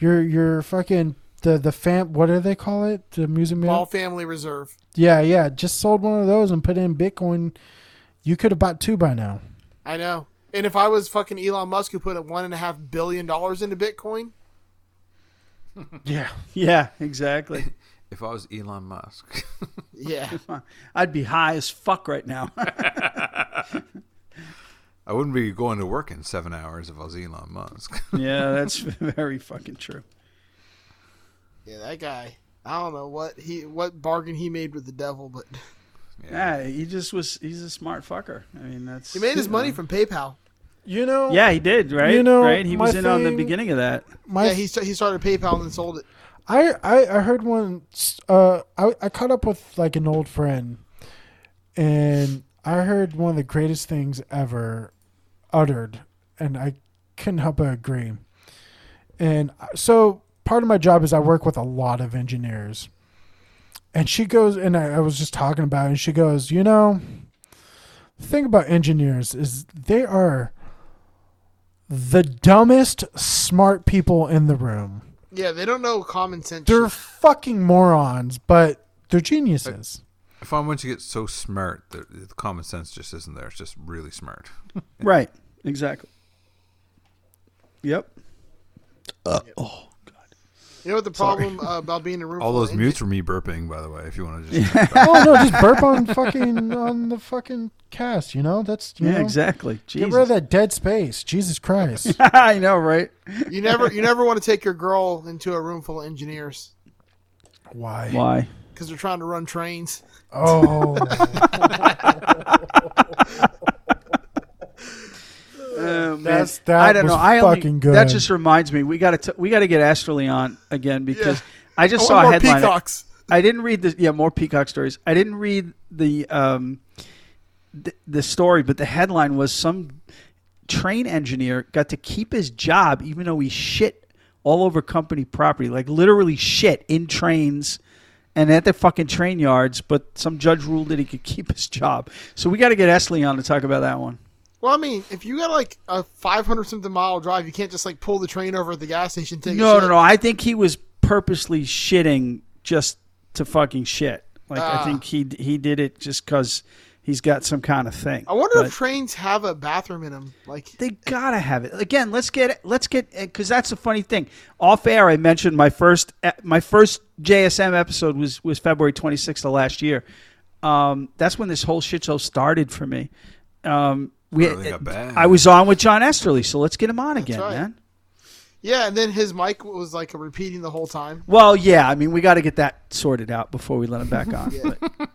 A: Your your fucking the the fam. What do they call it? The music
B: Ball
A: mill.
B: Family Reserve,
A: Yeah, yeah. Just sold one of those and put in Bitcoin. You could have bought two by now.
B: I know. And if I was fucking Elon Musk who put a one and a half billion dollars into Bitcoin,
A: Yeah.
C: [LAUGHS] Yeah, exactly.
D: if I was Elon Musk, [LAUGHS]
B: yeah,
C: I'd be high as fuck right now. [LAUGHS]
D: I wouldn't be going to work in seven hours if I was Elon Musk. [LAUGHS]
C: yeah, that's [LAUGHS] very fucking true.
B: [LAUGHS] yeah, that guy. I don't know what he what bargain he made with the devil, but
C: Yeah, he just was. He's a smart fucker. I mean, that's
B: he made his money from PayPal.
A: You know.
C: [LAUGHS] Yeah, he did. Right.
A: You know,
C: right. He was
A: my
C: in on the
A: thing-
C: beginning of that.
A: My
B: yeah, he, sta- he started PayPal and then sold it.
A: I, I I heard one. Uh, I I caught up with like an old friend, and I heard one of the greatest things ever uttered, and I couldn't help but agree. And I- so part of my job is I work with a lot of engineers, and she goes, and I, I was just talking about, it, and she goes, you know, the thing about engineers is they are the dumbest smart people in the room
B: Yeah, they don't know common sense.
A: they're
B: shit.
A: fucking morons, but they're geniuses.
D: if I want to get so smart, the, the common sense just isn't there. It's just really smart.
C: Right. Exactly. Yep.
B: You know what the problem uh, about being in a room?
D: All
B: full
D: those
B: of
D: mutes were me burping, by the way. If you want to
C: [LAUGHS]
D: just
A: oh no, just burp on fucking on the fucking cast. You know that's you
C: Yeah.
A: know,
C: Exactly. Jesus. [LAUGHS]
A: Get rid of that dead space. Jesus Christ.
C: I know, right?
B: engi- you never you never want to take your girl into a room full of engineers
A: Why?
C: Why?
B: because they're trying to run trains.
C: [LAUGHS]
A: Oh, That's- that
C: Uh, I don't
A: was
C: know. I only-
A: fucking good.
C: That just reminds me. We got to we got to get Asterly on again because
B: Yeah.
C: I just
B: I
C: saw
B: want
C: a
B: more
C: headline.
B: peacocks.
C: I didn't read the yeah more peacock stories. I didn't read the um the, the story, but the headline was some train engineer got to keep his job even though he shit all over company property, like literally shit in trains and at the fucking train yards. But some judge ruled that he could keep his job. So we got to get Esley on to talk about that one.
B: Well, I mean, if you got like a 500 something mile drive, you can't just like pull the train over at the gas station. Take a
C: No,
B: shit.
C: no, no. I think he was purposely shitting just to fucking shit. Like I
B: Ah.
C: think he he did it just because he's got some kind of thing.
B: I wonder
C: But
B: if trains have a bathroom in them. Like,
C: they gotta have it again. Let's get let's get because that's the funny thing. Off air, I mentioned my first eh, my first JSM episode was was February 26th of last year. Um, that's when this whole shit show started for me. Um, we,
D: Really got bad.
C: I was on with John Esterly, so let's get him on again,
B: right.
C: man.
B: yeah, and then his mic was like repeating the whole time,
C: Well, yeah, I mean, we got to get that sorted out before we let
B: [LAUGHS]
C: him back on. but-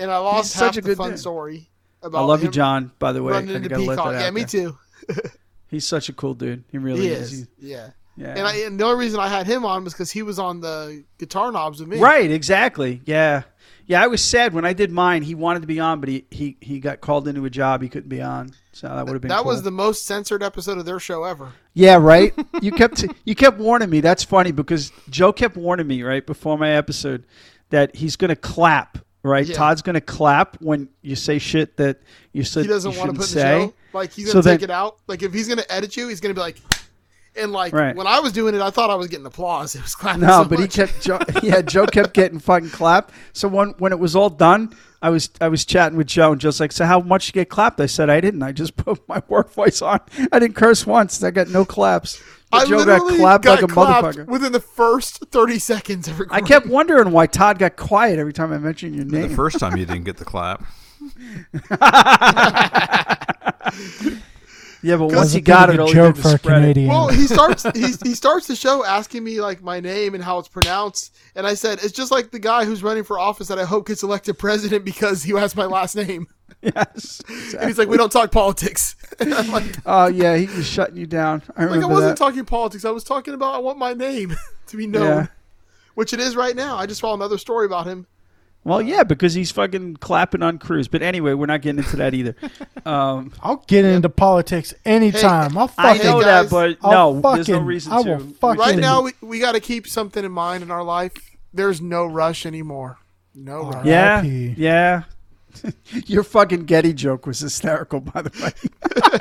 B: and I lost
C: such
B: half
C: a
B: the
C: good
B: fun
C: dude.
B: story. About
C: I love you,
B: him
C: John. By the way, I
B: Running into
C: gotta let that
B: peacock.
C: out
B: Yeah, me
C: there.
B: too.
C: He's such a cool dude. He really
B: He
C: is.
B: is. Yeah.
C: He- Yeah.
B: And, I, and the only reason I had him on was because he was on the guitar knobs with me.
C: Right, exactly. Yeah. Yeah, I was sad when I did mine. He wanted to be on, but he, he, he got called into a job he couldn't be on. So that would have been
B: That was
C: cool.
B: the most censored episode of their show ever.
C: Yeah,
B: [LAUGHS]
C: right. you kept you kept warning me. That's funny because Joe kept warning me right before my episode that he's going to clap. Right,
B: Yeah.
C: Todd's going to clap when you say shit that you said
B: He doesn't
C: you
B: want to
C: shouldn't
B: put in the
C: say.
B: show. Like he's
C: So
B: gonna take
C: then-
B: it out. Like if he's gonna edit you, he's gonna be like, and like
C: Right.
B: when I was doing it, I thought I was getting applause. It was clapping.
C: No,
B: so
C: but he
B: much.
C: kept. Joe, [LAUGHS] yeah, Joe kept getting fucking clapped. So when when it was all done, I was I was chatting with Joe and just like, so how much you get clapped? I said I didn't. I just [LAUGHS] put my work voice on. I didn't curse once. I got no claps. But
B: I
C: Joe got
B: literally
C: clapped
B: got
C: like a
B: clapped
C: motherfucker.
B: within the first thirty seconds of
C: I
B: recording.
C: kept wondering why Todd got quiet every time I mentioned your
D: The
C: name.
D: first time you didn't get the clap.
C: yeah, but
A: That's
C: once
A: a
C: you got
A: bit of
C: it, all
A: a
C: you
A: joke
C: did
A: for
C: was
A: a
C: spread it.
A: Canadian.
B: Well, he starts he, he starts the show asking me like my name and how it's pronounced, and I said it's just like the guy who's running for office that I hope gets elected president because he has my last name.
C: Yes.
B: And he's like, we don't talk politics. [LAUGHS] And I'm like,
C: [LAUGHS] Oh yeah, he was shutting you down. I
B: like
C: remember
B: I wasn't
C: that.
B: talking politics. I was talking about I want my name [LAUGHS] to be known,
C: Yeah.
B: which it is right now. I just saw another story about him.
C: Well, yeah, because he's fucking clapping on Cruz. But anyway, we're not getting into that
B: [LAUGHS]
C: either. Um,
A: I'll get into politics anytime. I'll
C: I
A: fucking.
C: know
B: guys,
C: that, but
A: I'll
C: no, there's no
A: fucking-
C: reason
A: I will
C: to.
A: fucking-
B: Right
A: Kidding.
B: now, we, we got to keep something in mind in our life. There's no rush anymore. No rush.
C: Oh, Yeah,
A: RIP.
C: yeah. [LAUGHS] Your fucking Getty joke was hysterical, by the way.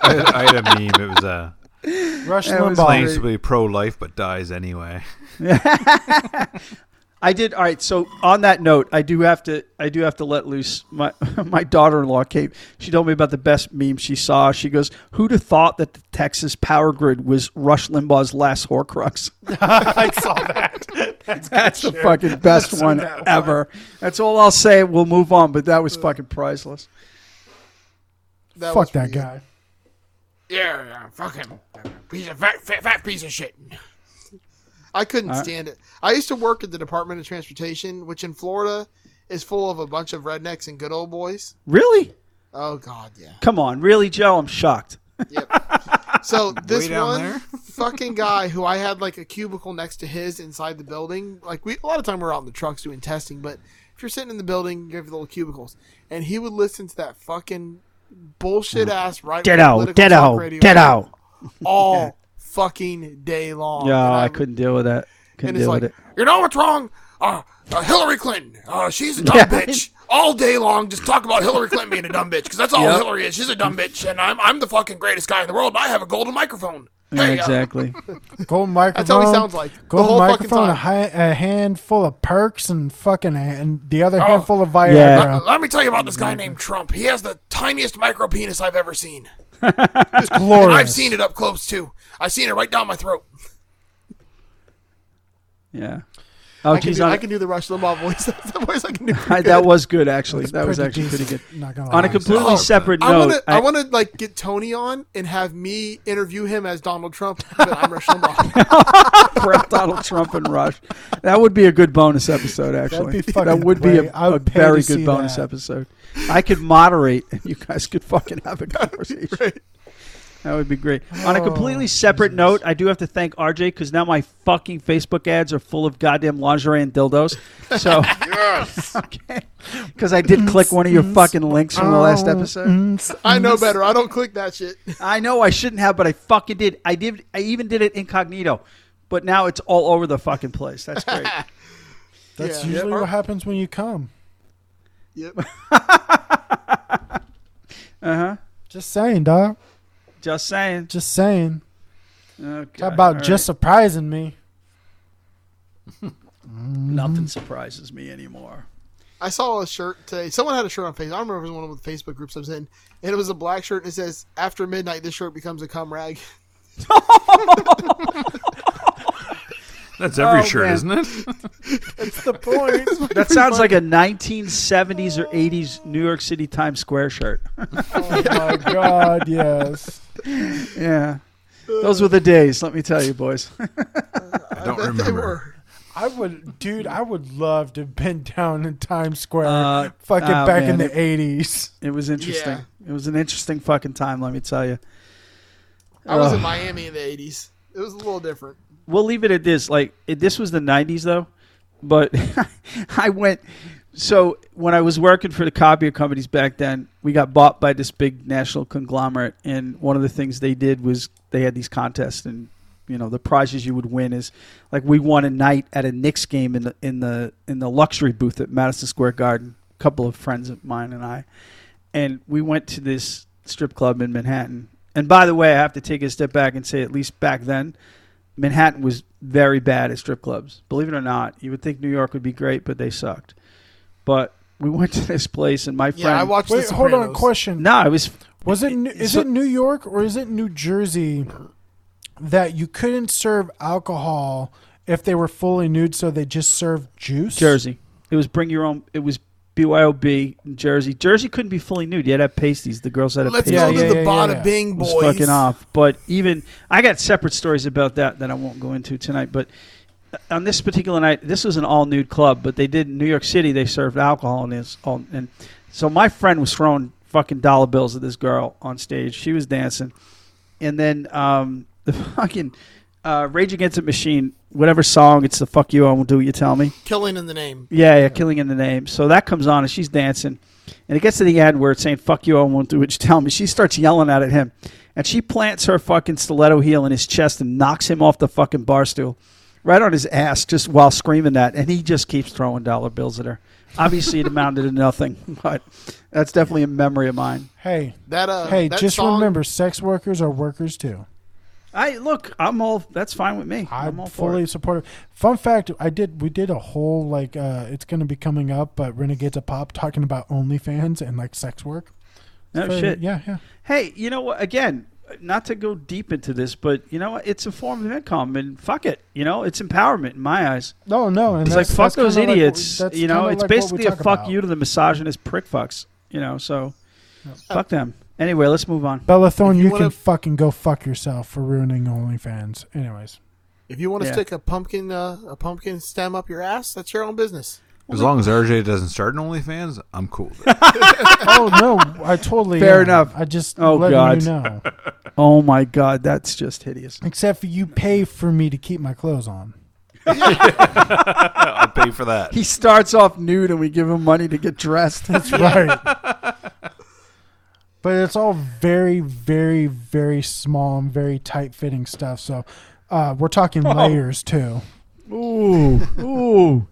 D: I had, I had a meme. It was uh,
A: Rush
C: That was
A: Limbaugh.
D: claims to be pro-life but dies anyway. [LAUGHS]
C: I did. All right. So on that note, I do have to. I do have to let loose. My [LAUGHS] my daughter-in-law came. She told me about the best meme she saw. She goes, "Who'd have thought that the Texas power grid was Rush Limbaugh's last [LAUGHS] Horcrux?"
A: I saw that.
C: That's the fucking best one ever. That's all I'll say. We'll move on. But that was fucking priceless.
B: That was
A: Fuck that
B: pretty good.
A: guy.
E: Yeah, yeah, fuck him. Piece of fat, fat, fat piece of shit.
B: I couldn't stand it. I used to work at the Department of Transportation, which in Florida is full of a bunch of rednecks and good old boys.
C: Really?
B: Oh God, yeah.
C: Come on, really, Joe? I'm shocked. [LAUGHS]
B: So this
D: down
B: one
D: there.
B: fucking guy who I had like a cubicle next to his inside the building. Like we a lot of time we're out in the trucks doing testing, but if you're sitting in the building, you have your little cubicles, and he would listen to that fucking bullshit
C: Mm.
B: ass right.
C: Get out! Get out! Get out!
B: All
C: [LAUGHS]
B: fucking day long.
C: Yeah,
B: And
C: I couldn't deal with that. Couldn't
B: And it's
C: deal
B: like,
C: with it.
B: [LAUGHS]
E: You know what's wrong? Uh, uh, Hillary Clinton. Uh, she's a dumb bitch. All day long, just talk about Hillary Clinton being a dumb bitch, because that's
B: [LAUGHS]
E: all
C: Yep.
E: Hillary is. She's a dumb bitch, and I'm, I'm the fucking greatest guy in the world, and I have a golden microphone.
C: Yeah,
E: Hey, uh,
C: exactly.
A: Golden microphone.
B: That's how he sounds like. The
A: Golden
B: whole fucking
A: microphone, a,
B: time.
A: hi- a handful of perks, and fucking, uh, and the other handful of Viagra.
C: Yeah.
E: Uh, Oh, Let me tell you about this guy named Trump. He has the tiniest micro penis I've ever
C: [LAUGHS]
E: seen.
A: It's glorious.
E: I've seen it up close too. I've seen it right down my throat.
C: Yeah. Oh,
B: I can,
C: geez,
B: do,
C: on-
B: I can do the Rush Limbaugh voice. [LAUGHS] That's the voice
E: [LAUGHS]
B: I can do.
C: I- [LAUGHS] that was good actually. that was
A: Pretty
C: actually pretty
A: decent,
C: good.
A: Not gonna
C: On a
A: lie.
C: completely
B: Oh,
C: separate
B: I
C: note,
B: want to.
C: I,
B: I want to like get Tony on and have me interview him as Donald Trump, but I'm Rush
E: [LAUGHS]
B: Limbaugh.
C: [LAUGHS] prep Donald Trump and Rush. That would be a good bonus episode. Actually,
A: That'd be fucking
C: that would be
A: great.
C: a,
A: I
C: a
A: would pay
C: very
A: to
C: good
A: see
C: bonus
A: that.
C: episode. I could moderate, and you guys could fucking
A: [LAUGHS]
C: have a conversation. That would be great. On a completely
A: Oh,
C: separate note, I do have to thank RJ because now my fucking Facebook ads are full of goddamn lingerie and dildos. So, [LAUGHS] okay, because I did click one
A: [LAUGHS]
C: of your fucking links from the last
A: Oh,
C: episode.
A: Mm-hmm.
B: I [LAUGHS] know better. I don't click that [LAUGHS] shit.
C: I know I shouldn't have, but I fucking did. I did. I even did it incognito, but now it's all over the fucking place.
B: [LAUGHS]
C: That's great.
A: That's
B: Yeah.
A: usually what happens when you come.
B: Yep.
A: Just saying, dog.
C: just saying.
A: Just saying.
C: Okay.
A: How about
C: all right.
A: just surprising me?
C: nothing surprises me anymore?
B: I saw a shirt today. Someone had a shirt on Facebook. I remember it was one of the Facebook groups I was in, and it was a black shirt, and it says, "After midnight, this shirt becomes a cum rag."
D: That's every
C: Oh,
D: shirt,
C: man.
D: isn't it?
A: The point.
C: That sounds like a 1970s or 80s New York City Times
B: [LAUGHS]
C: Square shirt.
A: [LAUGHS] oh my god, yes.
C: yeah. Those were the days, let me tell you, boys. [LAUGHS]
D: I
B: But [LAUGHS]
D: don't
B: they
D: remember.
B: were.
A: I would, dude. I would love to have been down in Times Square,
C: Uh,
A: fucking
C: oh,
A: back
C: man,
A: in
C: it-
A: the eighties.
C: It was interesting.
B: Yeah.
C: It was an interesting fucking time, let me tell you.
B: I was in
C: Ugh.
B: Miami in the '80s. It was a little different.
C: we'll leave it at this. Like it, this was the '90s though, but [LAUGHS] I went. So when I was working for the copier companies back then, we got bought by this big national conglomerate, and one of the things they did was they had these contests, and you know the prizes you would win is like we won a night at a Knicks game in the in the in the luxury booth at Madison Square Garden. A couple of friends of mine and I, and we went to this strip club in Manhattan. And by the way, I have to take a step back and say, at least back then, Manhattan was very bad at strip clubs. Believe it or not, you would think New York would be great, but they sucked. But we [LAUGHS] went to this place, and my friend.
B: Yeah, I watched.
A: Wait,
B: the
A: hold on.
B: Sopranos.
A: Question:
C: No, it was.
A: Was it New- is
C: so-
A: it New York or is it New Jersey that you couldn't serve alcohol if they were fully nude, so they just served juice?
C: Jersey. It was bring your own. It was BYOB in Jersey. Jersey couldn't be fully nude. You had to have pasties. The girls had to have
B: Let's
C: pasties.
B: go to
A: yeah,
B: the
A: yeah,
B: Bada
A: yeah.
B: Bing
C: was
B: boys.
C: fucking off. But even I got separate stories about that that I won't go into tonight. But uh, on this particular night, this was an all nude club, but they did in New York City. They served alcohol and this all and so my friend was throwing fucking dollar bills at this girl on stage. She was dancing, and then um, [LAUGHS] the fucking uh, Rage Against the Machine, whatever song, it's the fuck you, I won't do what you tell me.
B: Killing in the name.
C: Yeah, yeah, killing in the name. So that comes on and she's dancing. And it gets to the end where it's saying, fuck you, I won't do what you tell me. She starts yelling out at him. And she plants her fucking stiletto heel in his chest and knocks him off the fucking bar stool right on his ass just while screaming that. And he just keeps throwing dollar bills at her. Obviously, it amounted to nothing, [LAUGHS] but that's definitely a memory of mine.
A: Hey,
B: That uh.
A: hey,
B: that
A: just
B: song-
A: remember, sex workers are workers too.
C: I look, I'm all, that's fine with me. I'm,
A: I'm
C: all
A: fully
C: for it.
A: supportive. Fun fact: I did. We did a whole like uh, it's going to be coming up, but Renegades of Pop talking about OnlyFans and like sex work.
C: No
A: For-
C: shit.
A: Yeah, yeah.
C: Hey, you know what? Again, not to go deep into this, but you know what? It's a form of income, and fuck it. You know, it's empowerment in my eyes.
A: No, no. And
C: It's like
A: that's-
C: fuck
A: that's kinda
C: those
A: like what-
C: idiots.
A: that's
C: you
A: kinda
C: know, it's
A: like what we
C: basically a
A: talk
C: fuck
A: about.
C: you to the misogynist prick fucks. You know, so fuck them. Anyway, let's move on.
A: Bella Thorne,
B: If you
A: you,
B: wanna-
A: can fucking go fuck yourself for ruining OnlyFans. Anyways,
B: If you want to
C: Yeah.
B: stick a pumpkin, uh, a pumpkin stem up your ass, that's your own business.
D: As long as RJ doesn't start an OnlyFans, I'm cool. With it.
A: [LAUGHS] oh no, I totally
C: Fair
A: am.
C: enough.
A: I just
C: Oh,
A: letting
C: God.
A: you [LAUGHS] know.
C: Oh my god, that's just hideous.
A: Except for you pay for me to keep my clothes on.
D: I'll pay for that.
C: He starts off nude, and we give him money to get
A: [LAUGHS]
C: dressed.
A: That's right. [LAUGHS] but it's all very, very, very small and very tight fitting stuff. So uh, we're talking layers too.
C: ooh, ooh.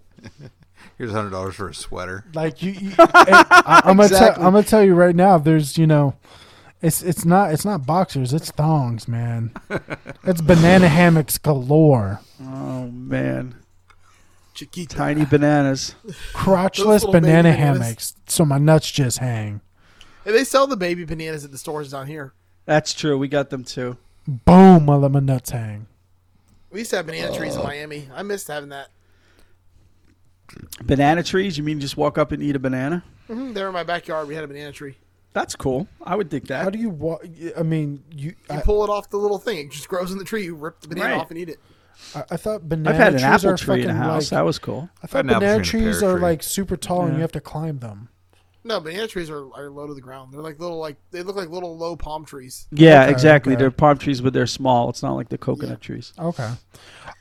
D: Here's hundred dollars for a sweater.
A: Like you, you I, I'm gonna tell,
C: Exactly.
A: I'm gonna tell you right now. There's you know, it's it's not it's not boxers. It's thongs, man. It's banana hammocks galore.
C: Oh man,
B: Chiquita.
C: tiny bananas.
B: Those
A: Crotchless
B: little baby
A: banana
B: bananas.
A: hammocks. So my nuts just hang.
B: And they sell the baby bananas at the stores down here.
C: That's true. We got them too.
A: Boom! I let my nuts hang.
B: We used to have banana trees in Miami. I missed having that.
C: Banana trees. You mean just walk up and eat a banana?
A: Mm-hmm.
B: hmm They were in my backyard. We had a banana tree.
C: That's cool. I would dig that.
A: How do you walk? I mean, you.
B: You
A: I,
B: pull it off the little thing. It just grows in the tree. You rip the banana
C: Right.
B: off and eat it.
A: I I thought banana.
C: I've had an
A: trees
C: apple
A: are
C: tree in a
A: fucking,
C: house.
A: like-
C: that was cool.
A: I thought
D: An apple
A: banana
D: tree and a
A: trees
D: pear
A: are
D: tree.
A: like super tall and
C: Yeah.
A: you have to climb them.
B: No, banana trees are, are low to the ground. They're like little, like they look like little low palm trees.
C: Yeah,
A: Okay,
C: exactly.
A: okay.
C: They're palm trees, but they're small. It's not like the coconut trees.
A: Okay.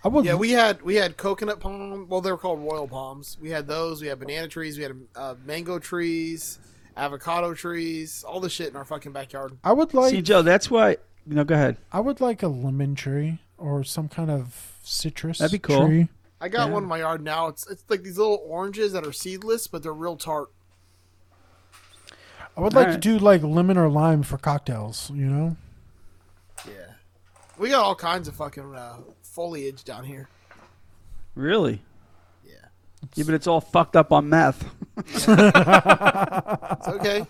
A: I would.
B: Yeah, we had we had coconut palm. Well, they were called royal palms. We had those. We had banana trees. We had uh, mango trees, avocado trees, all the shit in our fucking backyard.
A: I would like.
C: See, Joe, that's why. No, go ahead.
A: I would like a lemon tree or some kind of citrus.
C: That'd be cool.
A: Tree.
B: I got one in my yard now. It's it's like these little oranges that are seedless, but they're real tart.
A: I would like to
C: Alright.
A: do like lemon or lime for cocktails. You know.
B: Yeah, we got all kinds of fucking uh, foliage down here.
C: Really?
B: Yeah.
C: Yeah, but it's all fucked up on meth.
B: It's [LAUGHS] okay.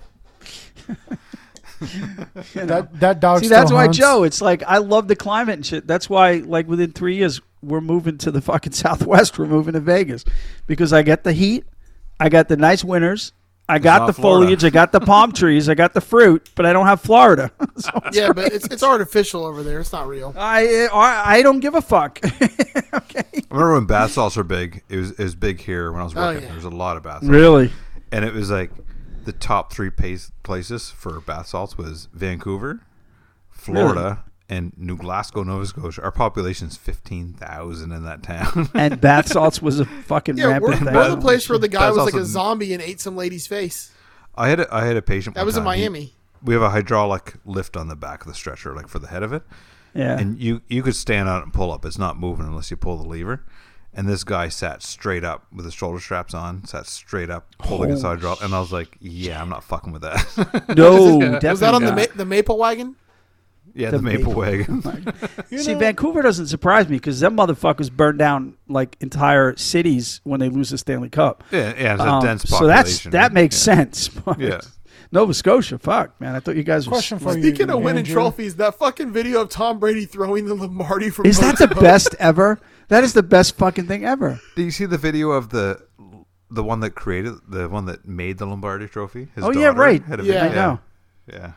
A: That that dog.
C: See,
A: still
C: that's why,
A: haunts-
C: Joe. It's like I love the climate and shit. That's why, like, within three years, we're moving to the fucking [LAUGHS] Southwest. We're moving to Vegas because I got the heat, I got the nice winters, I got
D: not
C: the
D: Florida.
C: foliage, I got
D: [LAUGHS]
C: the palm trees, I got the fruit, but I don't have Florida. [LAUGHS] so
B: yeah, but it's it's artificial over there. It's not real.
C: I, I I don't give a fuck. [LAUGHS] okay.
D: I remember when bath salts were big. It was it was big here when I was working.
B: Oh, yeah.
D: There was a lot of bath salts,
C: Really?
D: and it was like the top three pace, places for bath salts was Vancouver, Florida, and New Glasgow, Nova Scotia. Our population's fifteen thousand in that town. [LAUGHS]
C: And bath salts was a
B: [LAUGHS]
C: fucking
B: Yeah, we're,
C: rampant thing.
B: we're the place where the guy
D: That's
B: was like a
D: also-
B: zombie and ate some lady's face.
D: I had a, I had a patient.
B: That
D: one
B: was in
D: time, he-
B: Miami.
D: we have a hydraulic lift on the back of the stretcher, like for the head of it.
C: yeah.
D: and you you could stand on it and pull up. It's not moving unless you pull the lever. And this guy sat straight up with his shoulder straps on, sat straight up, holding his
C: Oh,
D: side drop. And I was like, "Yeah, I'm not fucking with that." [LAUGHS]
C: [LAUGHS] no,
B: Was that on the
C: definitely
B: ma- the maple wagon?
D: yeah,
C: The
D: the, maple, wagon.
C: maple. not. See, Vancouver doesn't surprise me because them motherfuckers burn down like entire cities when they lose the Stanley Cup.
D: [LAUGHS] yeah, yeah, it's a
C: Um,
D: dense population.
C: so that's that
D: right?
C: makes
D: Yeah.
C: sense. [LAUGHS] but
D: Yeah.
C: Nova Scotia, fuck man, I thought you guys were.
A: Question for you.
B: Speaking of winning
A: Andrew.
B: trophies, that fucking video of Tom Brady throwing the Lombardi from
C: Is that
B: boats
C: the
B: above-
C: best ever? That is the best fucking thing ever.
D: Do you see the video of the the one that created the one that made the Lombardi Trophy? His
C: Oh, yeah,
D: daughter
C: right.
D: had a
B: Yeah.
D: video-
B: I
C: know.
D: Yeah.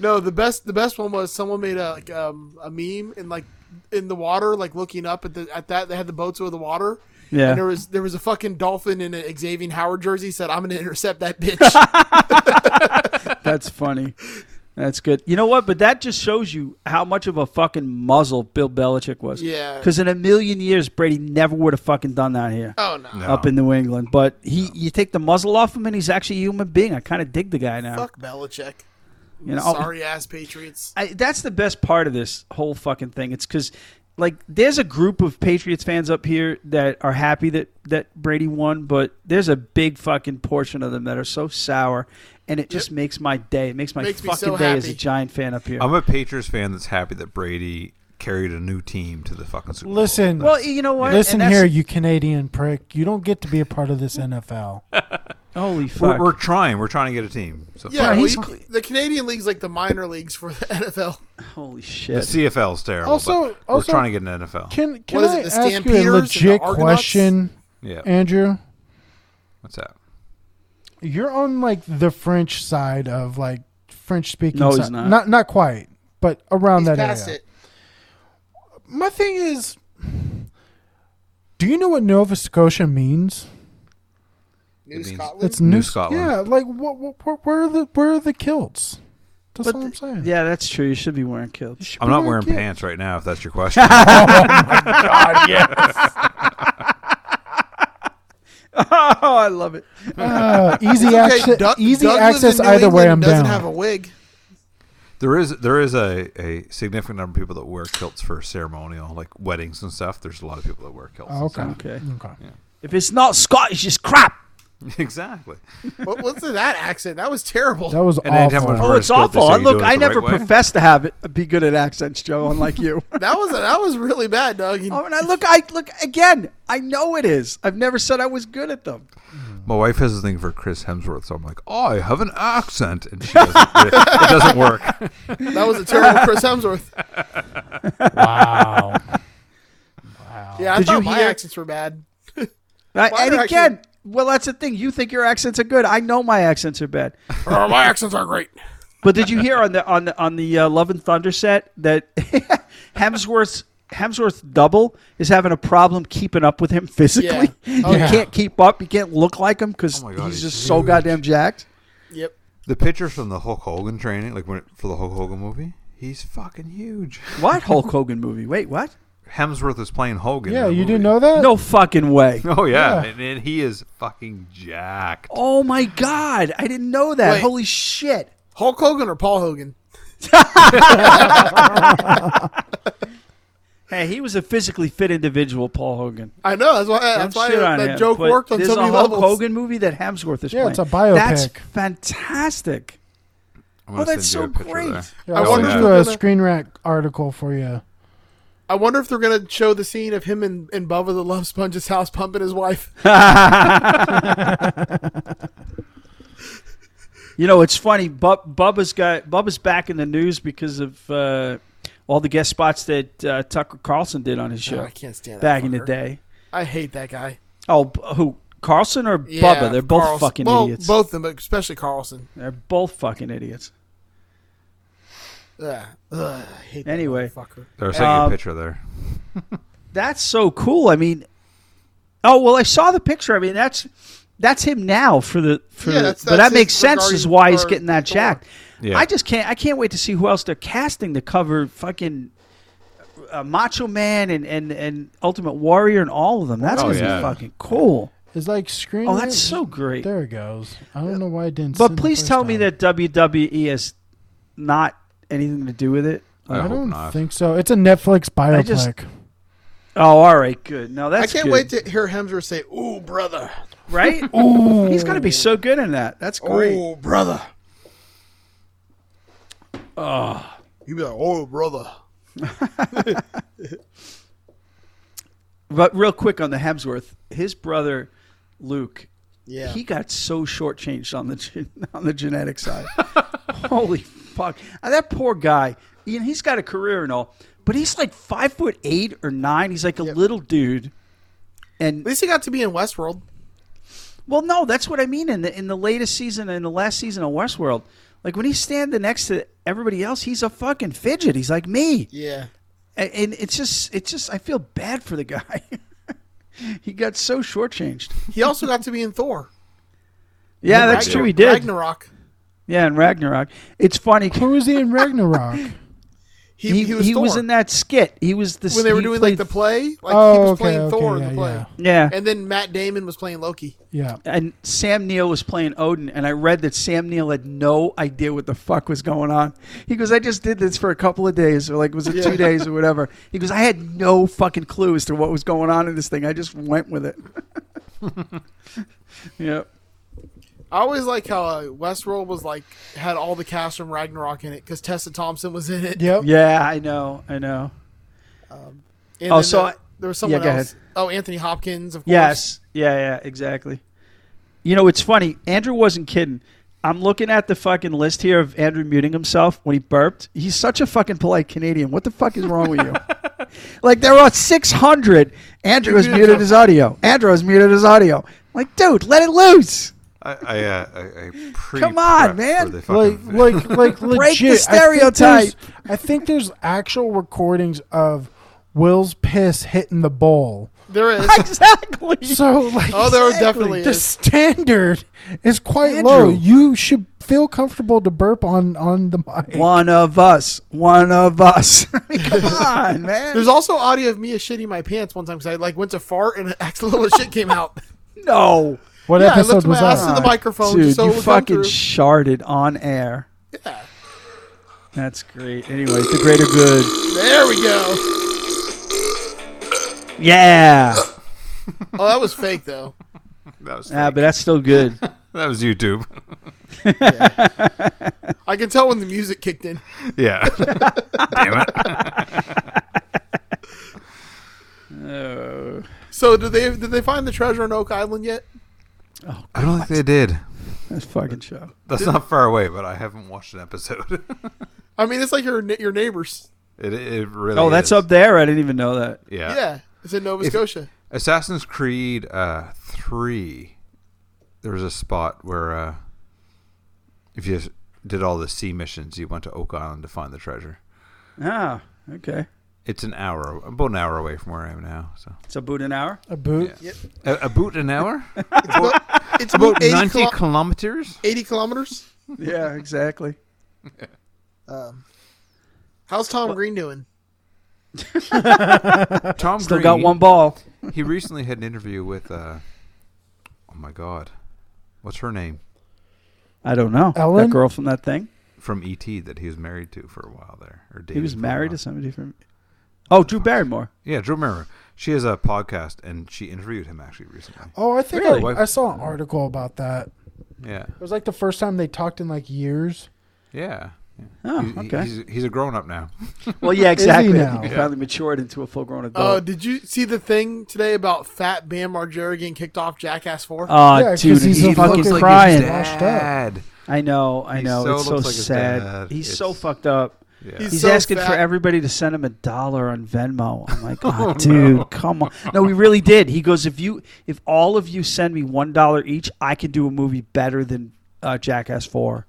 B: No, the best the best one was someone made a like, um, a meme and like in the water, like looking up at the at that they had the boats over the water.
C: Yeah.
B: And there was there was a fucking dolphin in an Xavier Howard jersey said, "I'm gonna intercept that
C: [LAUGHS]
B: bitch."
C: That's funny. That's good. You know what? But that just shows you how much of a fucking muzzle Bill Belichick was.
B: Yeah.
C: Because in a million years, Brady never would have fucking done that here
B: oh no,
D: No.
C: up in New England. But he, you take the muzzle off him, and he's actually a human being. I kind of dig the guy now.
B: fuck Belichick.
C: you know, Oh,
B: Sorry ass Patriots.
C: I, that's the best part of this whole fucking thing. It's because like there's a group of Patriots fans up here that are happy that that Brady won, but there's a big fucking portion of them that are so sour, and it just makes my day. It makes my
B: Makes me
C: fucking
B: so
C: day as a
B: happy.
C: Giant fan up here.
D: I'm a Patriots fan that's happy that Brady carried a new team to the fucking Super Bowl.
A: Listen,
C: well, you know what?
A: listen
C: And
A: here,
C: that's-
A: you Canadian prick. You don't get to be a part of this NFL.
C: Holy fuck!
D: we're, we're trying. We're trying to get a team. So
B: Yeah, well,
C: he's
B: you- the Canadian league's like the minor leagues for the [LAUGHS] NFL.
C: Holy
D: The
C: shit!
D: CFL's terrible.
A: Also-
D: but
A: also-
D: we're trying to get an NFL.
A: Can can
B: What is
A: I
B: it, the
A: ask
B: Stampeders
A: you a
B: and the
A: legit
B: Argonauts?
A: question,
D: yeah.
A: Andrew?
D: What's that?
A: You're on like the French side of like French speaking.
C: No,
A: side.
C: he's not.
A: Not not quite, but around
B: He's
A: that
B: past
A: area.
B: it.
A: My thing is, do you know what Nova Scotia means?
B: New
D: means-
B: Scotland.
A: It's New,
D: Scotland.
A: Yeah, like what, what, where- where are the where are the kilts? That's
C: But
A: what I'm saying.
C: yeah, that's true. You should be wearing kilts.
D: I'm not
A: We're
D: wearing
A: kids.
D: pants right now. If that's your question,
C: [LAUGHS]
A: [LAUGHS]
C: oh, I love it. [LAUGHS]
A: Uh, easy access.
B: Doug-
A: easy
B: Doug lives
A: access.
B: in New
A: Either way,
B: England,
A: I'm
B: doesn't
A: down.
B: have a wig.
D: there is there is a, a significant number of people that wear kilts for ceremonial, like weddings and stuff. There's a lot of people that wear kilts. and
A: okay.
C: Okay.
A: Okay.
C: If it's not Scottish, it's crap.
D: stuff. [LAUGHS] exactly.
B: What, what's with that accent? That was terrible.
A: That was
D: And they'd have
A: awful.
D: one-
C: Oh, it's
D: Horoscope, they
C: awful.
D: say
C: I
D: you
C: look,
D: do it
C: I
D: the
C: never
D: right way.
C: profess to have it be good at accents,
D: [LAUGHS]
C: Joe. Unlike you.
B: [LAUGHS] that was that was really bad, Doug. You-
C: Oh, and I look, I look again. I know it is. I've never said I was good at them.
D: My wife has a thing for Chris Hemsworth, so I'm like, oh, I have an accent, and she doesn't, [LAUGHS] it, it doesn't work. [LAUGHS]
B: That was
A: [LAUGHS]
B: a terrible Chris Hemsworth.
A: Wow.
B: Yeah, I
C: Did
B: thought
C: you
B: my
C: hear-
B: accents were bad.
C: I-
B: Mine
C: Uh, and
B: are
C: again,
B: actually-
C: well, that's the thing. You think your accents are good. I know my accents are bad.
E: [LAUGHS] Oh, my accents are great.
C: But did you hear on the on the on the uh, Love and Thunder set that [LAUGHS] Hemsworth's Hemsworth's double is having a problem keeping up with him [LAUGHS] physically?
B: Yeah. Oh,
C: you
A: yeah.
C: can't keep up. You can't look like him because
D: Oh my God,
C: he's
D: he's
C: just so
D: huge.
C: goddamn jacked.
B: Yep.
D: The pictures from the Hulk Hogan training, like when, for the Hulk Hogan movie, he's fucking huge.
C: What Hulk Hogan movie?
D: [LAUGHS]
C: Wait, what?
D: Hemsworth is playing Hogan. in
A: Yeah,
D: the
A: you
D: movie.
A: didn't know that?
C: No fucking way.
D: [LAUGHS] Oh yeah,
A: Yeah.
D: And, and he is fucking jacked.
C: Oh my god! I didn't know that.
B: Wait.
C: Holy shit!
B: Hulk Hogan or Paul Hogan?
C: Hey, he was a physically fit individual, Paul Hogan.
B: I know that's why that's
C: Don't
B: why
C: shit
B: that
C: on him,
B: joke
C: but
B: worked on
C: there's
B: so
C: a
B: many
C: Hulk
B: levels.
C: Hogan movie that Hemsworth is
A: Yeah,
C: playing.
A: it's a
C: That's
A: biopic.
C: fantastic.
D: I'm gonna
C: Oh, that's
D: send you
C: so
D: a picture Oh, of
C: great.
D: that.
A: Oh, Yeah,
B: I
A: I'll
B: wonder
A: send
B: if
A: you
B: they're
A: a
B: gonna-
A: screen rack article for you.
B: I wonder if they're gonna show the scene of him in, in Bubba the Love Sponge's house pumping his wife.
C: You know, it's funny. Bub, Bubba's got Bubba's back in the news because of uh, all the guest spots that uh, Tucker Carlson did on his show
B: Oh, I can't stand that.
C: back in the
B: fucker.
C: day.
B: I hate that guy.
C: Oh, b- who Carlson or
B: Yeah,
C: Bubba? They're both
B: Carlson.
C: fucking
B: well,
C: idiots.
B: Both of them, but especially Carlson.
C: They're both fucking idiots.
B: Ugh. Ugh, I hate that
C: Anyway.
B: motherfucker.
D: There, I sent you
C: Um,
D: a picture there.
C: That's so cool. I mean, oh well, I saw the picture. I mean, that's that's him now for the for.
B: Yeah,
C: the-
B: that's-
C: but
B: that's
C: that makes
B: his
C: sense as
B: regarding-
C: why he's
B: or
C: getting that
B: Thor.
C: jacked.
D: Yeah.
C: I just can't. I can't wait to see who else they're casting to cover fucking uh, Macho Man and, and and Ultimate Warrior and all of them. That's
D: Oh,
C: gonna
D: yeah.
C: be fucking cool.
A: It's like screen.
C: Oh, that's so great.
A: There it goes. I don't know why I didn't.
C: But
A: send the
C: please
A: first
C: tell me
A: time.
C: that WWE has not anything to do with it.
D: I
A: I
D: hope
A: don't
D: not.
A: think so. It's a Netflix biopic.
C: just- Oh, all right, good. No,
B: I
C: that's
B: can't
C: good.
B: wait to hear Hemsworth say, "Ooh, brother! [LAUGHS]
C: right? He's gonna be so good in that. That's great.
B: Ooh, brother!" Oh, you be like, "Oh, brother!"
C: But real quick on the Hemsworth, his brother Luke,
B: Yeah.
C: he got so shortchanged on the gen- [LAUGHS] on the genetic side. Holy fuck! And that poor guy. You know, he's got a career and all, but he's like five foot eight or nine. He's like a little dude.
B: At
C: And
B: least he got to be in Westworld.
C: well, no, that's what I mean. In the in the latest season, in the last season of Westworld, like when he's standing next to everybody else, he's a fucking fidget. He's like me.
B: Yeah.
C: and, and it's just it's just I feel bad for the guy. [LAUGHS] he got so shortchanged.
B: He also got to be in Thor.
C: Yeah, that's
B: Ragnar-
C: true. He did.
B: Ragnarok.
C: Yeah, and Ragnarok. It's funny.
A: Who was he in Ragnarok?
B: He,
C: He,
B: he, was,
C: he
B: Thor.
C: was in that skit. He was the
B: when they were
C: he
B: doing
C: played-
B: like the play. Like he
A: Oh,
B: was
A: okay,
B: playing
A: okay,
B: Thor in
A: yeah,
B: the play.
A: yeah.
C: yeah.
B: And then Matt Damon was playing Loki.
A: yeah.
C: and Sam Neill was playing Odin, and I read that Sam Neill had no idea what the fuck was going on. He goes, "I just did this for a couple of days, or like was it two days or whatever." He goes, "I had no fucking clue as to what was going on in this thing. I just went with it." [LAUGHS] yep.
B: I always like how uh, Westworld was like had all the cast from Ragnarok in it because Tessa Thompson was in it.
A: Yep.
C: [LAUGHS] Yeah, I know. I know.
B: And
C: Oh,
B: then
C: so
B: the-
C: I-
B: there was someone
C: go
B: else. Oh, Anthony Hopkins, of course.
C: Yes. Yeah, yeah, exactly. You know, it's funny. Andrew wasn't kidding. I'm looking at the fucking list here of Andrew muting himself when he burped. He's such a fucking polite Canadian. What the fuck is wrong
B: [LAUGHS]
C: with you? like, there are 600. Andrew has muted his audio. Andrew has muted his audio. Like, dude, let
B: [LAUGHS]
C: it loose.
D: I, I, uh, I, I pre-
C: [LAUGHS] Come on,
D: prepped
C: man.
D: for the
A: Like, [LAUGHS]
D: fucking-
A: like, like, legit.
C: Break the
A: I think
C: stereotype.
A: there's- I think, there's actual recordings of Will's piss hitting the bowl.
B: There
C: [LAUGHS]
B: is.
C: Exactly.
A: So, like,
B: Oh, there definitely
A: the
B: is.
A: standard is quite low.
C: Andrew.
A: You should feel comfortable to burp on on the mic.
C: One of us. One of us. [LAUGHS] I mean, Come on,
B: [LAUGHS] [LAUGHS]
C: man.
B: There's also audio of me shitting my pants one time because I like went to fart and [LAUGHS] accidental shit came out. [LAUGHS]
C: no.
A: What
B: yeah, I
A: episode
B: lifted my
A: was
B: ass to
A: that?
B: the microphone
C: Dude,
B: just so it
C: you
B: would come
C: fucking
B: through.
C: sharded on air.
B: Yeah.
C: That's great. Anyway, the greater good.
B: There we go.
C: Yeah.
B: Oh, that was fake though.
D: that, was,
C: Ah, but that's
A: [LAUGHS]
C: still good.
D: that was YouTube. [LAUGHS]
B: I can tell when the music kicked in.
C: [LAUGHS]
D: yeah. Damn it.
C: oh.
B: So did they did they find the treasure on Oak Island yet?
D: I don't think they did.
C: That's fucking show.
D: That's not far away, but I haven't watched an episode. [LAUGHS]
B: I mean, it's like your ne- your neighbors.
D: it, it really.
C: Oh, that's
D: is.
C: up there. I didn't even know that.
D: Yeah.
B: Yeah, it's in Nova
D: If- [LAUGHS]
B: Scotia.
D: Assassin's Creed uh, three. There was a spot where uh, if you did all the sea missions, you went to Oak Island to find the treasure.
C: Ah, okay.
D: It's an hour, about an hour away from where I am now. So
C: It's about
D: [LAUGHS]
C: an hour.
A: A boot.
D: a, about an
C: [LAUGHS]
D: hour,
B: It's about 80,
D: ninety
B: kilo-
D: kilometers.
B: 80 kilometers.
C: Yeah, exactly.
B: Um, How's Tom Green doing?
D: Tom
C: Still
D: Green,
C: got one ball.
D: he recently had an interview with. Uh, oh my God, what's her name
C: I don't know.
A: Ellen?
C: That girl from that thing.
D: from ET that he was married to for a while there, or
C: He was married to
D: To
C: somebody from. Oh, Drew Barrymore.
D: yeah, Drew Merrimer. She has a podcast, and she interviewed him actually recently.
A: Oh, I think
C: Really?
A: I, I saw an article about that.
D: Yeah.
A: It was like the first time they talked in like years.
D: Yeah. yeah.
C: Oh,
D: He's- he-
C: okay.
D: He's, he's a grown up now.
C: Well, yeah, exactly. I
A: now? Oh,
C: think he finally matured into a full-grown
B: Uh,
C: adult.
B: did you see the thing today about Fat Bam Margera getting kicked off Jackass Four?
C: oh,
A: yeah, 'cause
C: dude,
A: he's
C: he's
A: a
C: fucking
A: fucking
C: crying.
A: dad. washed up.
C: I know, I
D: He
C: know.
D: so
C: it's so
D: looks like his
C: sad.
D: dad.
C: He's
D: It's-
C: so fucked up.
D: Yeah.
B: He's
C: He's
B: so
C: asking for
B: fat.
C: everybody to send him a dollar on
D: [LAUGHS]
C: Venmo. I'm like, oh, dude, come on. No, he really did. He goes, if you, if all of you send me one dollar each, I can do a movie better than uh,
D: [LAUGHS]
C: Jackass Four.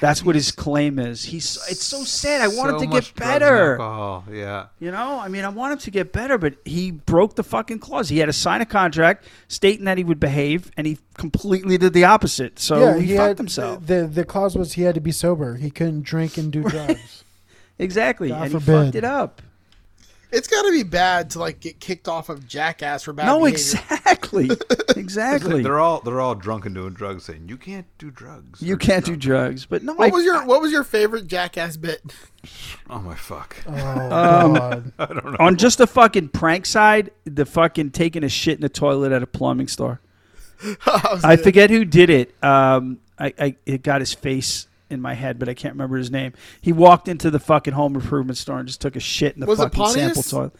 C: That's what his claim is. He's it's so sad. I want
D: So
C: him to
D: much
C: get
D: drugs and
C: better.
D: alcohol, Yeah.
C: You know, I mean, I want him to get better, but he broke the fucking clause. He had to sign a contract stating that he would behave, and he completely did the opposite. So
A: yeah,
C: he,
A: Oh, he
C: fucked
A: had,
C: himself.
A: The the clause was he had to be sober. He couldn't drink and do [LAUGHS] drugs.
C: exactly,
A: God
C: and he
A: forbid.
C: fucked it up.
B: It's got to be bad to like get kicked off of Jackass for bad
C: no,
B: behavior. [LAUGHS]
C: exactly, exactly.
D: They're all they're all drunk and doing drugs, saying you can't do drugs.
C: you
D: Or-
C: can't do drugs, but no, I,
B: What was your What was your favorite Jackass bit?
D: Oh my fuck!
A: oh God.
C: on just the fucking prank side, the fucking taking a shit in the toilet at a
B: [LAUGHS]
C: plumbing store. I forget who did it. Um, I, I it got his face in my head, but I can't remember his name. He walked into the fucking home improvement store and just took a shit in the
B: Was it
C: fucking sample
B: Pontius?
C: toilet.
D: I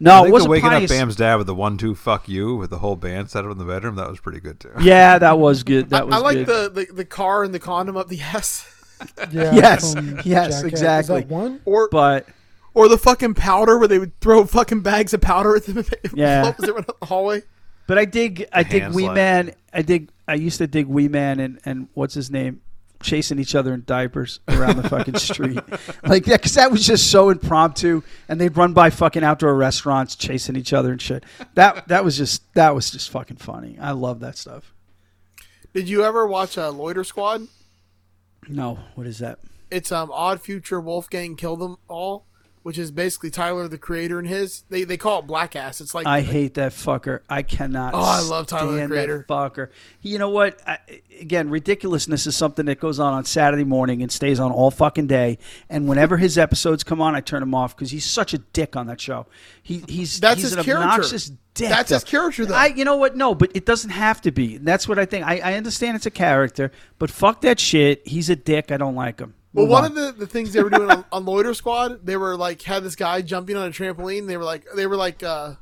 C: No, it
D: think the
C: wasn't
D: waking
C: Pontius.
D: up Bam's dad with the one two fuck you with the whole band set up in the bedroom. That was pretty good too.
C: Yeah, that was good. That was
B: I like
C: good.
B: the, the the car and the condom up the ass,
A: Yeah,
C: Yes,
A: from
C: yes,
A: Jackass. Is
C: exactly.
A: that one?
B: [LAUGHS] or
C: but
B: or the fucking powder where they would throw fucking bags of powder at them if they
C: Yeah.
B: as they went [LAUGHS] up the hallway.
C: but I dig I dig
D: Hand
C: Wee
D: slap.
C: Man. I dig I used to dig Wee Man and and what's his name chasing each other in diapers around the fucking street like that because that was just so impromptu and they'd run by fucking outdoor restaurants chasing each other and shit that that was just that was just fucking funny i love that stuff
B: Did you ever watch uh, Loiter Squad?
C: no what is that
B: It's um Odd Future Wolfgang Kill Them All, which is basically Tyler the Creator and his. They they call it Black Ass. It's like
C: I hate that fucker. I cannot.
B: Oh, I love Tyler, the
C: stand that
B: Creator.
C: fucker. You know what? I, again, ridiculousness is something that goes on on Saturday morning and stays on all fucking day. And whenever his episodes come on, I turn him off because he's such a dick on that show. He, he's
B: That's
C: he's
B: his
C: an
B: character.
C: obnoxious dick.
B: That's his
C: though.
B: character, though.
C: I, you know what? No, but it doesn't have to be. And that's what I think. I, I understand it's a character, but fuck that shit. He's a dick. I don't like him.
B: Well,
C: Move
B: one
C: on.
B: of the, the things they were doing on, on Loiter Squad, they were like had this guy jumping on a trampoline. They were like they were like uh,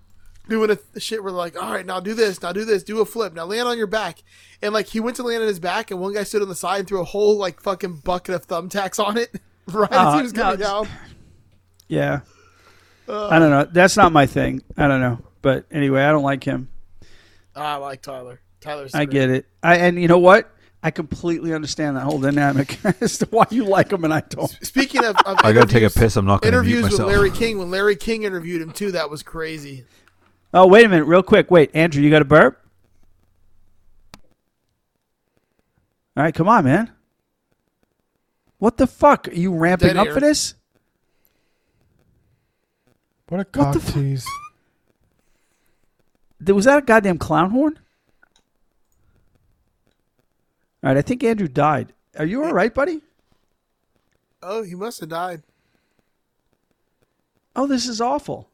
B: doing a th- shit where they're like, all right, now do this, now do this, do a flip, now land on your back, and like he went to land on his back, and one guy stood on the side and threw a whole like fucking bucket of thumbtacks on it. [LAUGHS] Right as
C: Uh,
B: he was coming [LAUGHS]
C: no,
B: down.
C: Yeah.
B: Uh.
C: I don't know. That's not my thing. I don't know. But anyway, I don't like him.
B: Ah, I like Tyler. Tyler's.
C: I
B: great.
C: get it. I and you know what? I completely understand that whole dynamic [LAUGHS] as to why you like him and I don't.
B: Speaking of, of
D: [LAUGHS] I gotta take a
B: interviews-
D: piss. I'm not gonna mute
B: Interviews with
D: myself.
B: Larry King. When Larry King interviewed him too, that was crazy.
C: Oh, wait a minute, real quick. Wait, Andrew, you got a burp? All right, come on, man. What the fuck? Are you ramping
B: Dead
C: up
B: air.
C: for this?
A: What a cock
C: the fu-
A: tease.
C: Th- Was that a goddamn clown horn? All right, I think Andrew died. Are you all right, buddy?
B: Oh, he must have died.
C: Oh, this is awful.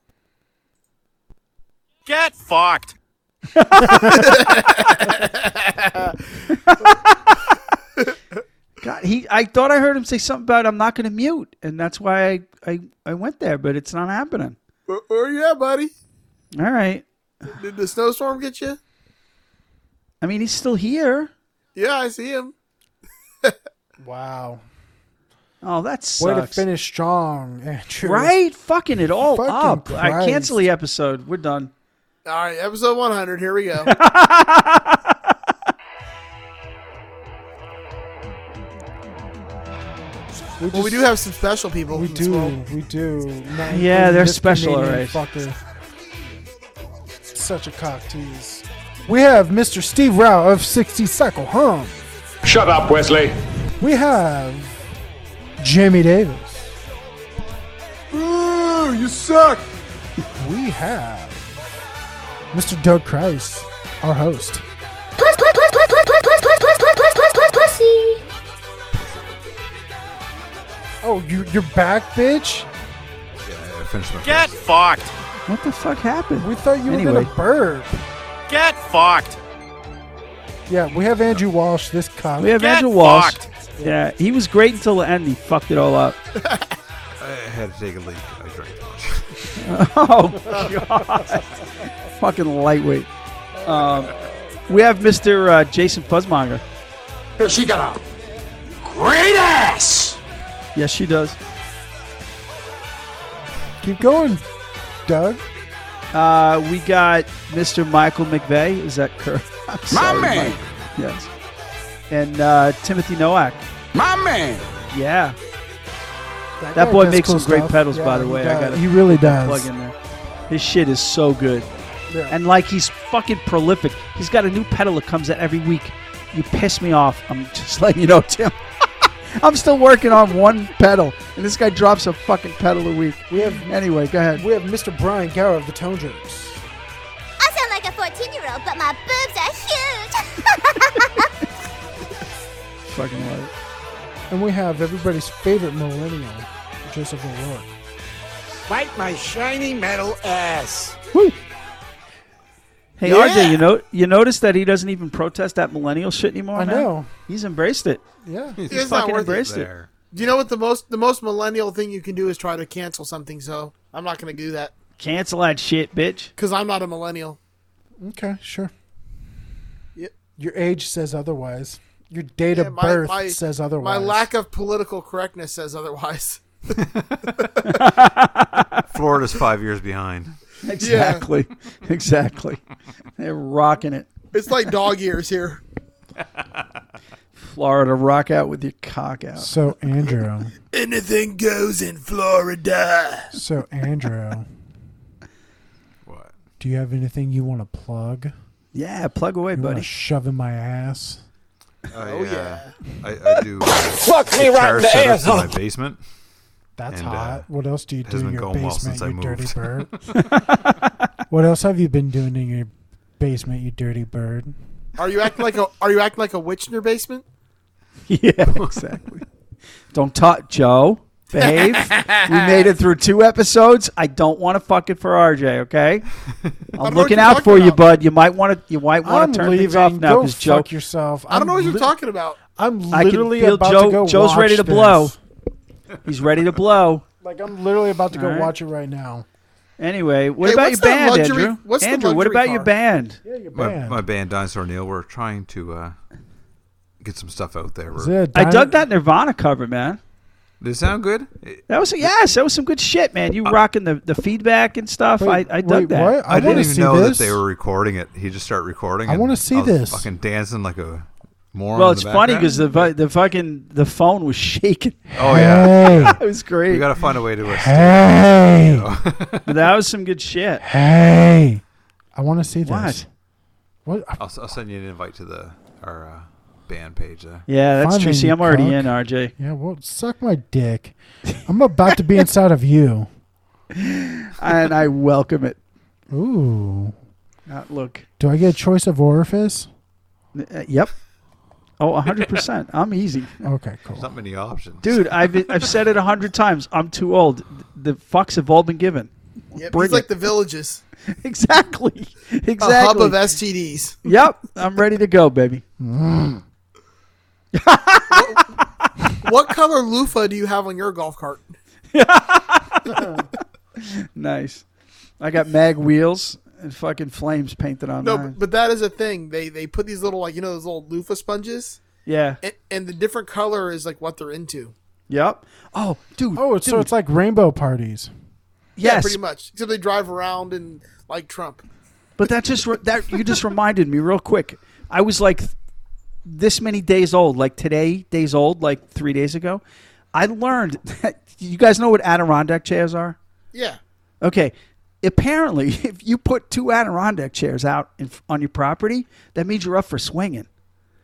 E: Get fucked.
C: God, he. I thought I heard him say something about I'm not going to mute, and that's why I, I I went there, but it's not happening.
B: Where, where you at, Oh, buddy?
C: All right.
B: Did the snowstorm get you?
C: I mean, he's still here.
B: Yeah, I see him.
A: Wow.
C: Oh, that
A: Way to
C: sucks.
A: finish strong, Andrew.
C: Right? Fucking it all
A: Fucking
C: up. I
A: Christ.
C: cancel the episode. We're done.
B: All right, episode 100. Here we
C: [LAUGHS]
B: go.
A: We,
B: well, we
A: just-
B: do have some special people.
A: We
B: in this world.
A: do. We do. Not
C: Yeah,
A: including
C: they're
A: this
C: special,
A: Canadian
C: all
A: Fucker. Such a cock tease. We have Mr. Steve Rao of 60 Cycle Hum.
G: Shut up, Wesley.
A: We have Jamie Davis.
D: Ooh, you suck.
A: We have Mr. Doug Christ, our host.
H: Puss, puss, puss, puss, puss, puss, puss, puss, puss, puss, puss, puss, pussy.
A: Oh, you, you're back, bitch?
D: Yeah, I finished my.
E: Get fucked.
C: What the fuck happened?
A: We thought you were
C: Anyway.
A: going to burp.
E: Get fucked.
A: Yeah, we have Andrew Walsh, this cock.
C: We have
E: Get
C: Andrew Walsh.
E: fucked.
C: Yeah, he was great until the end. He fucked it all up.
D: I had to take a leak. I drank too much.
C: [LAUGHS] Oh god, fucking lightweight. Um, we have Mr. Uh, Jason Fuzzmonger.
E: She got a great ass.
C: Yes, she does.
A: Keep going, Doug.
C: Uh, we [LAUGHS] got Mr. Michael McVeigh. Is that correct? I'm sorry, Mike. Yes. and uh, Timothy Nowak.
E: My man.
C: Yeah,
A: guy
C: that boy
A: does
C: makes
A: cool
C: some great
A: stuff.
C: pedals. by
A: Yeah,
C: the
A: he
C: way,
A: does.
C: I got
A: he really does.
C: plug in there. His shit is so good,
A: Yeah.
C: and like he's fucking prolific. He's got a new pedal that comes out every week. You piss me off. I'm just [LAUGHS] letting you know, Tim. I'm still working on one pedal, and this guy drops a fucking pedal a week.
A: We have
C: Anyway, go ahead.
A: we have Mr. Brian Gower of the Tone Jerks.
H: I sound like a 14 year old, but my boobs are huge.
C: Fucking love it.
A: And we have everybody's favorite millennial, Joseph O'Rourke.
E: Bite my shiny metal ass.
C: Hey
E: Yeah.
C: RJ, you know you notice that he doesn't even protest that millennial shit anymore.
A: I
C: Oh, man?
A: know.
C: he's embraced it.
A: Yeah.
B: It's not
C: fucking
B: worth it.
C: embraced it.
B: Do you know what the most the most millennial thing you can do is try to cancel something? So I'm not going to do that
C: Cancel that shit, bitch.
B: because I'm not a millennial.
A: Okay, sure.
B: Yep.
A: Your age says otherwise. Your date
B: Yeah,
A: of
B: my-
A: birth
B: my-
A: says otherwise.
B: My lack of political correctness says otherwise. [LAUGHS]
D: Florida's five years behind.
C: Exactly. [LAUGHS] Exactly. They're rocking it.
B: It's like dog ears here.
C: Florida rock out with your cock out.
A: so Andrew.
B: Anything goes in Florida.
A: So Andrew,
D: What?
A: do you have anything you want to plug?
C: Yeah, plug away,
A: You want to
C: buddy.
A: shove in my ass?
D: I, oh yeah. I, I do. Fuck me right in the ass. In my basement.
A: That's
D: And, uh,
A: hot. what else do you do
D: hasn't
A: in
D: been
A: your
D: going well
A: basement,
D: since I
A: you dirty
D: moved.
A: bird?
D: [LAUGHS]
A: what else have you been doing in your basement, you dirty bird?
B: Are you acting like a Are you acting like a witch in your basement?
C: [LAUGHS]
B: [LAUGHS]
C: Yeah, exactly. don't talk, Joe.
B: [LAUGHS]
C: Behave. we made it through two episodes. I don't want to fuck it for RJ. Okay, I'm
B: what
C: looking
B: you're
C: out
B: talking
C: for you,
B: about.
C: bud. You might want to. You might want to turn things off now
A: Go
C: because Joe.
A: fuck yourself.
B: I don't know what you're
A: li-
B: talking about.
A: I'm
C: I can
A: literally
C: feel
A: about to
C: Joe.
A: go.
C: Joe's ready to
A: watch this.
C: blow. He's ready to blow.
A: Like I'm literally about to go
C: All right.
A: watch it right now.
C: Anyway, what
B: Hey,
C: about
B: what's
C: your
B: that
C: band,
B: luxury-
C: Andrew?
B: what's the
C: Andrew, what
B: luxury
C: about your
B: car?
C: band?
A: Yeah, your
D: My,
A: band.
D: my band Dinosaur Neil. We're trying to uh, get some stuff out there.
A: Is
D: We're-
A: it a
C: I dug
A: dino-
C: that Nirvana cover, man.
D: Did it sound good? It-
C: That was yes, that was some good shit, man. You rocking the, the feedback and stuff.
A: Uh, Wait,
C: I, I dug
A: wait,
C: that.
A: What? I,
D: I,
A: want
D: didn't
A: to
D: even
A: see
D: know
A: this.
D: that they were recording it. He just started recording.
A: I
D: and
A: wanna see
D: was
A: this.
D: Fucking dancing like a moron.
C: Well,
D: in
C: it's
D: the
C: funny
D: background.
C: because the fu- the fucking the phone was [LAUGHS] shaking.
D: oh yeah,
C: That was great.
D: we gotta find a way to. [LAUGHS]
A: Hey, hey,
C: that was some good shit.
A: hey! I want to see this.
C: What?
A: What? I-
D: I'll, s will send you an invite to the our uh, band page there.
C: Yeah, that's
A: Finally,
C: true. See,
A: you
C: I'm already
A: cuck.
C: in, RJ.
A: Yeah, well, suck my dick. I'm about to be inside of you.
C: [LAUGHS] and I welcome it.
A: Ooh.
C: Uh, look.
A: Do I get a choice of orifice?
C: Uh, yep. Oh, 100%. I'm easy.
A: Okay,
D: There's
A: cool.
D: not many options.
C: Dude, I've I've said it a hundred times. I'm too old. The fucks have all been given.
B: Yep,
C: Bring
B: he's like
C: it.
B: the villages,
C: [LAUGHS] Exactly. Exactly.
B: a hub of STDs.
C: Yep, I'm ready to go, baby.
B: What color loofah do you have on your golf cart?
C: Nice. I got mag wheels and fucking flames painted on
B: No,
C: mine.
B: but, but that is a thing. They they put these little like you know those little loofah sponges,
C: yeah.
B: and, and the different color is like what they're into.
C: Yep. Oh, dude.
A: Oh, it's, so
C: dude,
A: it's like rainbow parties.
C: yes.
B: Yeah, pretty much. Except they drive around and like Trump.
C: But that just re- that you just reminded me real quick. I was like th- this many days old, like today, days old, like three days ago. I learned [LAUGHS] that you guys know what Adirondack chairs are.
B: Yeah.
C: Okay. Apparently, [LAUGHS] if you put two Adirondack chairs out in, f- on your property, that means you're up for swinging.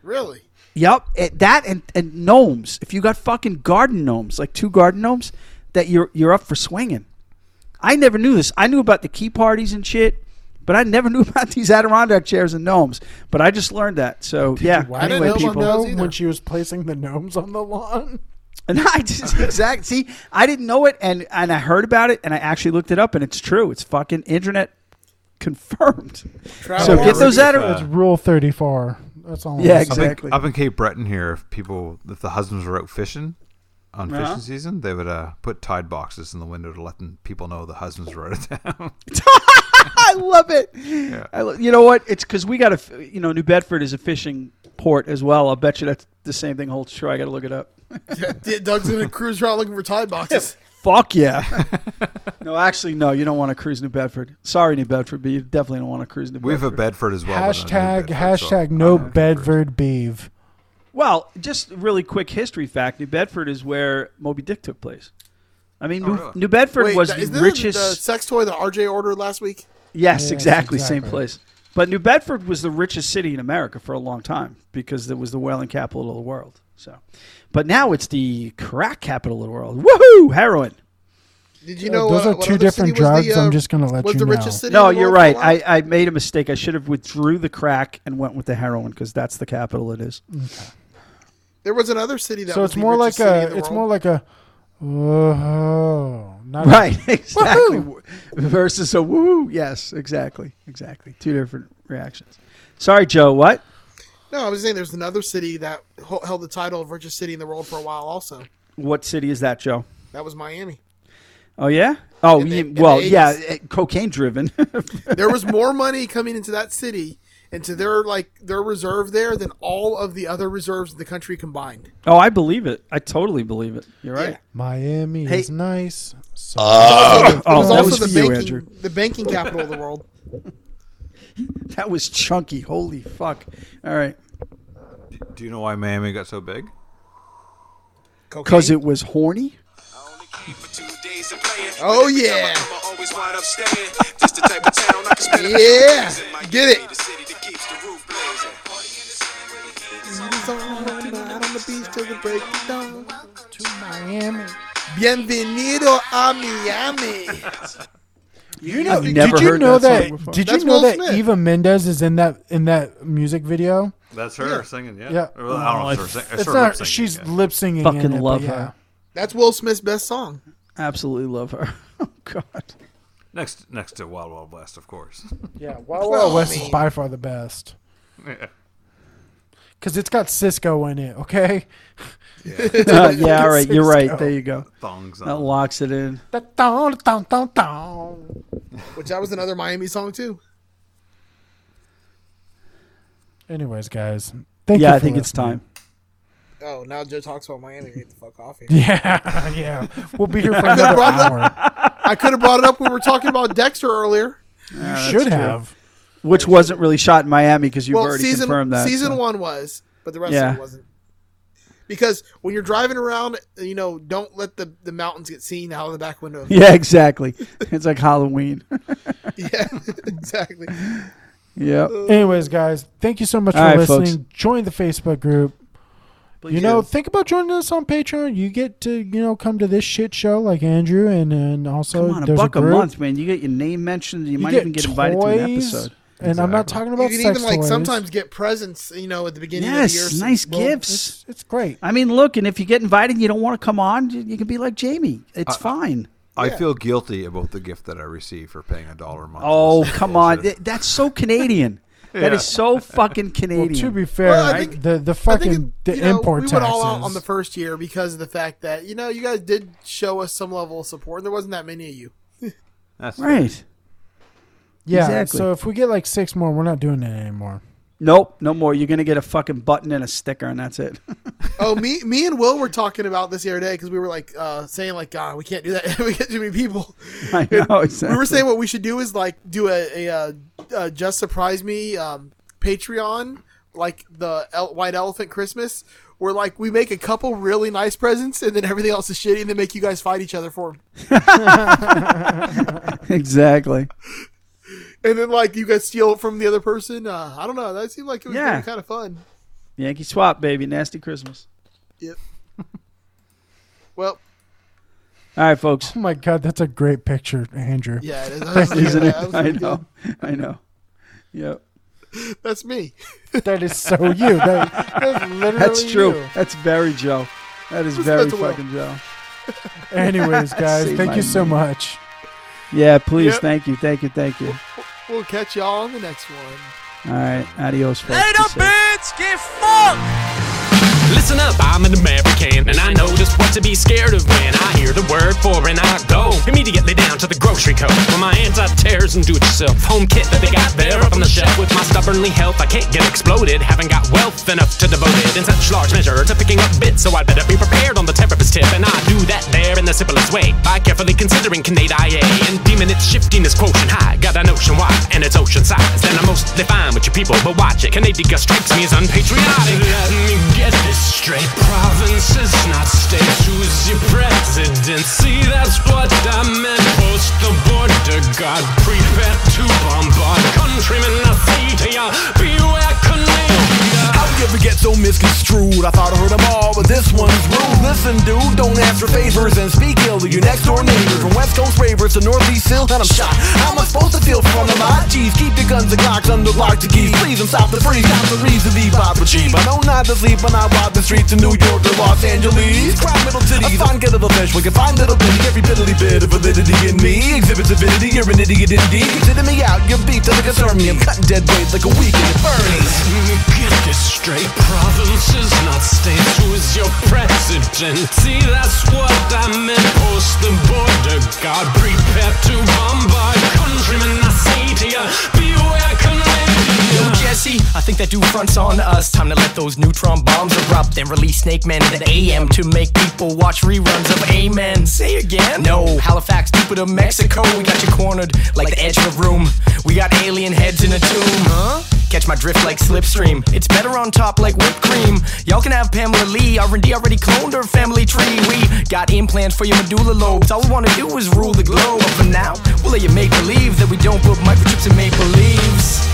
B: Really?
C: Yep, it, that and, and gnomes. If you got fucking garden gnomes, like two garden gnomes, that you're you're up for swinging. I never knew this. I knew about the key parties and shit, but I never [LAUGHS] knew about these Adirondack chairs and gnomes. But I just learned that. So yeah,
A: Why
B: didn't
A: did you
B: know about
C: anyway, people. [LAUGHS]
A: know
B: those either.
A: when she was placing the gnomes on the lawn?
C: And I just exact see, I didn't know it, and and I heard about it, and I actually looked it up, and it's true. It's fucking internet confirmed.
B: Travel
C: So
B: around.
C: get those
D: If,
C: Adirondack.
D: uh,
A: It's Rule 34. That's all.
C: Yeah,
A: I'm
D: up,
A: saying.
D: in,
C: Exactly.
D: up in Cape Breton here, if people, if the husbands were out fishing on
C: Uh-huh.
D: fishing season, they would uh, put tide boxes in the window to let them, people know the husbands were out
A: [LAUGHS]
D: of town.
C: I [LAUGHS] love it. I lo- you know what? It's because we got a, f- you know, New Bedford is a fishing port as well. I'll bet you that's the same thing holds true. I got to look it up.
B: Yeah, Doug's gonna cruise around looking for
A: [LAUGHS]
B: tide boxes.
C: Fuck yeah. no, actually, no, you don't want to cruise New Bedford. Sorry, New Bedford, but you definitely don't want to cruise New
D: We have
C: Bedford.
D: a Bedford as well. but not a New
A: Hashtag
D: Bedford, so
A: hashtag no Bedford beef.
C: Well, just really quick history fact: New Bedford is where Moby Dick took place. I mean, New,
D: really?
C: New Bedford
B: Wait,
C: was
B: that-
C: the
B: isn't that
C: richest.
B: the sex toy that RJ ordered last week?
C: Yes,
A: Yes,
C: exactly, same
A: exactly.
C: place. But New Bedford was the richest city in America for a long time because it was the whaling capital of the world. So, but now it's the crack capital of the world. Woohoo! Heroin.
B: Did you
A: Uh,
B: know
A: those
B: uh,
A: are
B: what
A: two
B: other
A: different
B: city was the,
A: drugs, I'm
B: uh,
A: just gonna let
B: was
A: you
B: the
A: know.
B: richest city
C: No,
B: in the
C: you're
B: world for a
C: right.
B: while?
C: I, I made a mistake. I should have withdrew the crack and went with the heroin because that's the capital it is.
B: there was another city that
A: so
B: was
A: it's
B: the
A: more like
B: richest city in
A: a
B: the
A: it's
B: world.
A: more like a oh not
C: [LAUGHS] Right, [LAUGHS] exactly. Versus a woo. Yes, exactly, exactly. Two different reactions. Sorry, Joe. What?
B: No, I was saying there's another city that ho- held the title of richest city in the world for a while. Also,
C: What city is that, Joe?
B: that was Miami.
C: Oh yeah. Oh
B: In the-
C: ye-
B: in the
C: well,
B: 80s.
C: yeah. eh, Cocaine [LAUGHS] driven.
B: There was more money coming into that city and to their like their reserve there than all of the other reserves in the country combined.
C: Oh, I believe it. I totally believe it. You're right.
A: Miami
C: Hey.
A: is nice. So,
B: it
C: Oh,
B: was
C: that
B: also
C: was for
B: the
C: you,
B: banking
C: Andrew.
B: the banking capital of the world.
C: That was chunky. Holy fuck. All right.
D: Do you know why Miami got so big?
C: Because it was horny.
B: Oh, yeah. Yeah.
E: Yeah.
B: Get it. Bienvenido a Miami.
A: you know,
C: I've never
A: did you
C: heard
A: know
C: that
A: that?
C: song before.
A: did
B: That's
A: you know
B: Will
A: that
B: Smith.
A: Eva Mendes is in that in that music video?
D: That's her singing, yeah.
A: Yeah.
D: Well, I don't
C: Oh,
D: know if it's her sing- it's
A: It's
D: her
A: not.
D: singing,
A: She's
D: yeah.
A: lip singing.
C: Fucking
A: in it, but
C: love
A: yeah.
C: her.
B: That's Will Smith's best song.
C: Absolutely love her. [LAUGHS] Oh God.
D: next next to Wild Wild West, of course. [LAUGHS]
A: Yeah, Wild
B: Well,
A: Wild West
B: I
A: is
B: mean-
A: by far the best
D: Yeah.
A: because it's got Cisco in it. Okay,
C: Uh, yeah. All right. You're right.
A: Cisco.
C: There you go.
D: Thongs
C: That
D: on.
C: locks it in.
B: Which that was another Miami song too.
A: Anyways, guys, thank you
C: Yeah, I
A: for
C: think it's
A: listening.
C: time.
B: Oh, now Joe talks about Miami. Get the fuck off here.
A: [LAUGHS] Yeah, yeah, we'll be here
C: [LAUGHS]
A: for another hour.
B: I could have brought it up when we were talking about Dexter earlier.
A: Should have.
C: Which wasn't really shot in Miami because you've
B: well,
C: already
B: season
C: confirmed that.
B: season
C: so.
B: one was, but the rest
C: Yeah.
B: of it wasn't. Because when you're driving around, you know, don't let the, the mountains get seen out of the back window. [LAUGHS]
C: Yeah, exactly. [LAUGHS] it's like [LAUGHS] Halloween.
B: yeah, exactly.
C: yeah.
A: Anyways, guys, thank you so much
C: All
A: for
C: right,
A: listening.
C: folks.
A: Join the Facebook group. you know, think about joining us on Patreon. You get to, you know, come to this shit show like Andrew, and and also
C: Come on, a
A: there's
C: buck a,
A: group.
C: month, man. You get your name mentioned. You,
A: You
C: might
A: get
C: even get invited to an
A: toys,
C: episode.
A: And I'm not talking about
B: you can
A: sex
B: even like
A: toys.
B: sometimes get presents, you know, at the beginning of the year.
C: Yes,
B: so-
C: nice
B: well,
C: gifts.
A: it's, it's great.
C: I mean, look, and if you get invited, and you don't want to come on. You, you can be like Jamie. It's fine.
D: I feel guilty about the gift that I received for paying a dollar a month.
C: Oh,
D: This is
C: come on.
D: bullshit.
C: Th- That's so Canadian. That is so fucking
A: Well,
C: Canadian.
A: to be fair,
B: Well, I think-
A: the the
B: I think
A: fucking
B: it-
A: the
B: you know,
A: import
B: we
A: taxes.
B: went all out on the first year because of the fact that you know you guys did show us some level of support. and There wasn't that many of you.
D: That's
C: right.
A: yeah.
C: exactly.
A: So if we get like six more, we're not doing it anymore.
C: Nope, no more. You're going to get a fucking button and a sticker, and that's it. [LAUGHS]
B: Oh, me, me and Will were talking about this the other day because we were like uh, saying like, God, we can't do that. [LAUGHS] we get too many people.
C: I know, exactly.
B: We were saying what we should do is like do a, a, uh uh just surprise me um, Patreon like the El- White Elephant Christmas. Where like we make a couple really nice presents and then everything else is shitty and then make you guys fight each other for 'em.
C: [LAUGHS] exactly.
B: And then like you guys steal it from the other person. Uh, I don't know. That seemed like it was
C: Yeah.
B: kind of fun.
C: Yankee swap, baby. Nasty Christmas.
B: Yep. well,
C: All right, folks.
A: Oh my god, that's a great picture, Andrew.
B: [LAUGHS] yeah, it is. I was looking at
C: [LAUGHS] Isn't
B: that.
C: it?
B: I was
C: I
B: looking-
C: know. [LAUGHS] I know. Yep.
B: That's me. [LAUGHS]
A: That is so you. That, that's literally
C: That's true.
A: you.
C: That's very Joe. That is very
B: that's Will.
C: fucking Joe. [LAUGHS]
A: Anyways, guys,
C: See
A: thank
C: my
A: you so
C: knee.
A: much.
C: Yeah, please.
B: Yep.
C: Thank you. Thank you. Thank you.
B: We'll catch y'all on the next one.
C: All right. Adios, folks. Be safe.
I: Listen up, I'm an American, and I know just what to be scared of when I hear the word foreign. I go immediately down to the grocery code for my anti-terrorism do-it-yourself home kit that they got there up on the shelf. With my stubbornly health, I can't get exploded. Haven't got wealth enough to devote it in such large measure to picking up bits, so I better be prepared on the terrorist tip, and I do that there in the simplest way by carefully considering Canada IA and deeming its shiftiness quotient high. Got a notion why, and it's ocean size, and I'm coast. They fine with your people, but watch it. Canadica strikes me as unpatriotic. Let me get this straight. Provinces, not states. Who's your presidency? That's what I meant. Post the border guard. Prepare to bombard. Countrymen, I say to ya, beware Canadica.
J: How you ever get so misconstrued? I thought I heard them all, but this one's rude. Listen, dude, don't ask for favors and speak ill to your next door neighbor. From West Coast ravers to Northeast Hill, and I'm shot. How am I supposed to feel from the lot? Jeez, keep your guns and Glocks under lock to keys. Please, I'm stop the freeze, stop the reason, the vibe achieve. I know not to sleep when I walk the streets of New York or Los Angeles. Crowd middle cities, a fine get of a fish. We can find little bitty, every piddly bit of validity in me. Exhibits avidity, you're an idiot indeed. Consider me out, your beat doesn't concern me. I'm cutting dead weight like a weekend at Bernie's.
I: Get this straight, provinces, not states. Who's your president? See, that's what I meant. Post the border guard, prepare to bombard. Countrymen, I say to ya, beware
K: Yo,
I: Canadian.
K: Jesse, I think that dude fronts on us. Time to let those neutron bombs erupt and release Snake Men at 8 AM to make people watch reruns of Amen. Say again? No, Halifax, Jupiter, Mexico. We got you cornered like the edge of a room. We got alien heads in a tomb, huh? Catch my drift like slipstream. It's better on top like whipped cream. Y'all can have Pamela Lee. R&D already cloned her family tree. We got implants for your medulla lobes. All we wanna do is rule the globe. But for now, we'll let you make believe that we don't put microchips in maple leaves.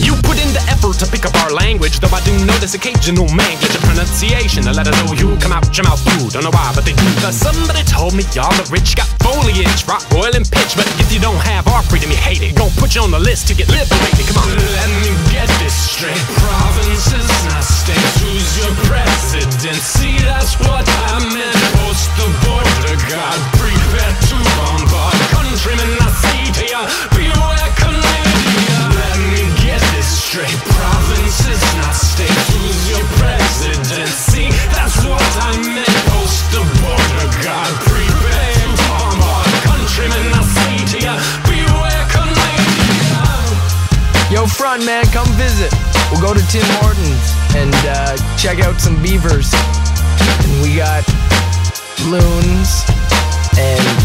I: You put in the effort to pick up our language, though I do notice occasional manglage of pronunciation. The letters O U come out your mouth, you don't know why, but they do. Cause somebody told me y'all the rich got foliage, rock, oil, and pitch. But if you don't have our freedom, you hate it. Gonna put you on the list to get liberated. Come on. Let me get this straight. Provinces, not states. Who's your president? See, that's what I meant. Post the border guard, prepare to bombard. Countrymen, I say to ya, beware Canadian. Let me get this straight. Provinces, not states. Who's your presidency? That's what I meant. Post the border guard. Prepare to bombard. Countrymen, I say to ya, beware Canadian.
K: Yo, front man, come visit. We'll go to Tim Hortons and uh, check out some beavers. And we got loons and